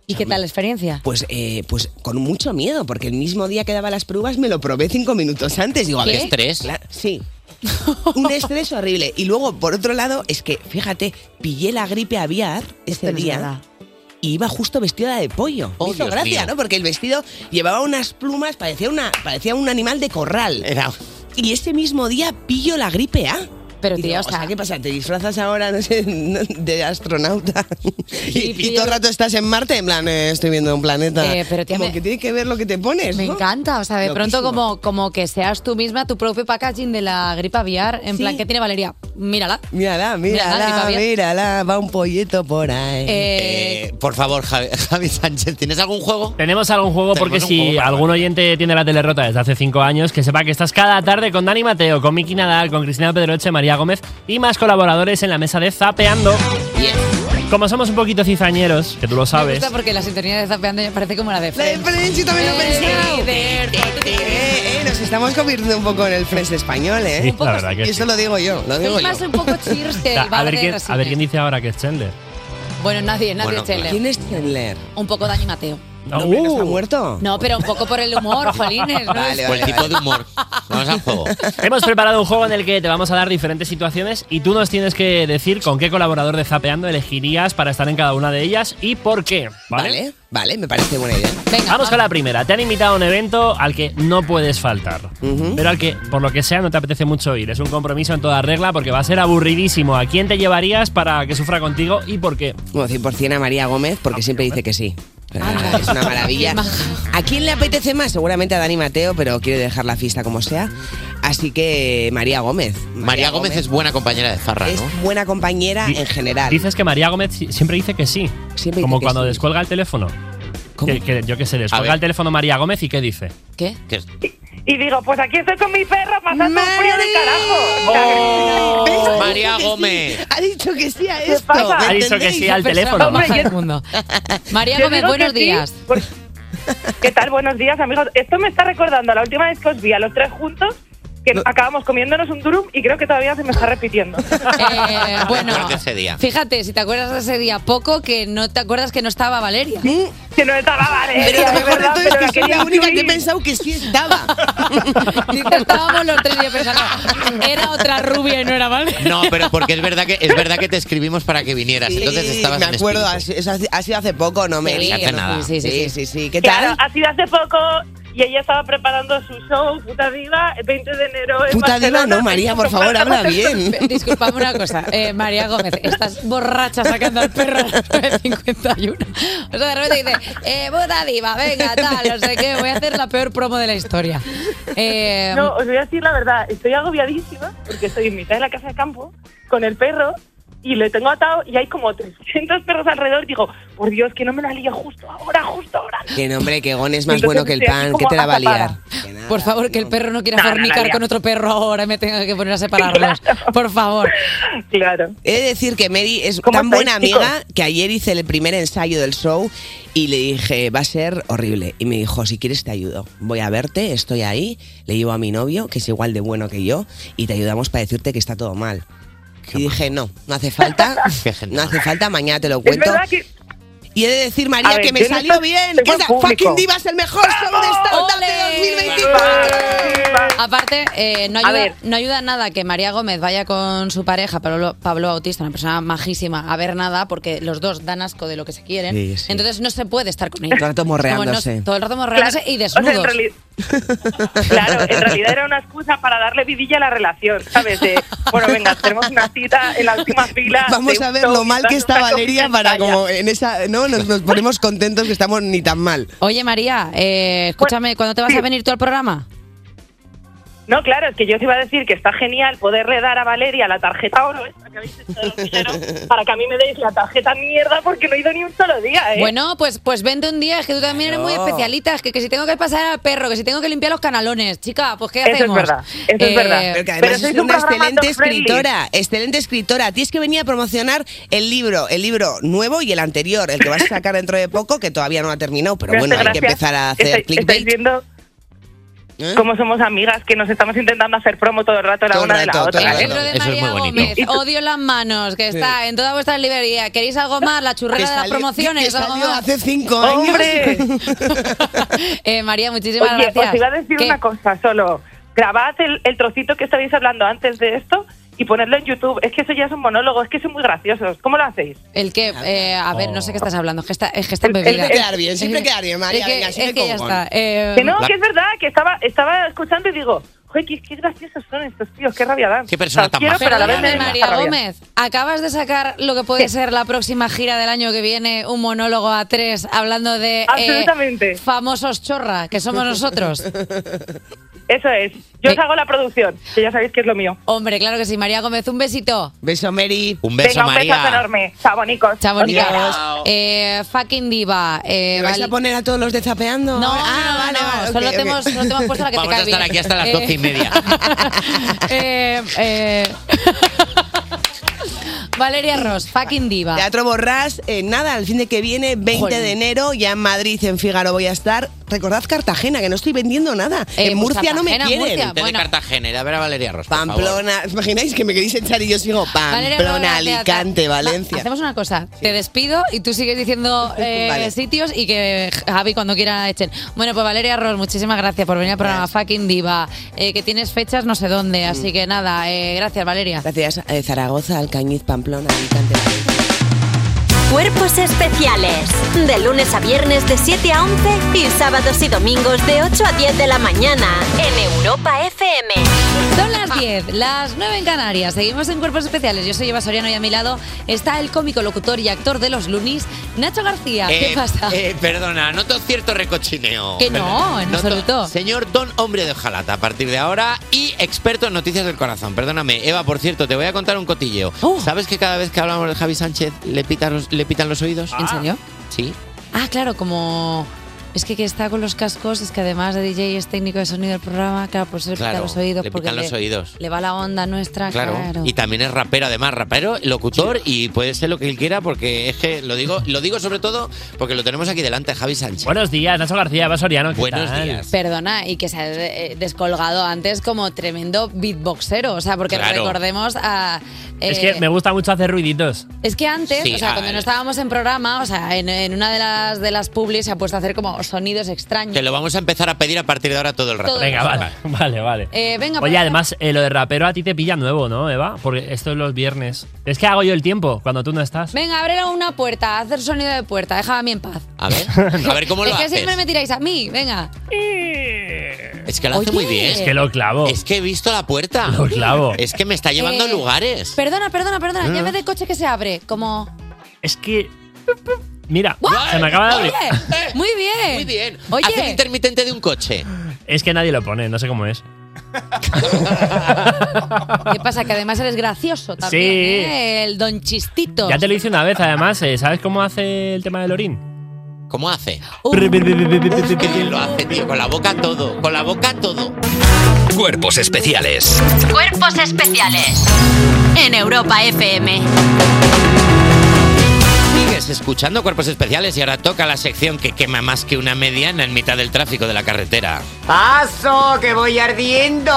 C: ¿Y qué tal la experiencia?
R: Pues, eh, pues con mucho miedo, porque el mismo día que daba las pruebas me lo probé cinco minutos antes. Digo, a
D: ¿Qué?
R: ver,
D: ¿Qué estrés?
R: Cla- sí. Un estrés horrible. Y luego, por otro lado, es que, fíjate, pillé la gripe aviar ese
C: no es verdad.
R: día. y iba justo vestida de pollo. Me hizo
D: Oh, Dios
R: gracia,
D: mío.
R: ¿no? Porque el vestido llevaba unas plumas, parecía, una, parecía un animal de corral. Y ese mismo día pillo la gripe A.
C: Pero
R: Y
C: tía,
R: digo,
C: o sea,
R: ¿qué pasa? ¿Te disfrazas ahora no sé, no- de astronauta? Y, y
C: tío.
R: todo el rato estás en Marte, en plan, eh, estoy viendo un planeta.
C: Eh, pero tía,
R: Como
C: me-
R: que tienes que ver lo que te pones.
C: Me
R: ¿no?
C: encanta, o sea, de pronto
R: Loquísimo.
C: como, como que seas tú misma tu propio packaging de la gripe aviar, en plan, ¿qué tiene Valeria? Mírala.
R: Mírala,
C: Mírala, gripe
R: mírala,
C: aviar.
R: mírala, va un polleto por ahí.
C: Eh,
D: Eh, por favor, Javi, Javi Sánchez, ¿tienes algún juego?
E: Tenemos algún juego porque
D: Tenemos un
E: si
D: juego para
E: algún oyente tiene la telerrota desde hace cinco años, que sepa que estás cada tarde con Dani Mateo, con Miki Nadal, con Cristina Pedroche, María Gómez y más colaboradores en la mesa de Zapeando. Como somos un poquito cizañeros, que tú lo
C: me
E: sabes,
C: gusta porque la sintonía de Zapeando ya parece como la de Fred.
R: La de French, yo también lo he
C: Eh,
R: pensado.
C: Libertad.
R: Eh, nos estamos convirtiendo un poco en el Fresh español, ¿eh?
E: Sí, la verdad que
R: y eso
E: sí.
R: lo digo yo, lo digo
C: Es más
R: yo.
C: un poco cheers que
E: a,
C: el bar
E: ver
C: de
E: quién, a ver
C: Resines.
E: quién dice ahora que es Chandler.
C: Bueno, nadie, nadie
E: Bueno,
C: Chandler.
E: ¿quién
R: es Chandler?
C: Un poco Dani Mateo.
E: No,
R: ¿Está muerto?
C: No, pero un poco por el humor, Jolines. ¿no?
D: O el tipo de humor. Vamos al juego.
E: Hemos preparado un juego en el que te vamos a dar diferentes situaciones y tú nos tienes que decir con qué colaborador de Zapeando elegirías para estar en cada una de ellas y por qué. Vale,
R: vale, me parece buena idea.
E: vamos con la primera. Te han invitado a un evento al que no puedes faltar, pero al que, por lo que sea, no te apetece mucho ir. Es un compromiso en toda regla porque va a ser aburridísimo. ¿A quién te llevarías para que sufra contigo y por qué?
R: Bueno, 100% a María Gómez, porque siempre dice que sí. Ah, es una maravilla. ¿A quién le apetece más? Seguramente a Dani Mateo, pero quiere dejar la fiesta como sea. Así que María Gómez.
D: María Gómez, es buena compañera de Zarra, ¿no?
R: buena
D: Ah,
R: compañera
E: Di-
R: en general.
E: Dices que María Gómez si- siempre dice que sí.
R: Siempre
E: Como
R: dice que
E: cuando
R: sí.
E: descuelga el teléfono. Que, que yo qué sé, descuelga el teléfono María Gómez y ¿qué dice?
C: ¿Qué?
S: Y digo, pues aquí estoy con mi perro pasando un frío de carajo.
D: Oh, María Gómez.
R: Ha dicho que sí a
S: esto.
E: Ha dicho que sí al teléfono.
C: María
S: Yo
C: Gómez,
S: digo que
C: buenos
S: sí,
C: días.
S: porque- ¿Qué tal? Buenos días, amigos. Esto me está recordando a la última vez que os vi a los tres juntos, que acabamos comiéndonos un durum y creo que todavía se me está repitiendo.
C: Eh, bueno,
D: Recuerdo ese día.
C: fíjate, si te acuerdas de ese día poco, que no te acuerdas que no estaba Valeria.
S: Que no estaba Valeria.
R: Pero lo
S: es
R: mejor de
S: verdad,
R: todo
S: pero
R: es
S: la
R: que soy
S: quería
R: la única que he
S: incluir.
R: pensado que sí estaba.
C: Dice, estábamos los tres días pensando. Era otra rubia y no era Valeria.
D: No, pero porque es verdad que es verdad que te escribimos para que vinieras. entonces
R: Sí,
D: estabas
R: me
D: en
R: acuerdo, ha
D: espíritu.
R: sido- eso ha sido hace poco, no me
D: Sí,
R: digas.
D: hace nada.
R: Sí, sí, sí, sí, sí. ¿Qué
S: Claro,
R: tal?
S: ha sido hace poco y ella estaba preparando su show, Puta Diva, el 20 de enero. en
R: Puta diva,
S: Barcelona.
R: no, María, por favor, habla bien.
C: Disculpame una cosa, eh, María Gómez, estás borracha sacando al perro a las 9.51. O sea, de repente dice, eh, puta diva, venga, tal, no sé qué, voy a hacer la peor promo de la historia. Eh,
S: No, os voy a decir la verdad, estoy agobiadísima porque estoy en mitad de la casa de campo con el perro y le tengo atado y hay como 300 perros alrededor y digo, por Dios, que no me la líe justo ahora, justo ahora.
R: Que nombre, que Gon es más
S: Entonces,
R: bueno que el
S: estoy
R: pan,
S: así
R: que te la va a
S: como
R: liar.
C: Por favor, que el perro no quiera
R: No, no,
C: fornicar
R: no, ya.
C: con otro perro ahora y me tenga que poner a separarlos. Por favor.
S: Claro.
R: He de decir que Mary es
C: ¿Cómo
R: tan
C: estáis,
R: buena
C: chicos?
R: amiga que ayer hice el primer ensayo del show y le dije, va a ser horrible. Y me dijo, si quieres te ayudo. Voy a verte, estoy ahí, le llevo a mi novio, que es igual de bueno que yo, y te ayudamos para decirte que está todo mal. Y dije, no, no hace falta, no hace falta, mañana te lo cuento.
S: verdad que-
R: Y he de decir, María,
S: A ver,
R: que me
S: yo no
R: salió
S: sé-
R: bien.
S: tengo
R: que esa
S: público.
R: fucking diva es el mejor show de stand-up de 2024.
C: Aparte, eh, no,
R: A
C: ayuda,
R: ver.
C: no ayuda nada que María Gómez vaya con su pareja, Pablo, Pablo Bautista, una persona majísima, a ver nada, porque los dos dan asco de lo que se quieren.
R: Sí, sí.
C: Entonces no se puede estar con
R: Todo
C: ellos.
R: el rato
C: Como no-
R: morreándose.
C: todo el rato morreándose y
S: O sea, en
C: desnudos.
S: reali- claro, en realidad era una excusa para darle vidilla a la relación, ¿sabes? De, bueno, venga, tenemos una cita en la última fila.
R: Vamos
S: de
R: a
S: un
R: ver
S: show,
R: lo mal que
S: quizás
R: está
S: una
R: Valeria
S: comida
R: para
S: ensaya.
R: como en esa... No, nos, nos ponemos contentos que estamos ni tan mal.
C: Oye, María, eh, escúchame, ¿cuándo te vas a venir tú al programa?
S: No, claro, es que yo os iba a decir que está genial poderle dar a Valeria la tarjeta oro esta que habéis hecho de los mineros, para que a mí me deis la tarjeta mierda porque no he ido ni un solo día, ¿eh?
C: Bueno, pues, pues vente un día, es que tú también eres muy
S: No.
C: especialita, es que, que si tengo que pasar al perro, que si tengo que limpiar los canalones, chica, pues ¿qué
S: Eso es
C: hacemos? Eh,
S: verdad, eso es verdad.
R: Pero que además
S: sois
R: es
S: un
R: una
S: programa
R: excelente
S: dog friendly.
R: escritora, excelente escritora. Tienes que venir a promocionar el libro, el libro nuevo y el anterior, el que vas a sacar dentro de poco, que todavía no ha terminado, pero
S: Me
R: bueno,
S: hace
R: hay que
S: gracia.
R: empezar a hacer
S: Estáis-
R: clickbait. ¿Eh?
S: estáis viendo cómo somos amigas, que nos estamos intentando hacer promo todo el rato la
R: Todo el
S: una de la
R: rato, todo el
S: otra.
R: rato.
S: ¿eh?
R: Eso es muy bonito.
C: Gómez, odio las manos, que está en toda vuestra librería. ¿Queréis algo más? La churrera
R: Que
C: de las
R: salió-
C: promociones.
R: que
C: algo
R: salió
C: más?
R: hace cinco años. ¡Hombre!
C: Eh, María, muchísimas
S: Oye,
C: gracias.
S: os iba a decir
C: ¿Qué?
S: una cosa solo. Grabad el, el trocito que estabais hablando antes de esto y ponedlo en YouTube. Es que eso ya es un monólogo, es que son muy graciosos. ¿Cómo lo hacéis?
C: El que, eh, a ver, no sé qué estás hablando, es que está, es que está
R: Oh.
C: bebida.
R: siempre quedar bien, siempre quedar bien, María,
C: Es que,
R: venga, siempre
C: es que ya
R: con-
C: está. eh,
S: que no, que es verdad, que estaba, estaba escuchando y digo, joder, qué, qué graciosos son estos tíos, qué rabia dan.
D: Qué persona
S: Los
D: tan
S: quiero,
D: maja.
S: pero a la vez me
D: Perdóname,
S: dan
C: María
S: rabia.
C: Gómez, acabas de sacar lo que puede ser la próxima gira del año que viene, un monólogo a tres, hablando de eh,
S: Absolutamente.
C: famosos chorra, que somos nosotros.
S: Eso es.
D: Eh,
S: Yo os hago la producción, que ya sabéis que es lo mío.
C: Hombre, claro que sí, María Gómez, un besito.
R: Beso, Mary.
D: Un beso,
S: Venga, un beso
D: María.
S: enorme. Chabonicos.
C: Chabonicos.
S: Adiós.
C: Eh, fucking diva. Eh,
R: ¿Me vais a poner a todos los de zapeando?
C: No,
R: ah,
C: no,
R: vale,
C: no,
R: vale,
C: solo
R: ok,
C: te
R: ok.
C: hemos- solo te hemos puesto la que
D: Vamos a estar aquí hasta las
C: Eh.
D: doce y media.
C: Eh, eh, Valeria Ross, fucking diva.
R: Teatro Borrás, eh, nada, el fin de que viene, 20 de enero, ya en Madrid, en Fígaro voy a estar. Recordad Cartagena, que no estoy vendiendo nada.
C: Eh,
R: en Murcia no me
C: Cartagena,
R: quieren.
C: Murcia,
D: Gente de Cartagena, ir a ver a Valeria Ross. por favor.
R: Pamplona, ¿os imagináis que me queréis echar y yo sigo
C: Valeria Ross,
R: Pamplona,
C: teatro.
R: Alicante,
C: Va,
R: Valencia?
C: Hacemos una cosa, te despido y tú sigues diciendo eh,
R: Vale.
C: sitios y que Javi cuando quiera echen. Bueno, pues Valeria Ross, muchísimas gracias por venir al programa Fucking Diva, eh, que tienes fechas no sé dónde, así que nada, eh, gracias Valeria.
R: Mm. Gracias, eh, Zaragoza, Alcañiz, Pamplona, Alicante.
B: Cuerpos especiales. De lunes a viernes de 7 a 11 y sábados y domingos de 8 a 10 de la mañana en Europa FM.
C: Son las 10, las 9 en Canarias. Seguimos en Cuerpos Especiales. Yo soy Eva Soriano y a mi lado está el cómico, locutor y actor de Los Lunis, Nacho García. ¿Qué
D: Eh,
C: pasa?
D: eh, perdona, noto cierto recochineo.
C: Que no, en
D: Noto-
C: absoluto.
D: Señor Don Hombre de Ojalata, a partir de ahora, y experto en noticias del corazón. Perdóname, Eva, por cierto, te voy a contar un cotilleo. ¿Sabes que cada vez que hablamos de Javi Sánchez le, pitan los- le pitan los oídos?
C: ¿En serio?
D: Sí.
C: Ah, claro, como... Es que, que está con los cascos, es que además de DJ es técnico de sonido del programa, claro, por eso le
D: Claro,
C: pica los oídos.
D: le
C: porque
D: pican los oídos.
C: Le va la onda nuestra,
D: Claro.
C: Ah, claro.
D: y también es rapero, además, rapero, locutor y puede ser lo que él quiera porque es que lo digo, lo digo sobre todo porque lo tenemos aquí delante, Javi Sánchez.
E: Buenos días, Nacho García, Eva Soriano. ¿qué
D: Buenos
E: tal?
D: días.
C: Perdona, y que se ha eh, descolgado antes como tremendo beatboxero, o sea, porque
E: Claro.
C: recordemos a...
E: Es
C: eh,
E: que me gusta mucho hacer ruiditos.
C: Es que antes,
E: Sí,
C: o sea,
E: ah,
C: cuando
E: eh.
C: no estábamos en programa, o sea, en, en una de las de las publis se ha puesto a hacer como sonidos extraños.
D: Te lo vamos a empezar a pedir a partir de ahora todo el rato.
C: Todo el Venga, rato.
E: Vale, vale.
C: Eh, venga,
E: Oye,
C: pues-
E: además, eh, lo de rapero a ti te pilla nuevo, ¿no, Eva? Porque esto es los viernes. Es que hago yo el tiempo cuando tú no estás.
C: Venga, abre una puerta, hacer sonido de puerta, déjame a mí en paz.
D: A ver, a ver cómo lo
C: es que
D: haces.
C: siempre me tiráis a mí, venga.
D: Es que lo hace
C: Oye.
D: muy bien.
C: Es que
E: lo clavo.
D: Es que he visto la puerta.
E: Lo clavo.
D: Es que me está llevando a
C: Eh,
D: lugares.
C: Perdona, perdona, perdona,
D: No, no.
C: llave de coche que se abre, como...
E: Ah. Es que. Mira,
C: ¡Guau!
E: se me acaba de abrir.
C: Oye, Muy bien. Muy
D: bien.
C: Oye,
D: Hace el intermitente de un coche.
E: Es que nadie lo pone, no sé cómo es.
C: ¿qué pasa? Que además eres gracioso también,
E: Sí.
C: ¿eh? El don chistito.
E: Ya te lo hice una vez, además. eh, ¿Sabes cómo hace el tema de Lorín?
D: ¿Cómo hace?
C: Uh.
E: Qué
D: bien lo hace, tío. Con la boca todo. Con la boca todo.
A: Cuerpos especiales.
O: Cuerpos especiales en Europa FM.
D: Sigues escuchando Cuerpos Especiales y ahora toca la sección que quema más que una mediana en mitad del tráfico de la carretera.
O: Paso, que voy ardiendo.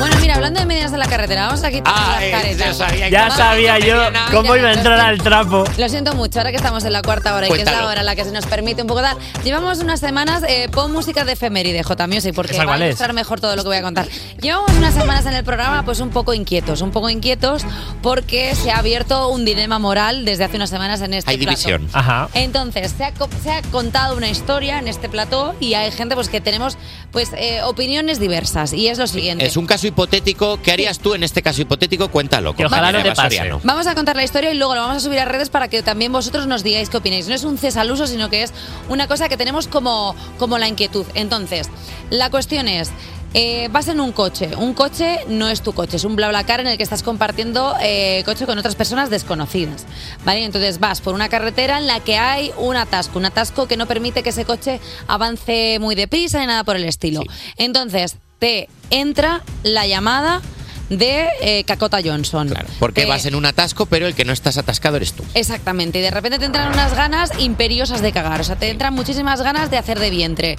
C: Bueno, mira, hablando de medidas de la carretera, vamos a quitar las caretas.
E: Ya
C: Vamos.
E: sabía yo cómo iba a entrar al trapo.
C: Lo siento mucho, ahora que estamos en la cuarta hora y que es la
E: Cuéntalo.
C: hora en la que se nos permite un poco dar. Llevamos unas semanas, eh, pon música de efeméride, J Music, porque
E: ¿Esa
C: va a
E: cuál es?
C: ilustrar mejor todo lo que voy a contar. Llevamos unas semanas en el programa, pues un poco inquietos, un poco inquietos, porque se ha abierto un dilema moral desde hace unas semanas en este
D: Hay
C: plato.
D: división.
E: Ajá.
C: Entonces, se ha, co- se ha contado una historia en este plató y hay gente pues que tenemos pues eh, opiniones diversas. Y es lo siguiente.
D: Es un caso hipotético. ¿Qué harías tú en este caso hipotético? Cuéntalo.
E: Que ojalá no te pase.
C: Vamos a contar la historia y luego lo vamos a subir a redes para que también vosotros nos digáis qué opináis. No es un cés al uso, sino que es una cosa que tenemos como, como la inquietud. Entonces, la cuestión es. eh, vas en un coche. Un coche no es tu coche, es un bla bla car en el que estás compartiendo eh, coche con otras personas desconocidas. ¿Vale? Entonces vas por una carretera en la que hay un atasco, un atasco que no permite que ese coche avance muy deprisa ni nada por el estilo. Entonces te entra la llamada de eh, Cacota Johnson.
D: Porque
C: Eh,
D: vas en un atasco, pero el que no estás atascado eres tú.
C: Exactamente, y de repente te entran unas ganas imperiosas de cagar, o sea, te entran muchísimas ganas de hacer de vientre.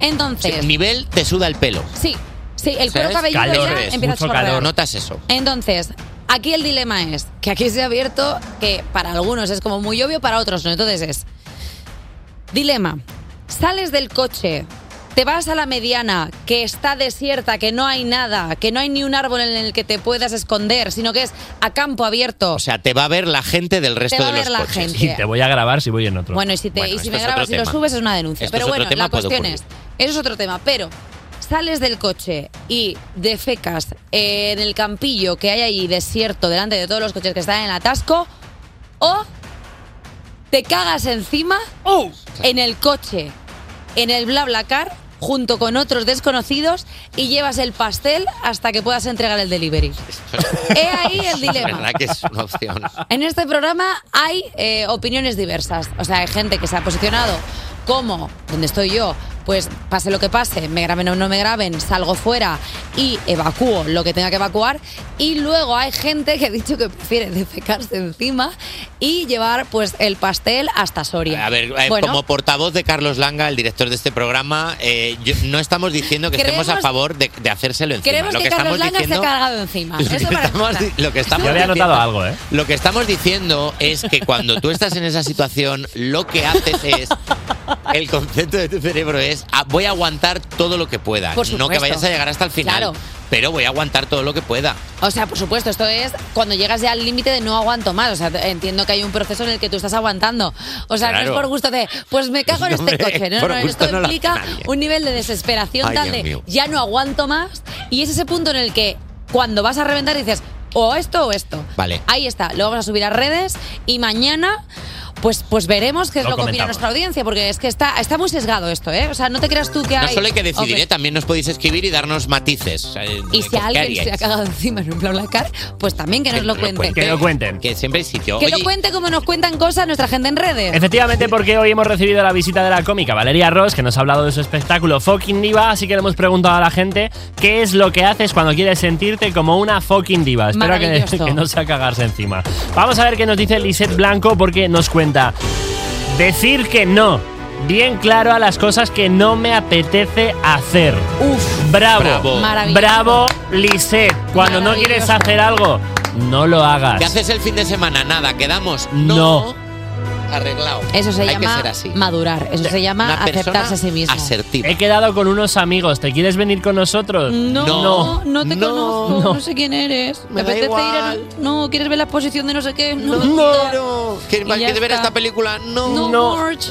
C: Entonces,
D: El nivel te suda el pelo.
C: sí, sí, el cuero
D: ¿Sabes?
C: cabelludo
D: Calor
C: ya
D: es,
C: empieza a
D: mucho
C: chorrear.
D: calor. Notas eso.
C: Entonces, aquí el dilema es que aquí se ha abierto que para algunos es como muy obvio, para otros no. Entonces es dilema. Sales del coche, te vas a la mediana que está desierta, que no hay nada, que no hay ni un árbol en el que te puedas esconder, sino que es a campo abierto.
D: O sea, te va a ver la gente del resto
C: va a
D: de
C: ver
D: los
C: la
D: coches.
C: gente. Y te
E: Voy a grabar si voy en otro.
C: Bueno, y si, te-
D: Bueno,
C: y si
D: esto
C: me
D: es
C: grabas
D: otro
C: y lo
D: tema.
C: subes es una denuncia.
D: Esto
C: pero
D: es otro
C: bueno,
D: tema,
C: la
D: puede
C: cuestión
D: ocurrir.
C: es, eso es otro tema, pero sales del coche y defecas eh, en el campillo que hay ahí desierto delante de todos los coches que están en el atasco o te cagas encima en el coche, en el BlaBlaCar junto con otros desconocidos y llevas el pastel hasta que puedas entregar el delivery. He ahí el
D: Es
C: dilema.
D: verdad que es una opción.
C: En este programa hay eh, opiniones diversas. O sea, hay gente que se ha posicionado como, donde estoy yo, pues pase lo que pase, me graben o no me graben, salgo fuera y evacúo lo que tenga que evacuar. Y luego hay gente que ha dicho que prefiere defecarse encima y llevar pues el pastel hasta Soria.
D: A ver, eh,
C: Bueno,
D: como portavoz de Carlos Langa, el director de este programa, eh, yo- no estamos diciendo que estemos a
C: Queremos-
D: favor de, de hacérselo encima.
C: queremos
D: Lo que
C: que, Carlos
D: estamos
C: Langa
D: diciendo
C: se ha cargado encima.
D: Lo que,
C: Ah, Eso para
D: estamos,
C: empezar.
D: di- lo que estamos
E: Yo había
D: diciendo-
E: notado algo, ¿eh?
D: Lo que estamos diciendo es que cuando tú estás en esa situación, lo que haces es. El concepto de tu cerebro es: ah, voy a aguantar todo lo que pueda.
C: Por
D: no que
C: supuesto.
D: vayas a llegar hasta el final,
C: Claro.
D: pero voy a aguantar todo lo que pueda.
C: O sea, por supuesto, esto es cuando llegas ya al límite de no aguanto más. O sea, entiendo que hay un proceso en el que tú estás aguantando. O sea, no
D: Claro.
C: es por gusto de, pues me cago en
D: No,
C: este
D: hombre,
C: coche. No,
D: por
C: no,
D: gusto
C: esto
D: no lo hace
C: implica
D: nadie.
C: un nivel de desesperación
D: Ay,
C: tal
D: Dios
C: de,
D: mío.
C: ya no aguanto más. Y es ese punto en el que cuando vas a reventar dices, o esto o esto.
D: Vale.
C: Ahí está, lo vamos a subir a redes y mañana... Pues, pues veremos qué es
D: Lo
C: lo, que opina
D: comentamos.
C: nuestra audiencia, porque es que está, está muy sesgado esto, ¿eh? O sea, no te creas tú que hay...
D: No solo hay que decidir,
C: Ok.
D: ¿eh? también nos podéis escribir y darnos matices. o sea, eh,
C: Y
D: ¿qué
C: si alguien se ha
D: haríais?
C: cagado encima en un BlaBlaCar, pues también que nos lo cuente.
E: Que lo cuenten.
D: Que siempre hay sitio.
C: Que lo cuente como nos cuentan cosas nuestra gente en redes.
E: Efectivamente, porque hoy hemos recibido la visita de la cómica Valeria Ross, que nos ha hablado de su espectáculo Fucking Diva, así que le hemos preguntado a la gente qué es lo que haces cuando quieres sentirte como una fucking diva. Espero que,
C: Maravilloso.
E: que no sea cagarse encima. Vamos a ver qué nos dice Lisette Blanco, porque nos cuenta decir que no, bien claro a las cosas que no me apetece hacer.
C: Uf,
E: bravo,
D: Bravo.
E: bravo, Lisette. Cuando no quieres hacer algo, no lo hagas.
D: ¿Qué haces el fin de semana? Nada, quedamos. No.
E: No.
D: Arreglado.
C: Eso se
D: Hay que
C: llama
D: ser así.
C: madurar, eso se llama
D: Una persona
C: aceptarse a sí mismo.
E: He quedado con unos amigos. ¿Te quieres venir con nosotros?
C: No, no, te conozco, no. sé quién eres.
D: Me
C: ¿Te
D: da
C: apetece ir a-
D: igual.
C: No, ¿quieres ver la exposición de no sé qué? No,
D: ¿Quieres
C: Y ya
D: quieres ver
C: está.
D: esta película? No.
C: No,
E: No.
C: Marge.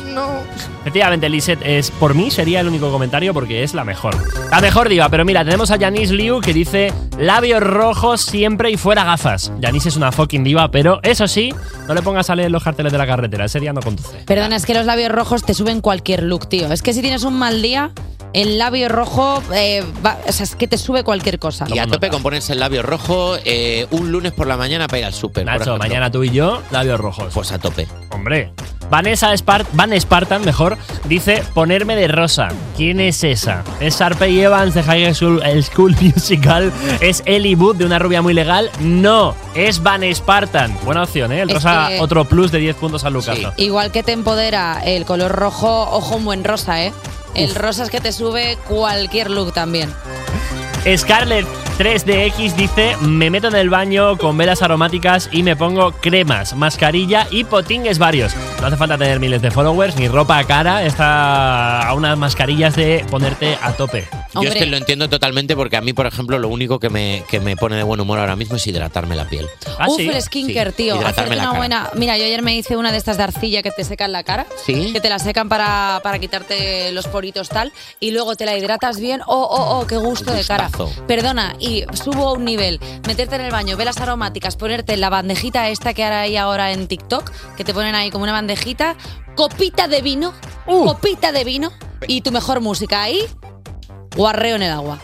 E: Efectivamente, Lisette, es, por mí sería el único comentario porque es la mejor. La mejor diva, pero mira, tenemos a Yanis Liu que dice labios rojos siempre y fuera gafas. Yanis es una fucking diva, pero eso sí, no le pongas a leer los carteles de la carretera, ese día no conduce.
C: Perdona, es que los labios rojos te suben cualquier look, tío. Es que si tienes un mal día, el labio rojo, eh, va- o sea, es que te sube cualquier cosa.
D: Y a tope con ponerse el labio rojo eh, un lunes por la mañana para ir al súper. por
E: Nacho,
D: ejemplo.
E: mañana tú y yo, labios rojos.
D: Pues a tope.
E: Hombre. Vanessa Spart Van Spartan, mejor, dice ponerme de rosa. ¿Quién es esa? Es Sarpey Evans de High School, el School Musical. ¿Es Ellie Wood de Una Rubia Muy Legal? No, es Van Spartan. Buena opción, ¿eh? El
C: Es
E: rosa,
C: que-
E: otro plus de 10 puntos al Lucaso.
C: Igual que te empodera el color rojo, ojo un buen rosa, ¿eh? El rosa es que te sube cualquier look también.
E: Scarlett 3DX dice, me meto en el baño con velas aromáticas y me pongo cremas, mascarilla y potingues varios. No hace falta tener miles de followers ni ropa cara, está a unas mascarillas de ponerte a tope.
D: Yo es que lo entiendo totalmente porque a mí, por ejemplo, lo único que me, que me pone de buen humor ahora mismo es hidratarme la piel.
C: Ah, Uf, el skinker,
D: Ah, Sí,
C: tío.
D: hidratarme
C: Hacerte
D: la
C: una
D: cara.
C: buena. Mira, yo ayer me hice una de estas de arcilla que te secan la cara.
D: Sí.
C: Que te la secan para, para quitarte los poritos tal. Y luego te la hidratas bien. Oh, oh, oh, qué gusto de cara.
D: Gustazo.
C: Perdona, y subo a un nivel. Meterte en el baño, velas aromáticas, ponerte la bandejita esta que ahora hay ahora en TikTok, que te ponen ahí como una bandejita. Copita de vino.
D: Uh.
C: Copita de vino. Y tu mejor música ahí. Guarreo en el agua.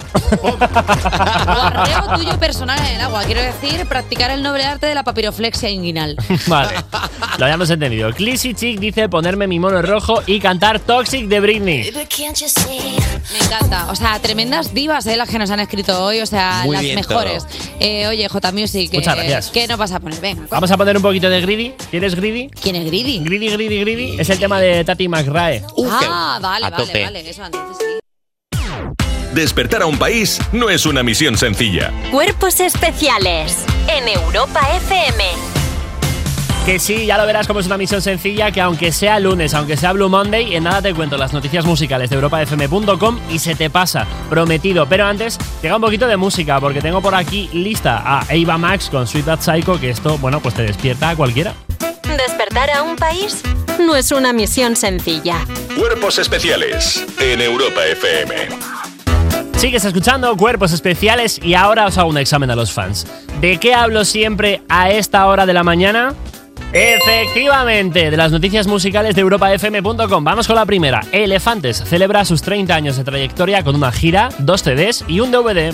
C: Guarreo tuyo personal en el agua. Quiero decir, practicar el noble arte de la papiroflexia inguinal.
E: Vale, lo habíamos entendido. Clissy Chick dice ponerme mi mono rojo y cantar Toxic de Britney.
C: Me encanta. O sea, tremendas divas eh, las que nos han escrito hoy. O sea,
E: Muy
C: las
E: bien
C: mejores.
E: todo.
C: Eh, oye, J Music, eh,
E: Muchas gracias.
C: ¿qué nos vas a poner? Venga.
E: Vamos a poner un poquito de Greedy. ¿Tienes Greedy?
C: ¿Quién es Greedy?
E: Greedy, Greedy, Greedy. Es el tema de Tati McRae.
C: ah, vale,
E: a
C: vale,
E: tope.
C: vale. Eso antes.
G: Despertar a un país no es una misión sencilla.
B: Cuerpos especiales en Europa FM.
E: Que sí, ya lo verás como es una misión sencilla, que aunque sea lunes, aunque sea Blue Monday, en nada te cuento las noticias musicales de europafm.com y se te pasa, prometido. Pero antes, llega un poquito de música, porque tengo por aquí lista a Ava Max con Sweet That Psycho, que esto, bueno, pues te despierta a cualquiera.
B: Despertar a un país no es una misión sencilla.
G: Cuerpos especiales en Europa FM.
E: Sigues escuchando Cuerpos Especiales y ahora os hago un examen a los fans. ¿De qué hablo siempre a esta hora de la mañana? Efectivamente, de las noticias musicales de EuropaFM.com. Vamos con la primera. Elefantes celebra sus 30 años de trayectoria con una gira, dos CDs y un DVD.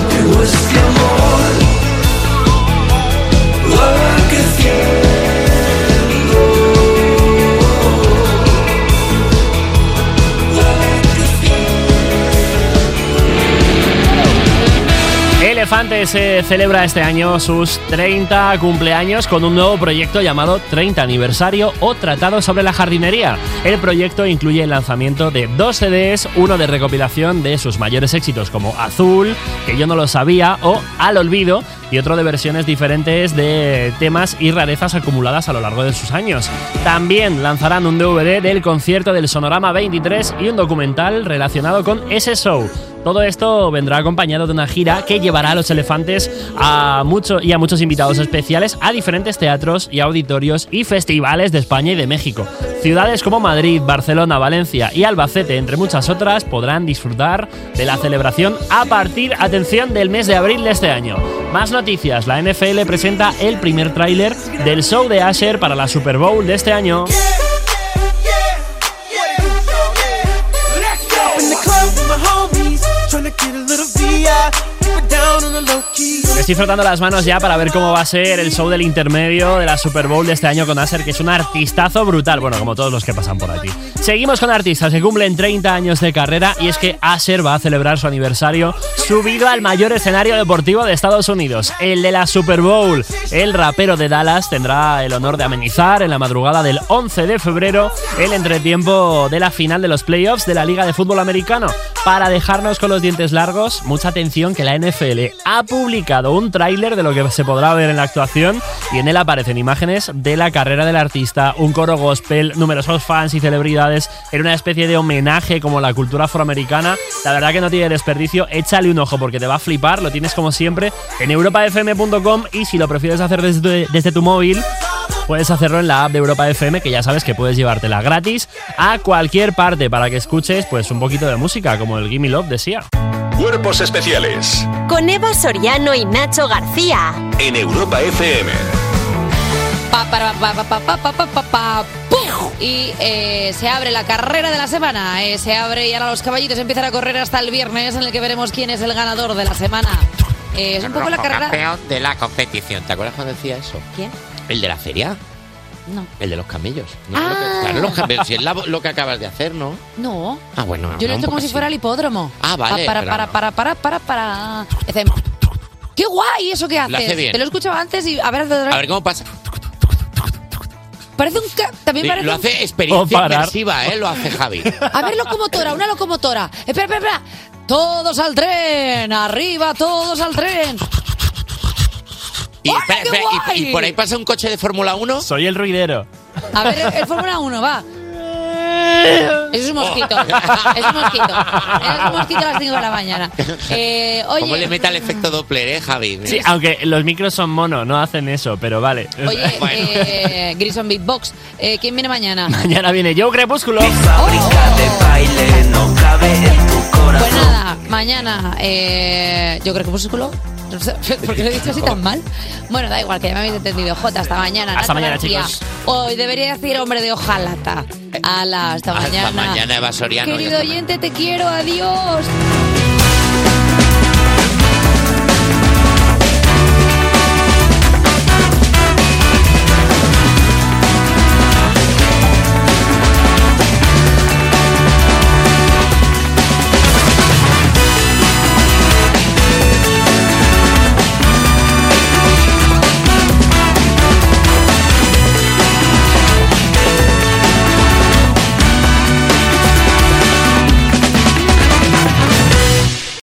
E: Elefante se celebra este año sus 30 cumpleaños con un nuevo proyecto llamado 30 Aniversario o Tratado sobre la Jardinería. El proyecto incluye el lanzamiento de dos CDs, uno de recopilación de sus mayores éxitos como Azul, que yo no lo sabía, o Al Olvido, y otro de versiones diferentes de temas y rarezas acumuladas a lo largo de sus años. También lanzarán un DVD del concierto del Sonorama 23 y un documental relacionado con ese show. Todo esto vendrá acompañado de una gira que llevará a los elefantes a muchos y a muchos invitados especiales a diferentes teatros y auditorios y festivales de España y de México. Ciudades como Madrid, Barcelona, Valencia y Albacete, entre muchas otras, podrán disfrutar de la celebración a partir, atención, del mes de abril de este año. Más noticias, la NFL presenta el primer tráiler del show de Asher para la Super Bowl de este año. Estoy frotando las manos ya para ver cómo va a ser el show del intermedio de la Super Bowl de este año con Aser, que es un artistazo brutal, bueno, como todos los que pasan por aquí. Seguimos con artistas que cumplen 30 años de carrera y es que Aser va a celebrar su aniversario subido al mayor escenario deportivo de Estados Unidos, el de la Super Bowl. El rapero de Dallas tendrá el honor de amenizar en la madrugada del 11 de febrero el entretiempo de la final de los playoffs de la Liga de Fútbol Americano. Para dejarnos con los dientes largos, mucha atención que la NFL ha publicado un tráiler de lo que se podrá ver en la actuación y en él aparecen imágenes de la carrera del artista, un coro gospel, numerosos fans y celebridades en una especie de homenaje como la cultura afroamericana. La verdad que no tiene desperdicio, échale un ojo porque te va a flipar, lo tienes como siempre en europafm.com y si lo prefieres hacer desde, desde tu móvil, Puedes hacerlo en la app de Europa FM, que ya sabes que puedes llevártela gratis a cualquier parte para que escuches pues un poquito de música, como el Gimme Love decía.
G: Cuerpos especiales
B: Con Eva Soriano y Nacho García.
G: en Europa FM.
C: Pa, para, pa, pa, pa, pa, pa, pa, pa, ¡pum! Y eh, se abre la carrera de la semana. eh, se abre y ahora los caballitos empiezan a correr hasta el viernes, en el que veremos quién es el ganador de la semana. Eh, es un poco la
D: Rojo
C: carrera.
D: campeón de la competición. ¿Te acuerdas cuando decía eso?
C: ¿Quién?
D: El de la feria.
C: No.
D: El de los camellos. No, lo
C: Ah.
D: que- claro, los camellos. Si es la- lo que acabas de hacer, ¿no?
C: No.
D: Ah, bueno.
C: Yo
D: no,
C: lo he
D: un
C: hecho como
D: poco
C: si
D: así.
C: fuera el hipódromo.
D: Ah, vale,
C: Pa- Para,
D: pero
C: para,
D: no.
C: para, para, para, para. Hacemos- ¡Qué guay eso que haces!
D: Lo hace bien.
C: Te lo he escuchado antes y a ver,
D: A ver cómo pasa.
C: parece un ca- también parece
D: Lo
C: un-
D: hace
E: O
D: experiencia
E: parar.
D: inmersiva, ¿eh? Lo hace Javi.
C: A ver, locomotora, una locomotora. Espera, espera, espera. Todos al tren, arriba, todos al tren.
D: Y, espera,
C: qué
D: espera, y-
C: guay!
D: y por ahí pasa un coche de Fórmula 1.
E: Soy el ruidero.
C: A ver, el- el Fórmula 1, va. Eso es un mosquito.
D: Oh.
C: Es un mosquito. Es un mosquito a las 5 de la mañana. Eh,
D: ¿Cómo le
C: oye,
D: meta el efecto Doppler, eh, Javi?
E: Sí, aunque los micros son mono, no hacen eso, pero vale.
C: oye eh, Grison Beatbox, eh, ¿quién viene mañana?
E: Mañana viene Joe Crepúsculo.
C: Pues nada, mañana eh, yo creo que músculo. ¿Por qué lo he dicho así tan mal? Bueno, da igual, que ya me habéis entendido. J, hasta mañana.
D: Hasta
C: Nacho
D: mañana,
C: García.
D: chicos.
C: Hoy debería decir hombre de ojalata. Ala, hasta
D: Hasta
C: mañana.
D: mañana, Eva Soriano.
C: Querido oyente, te quiero. Adiós.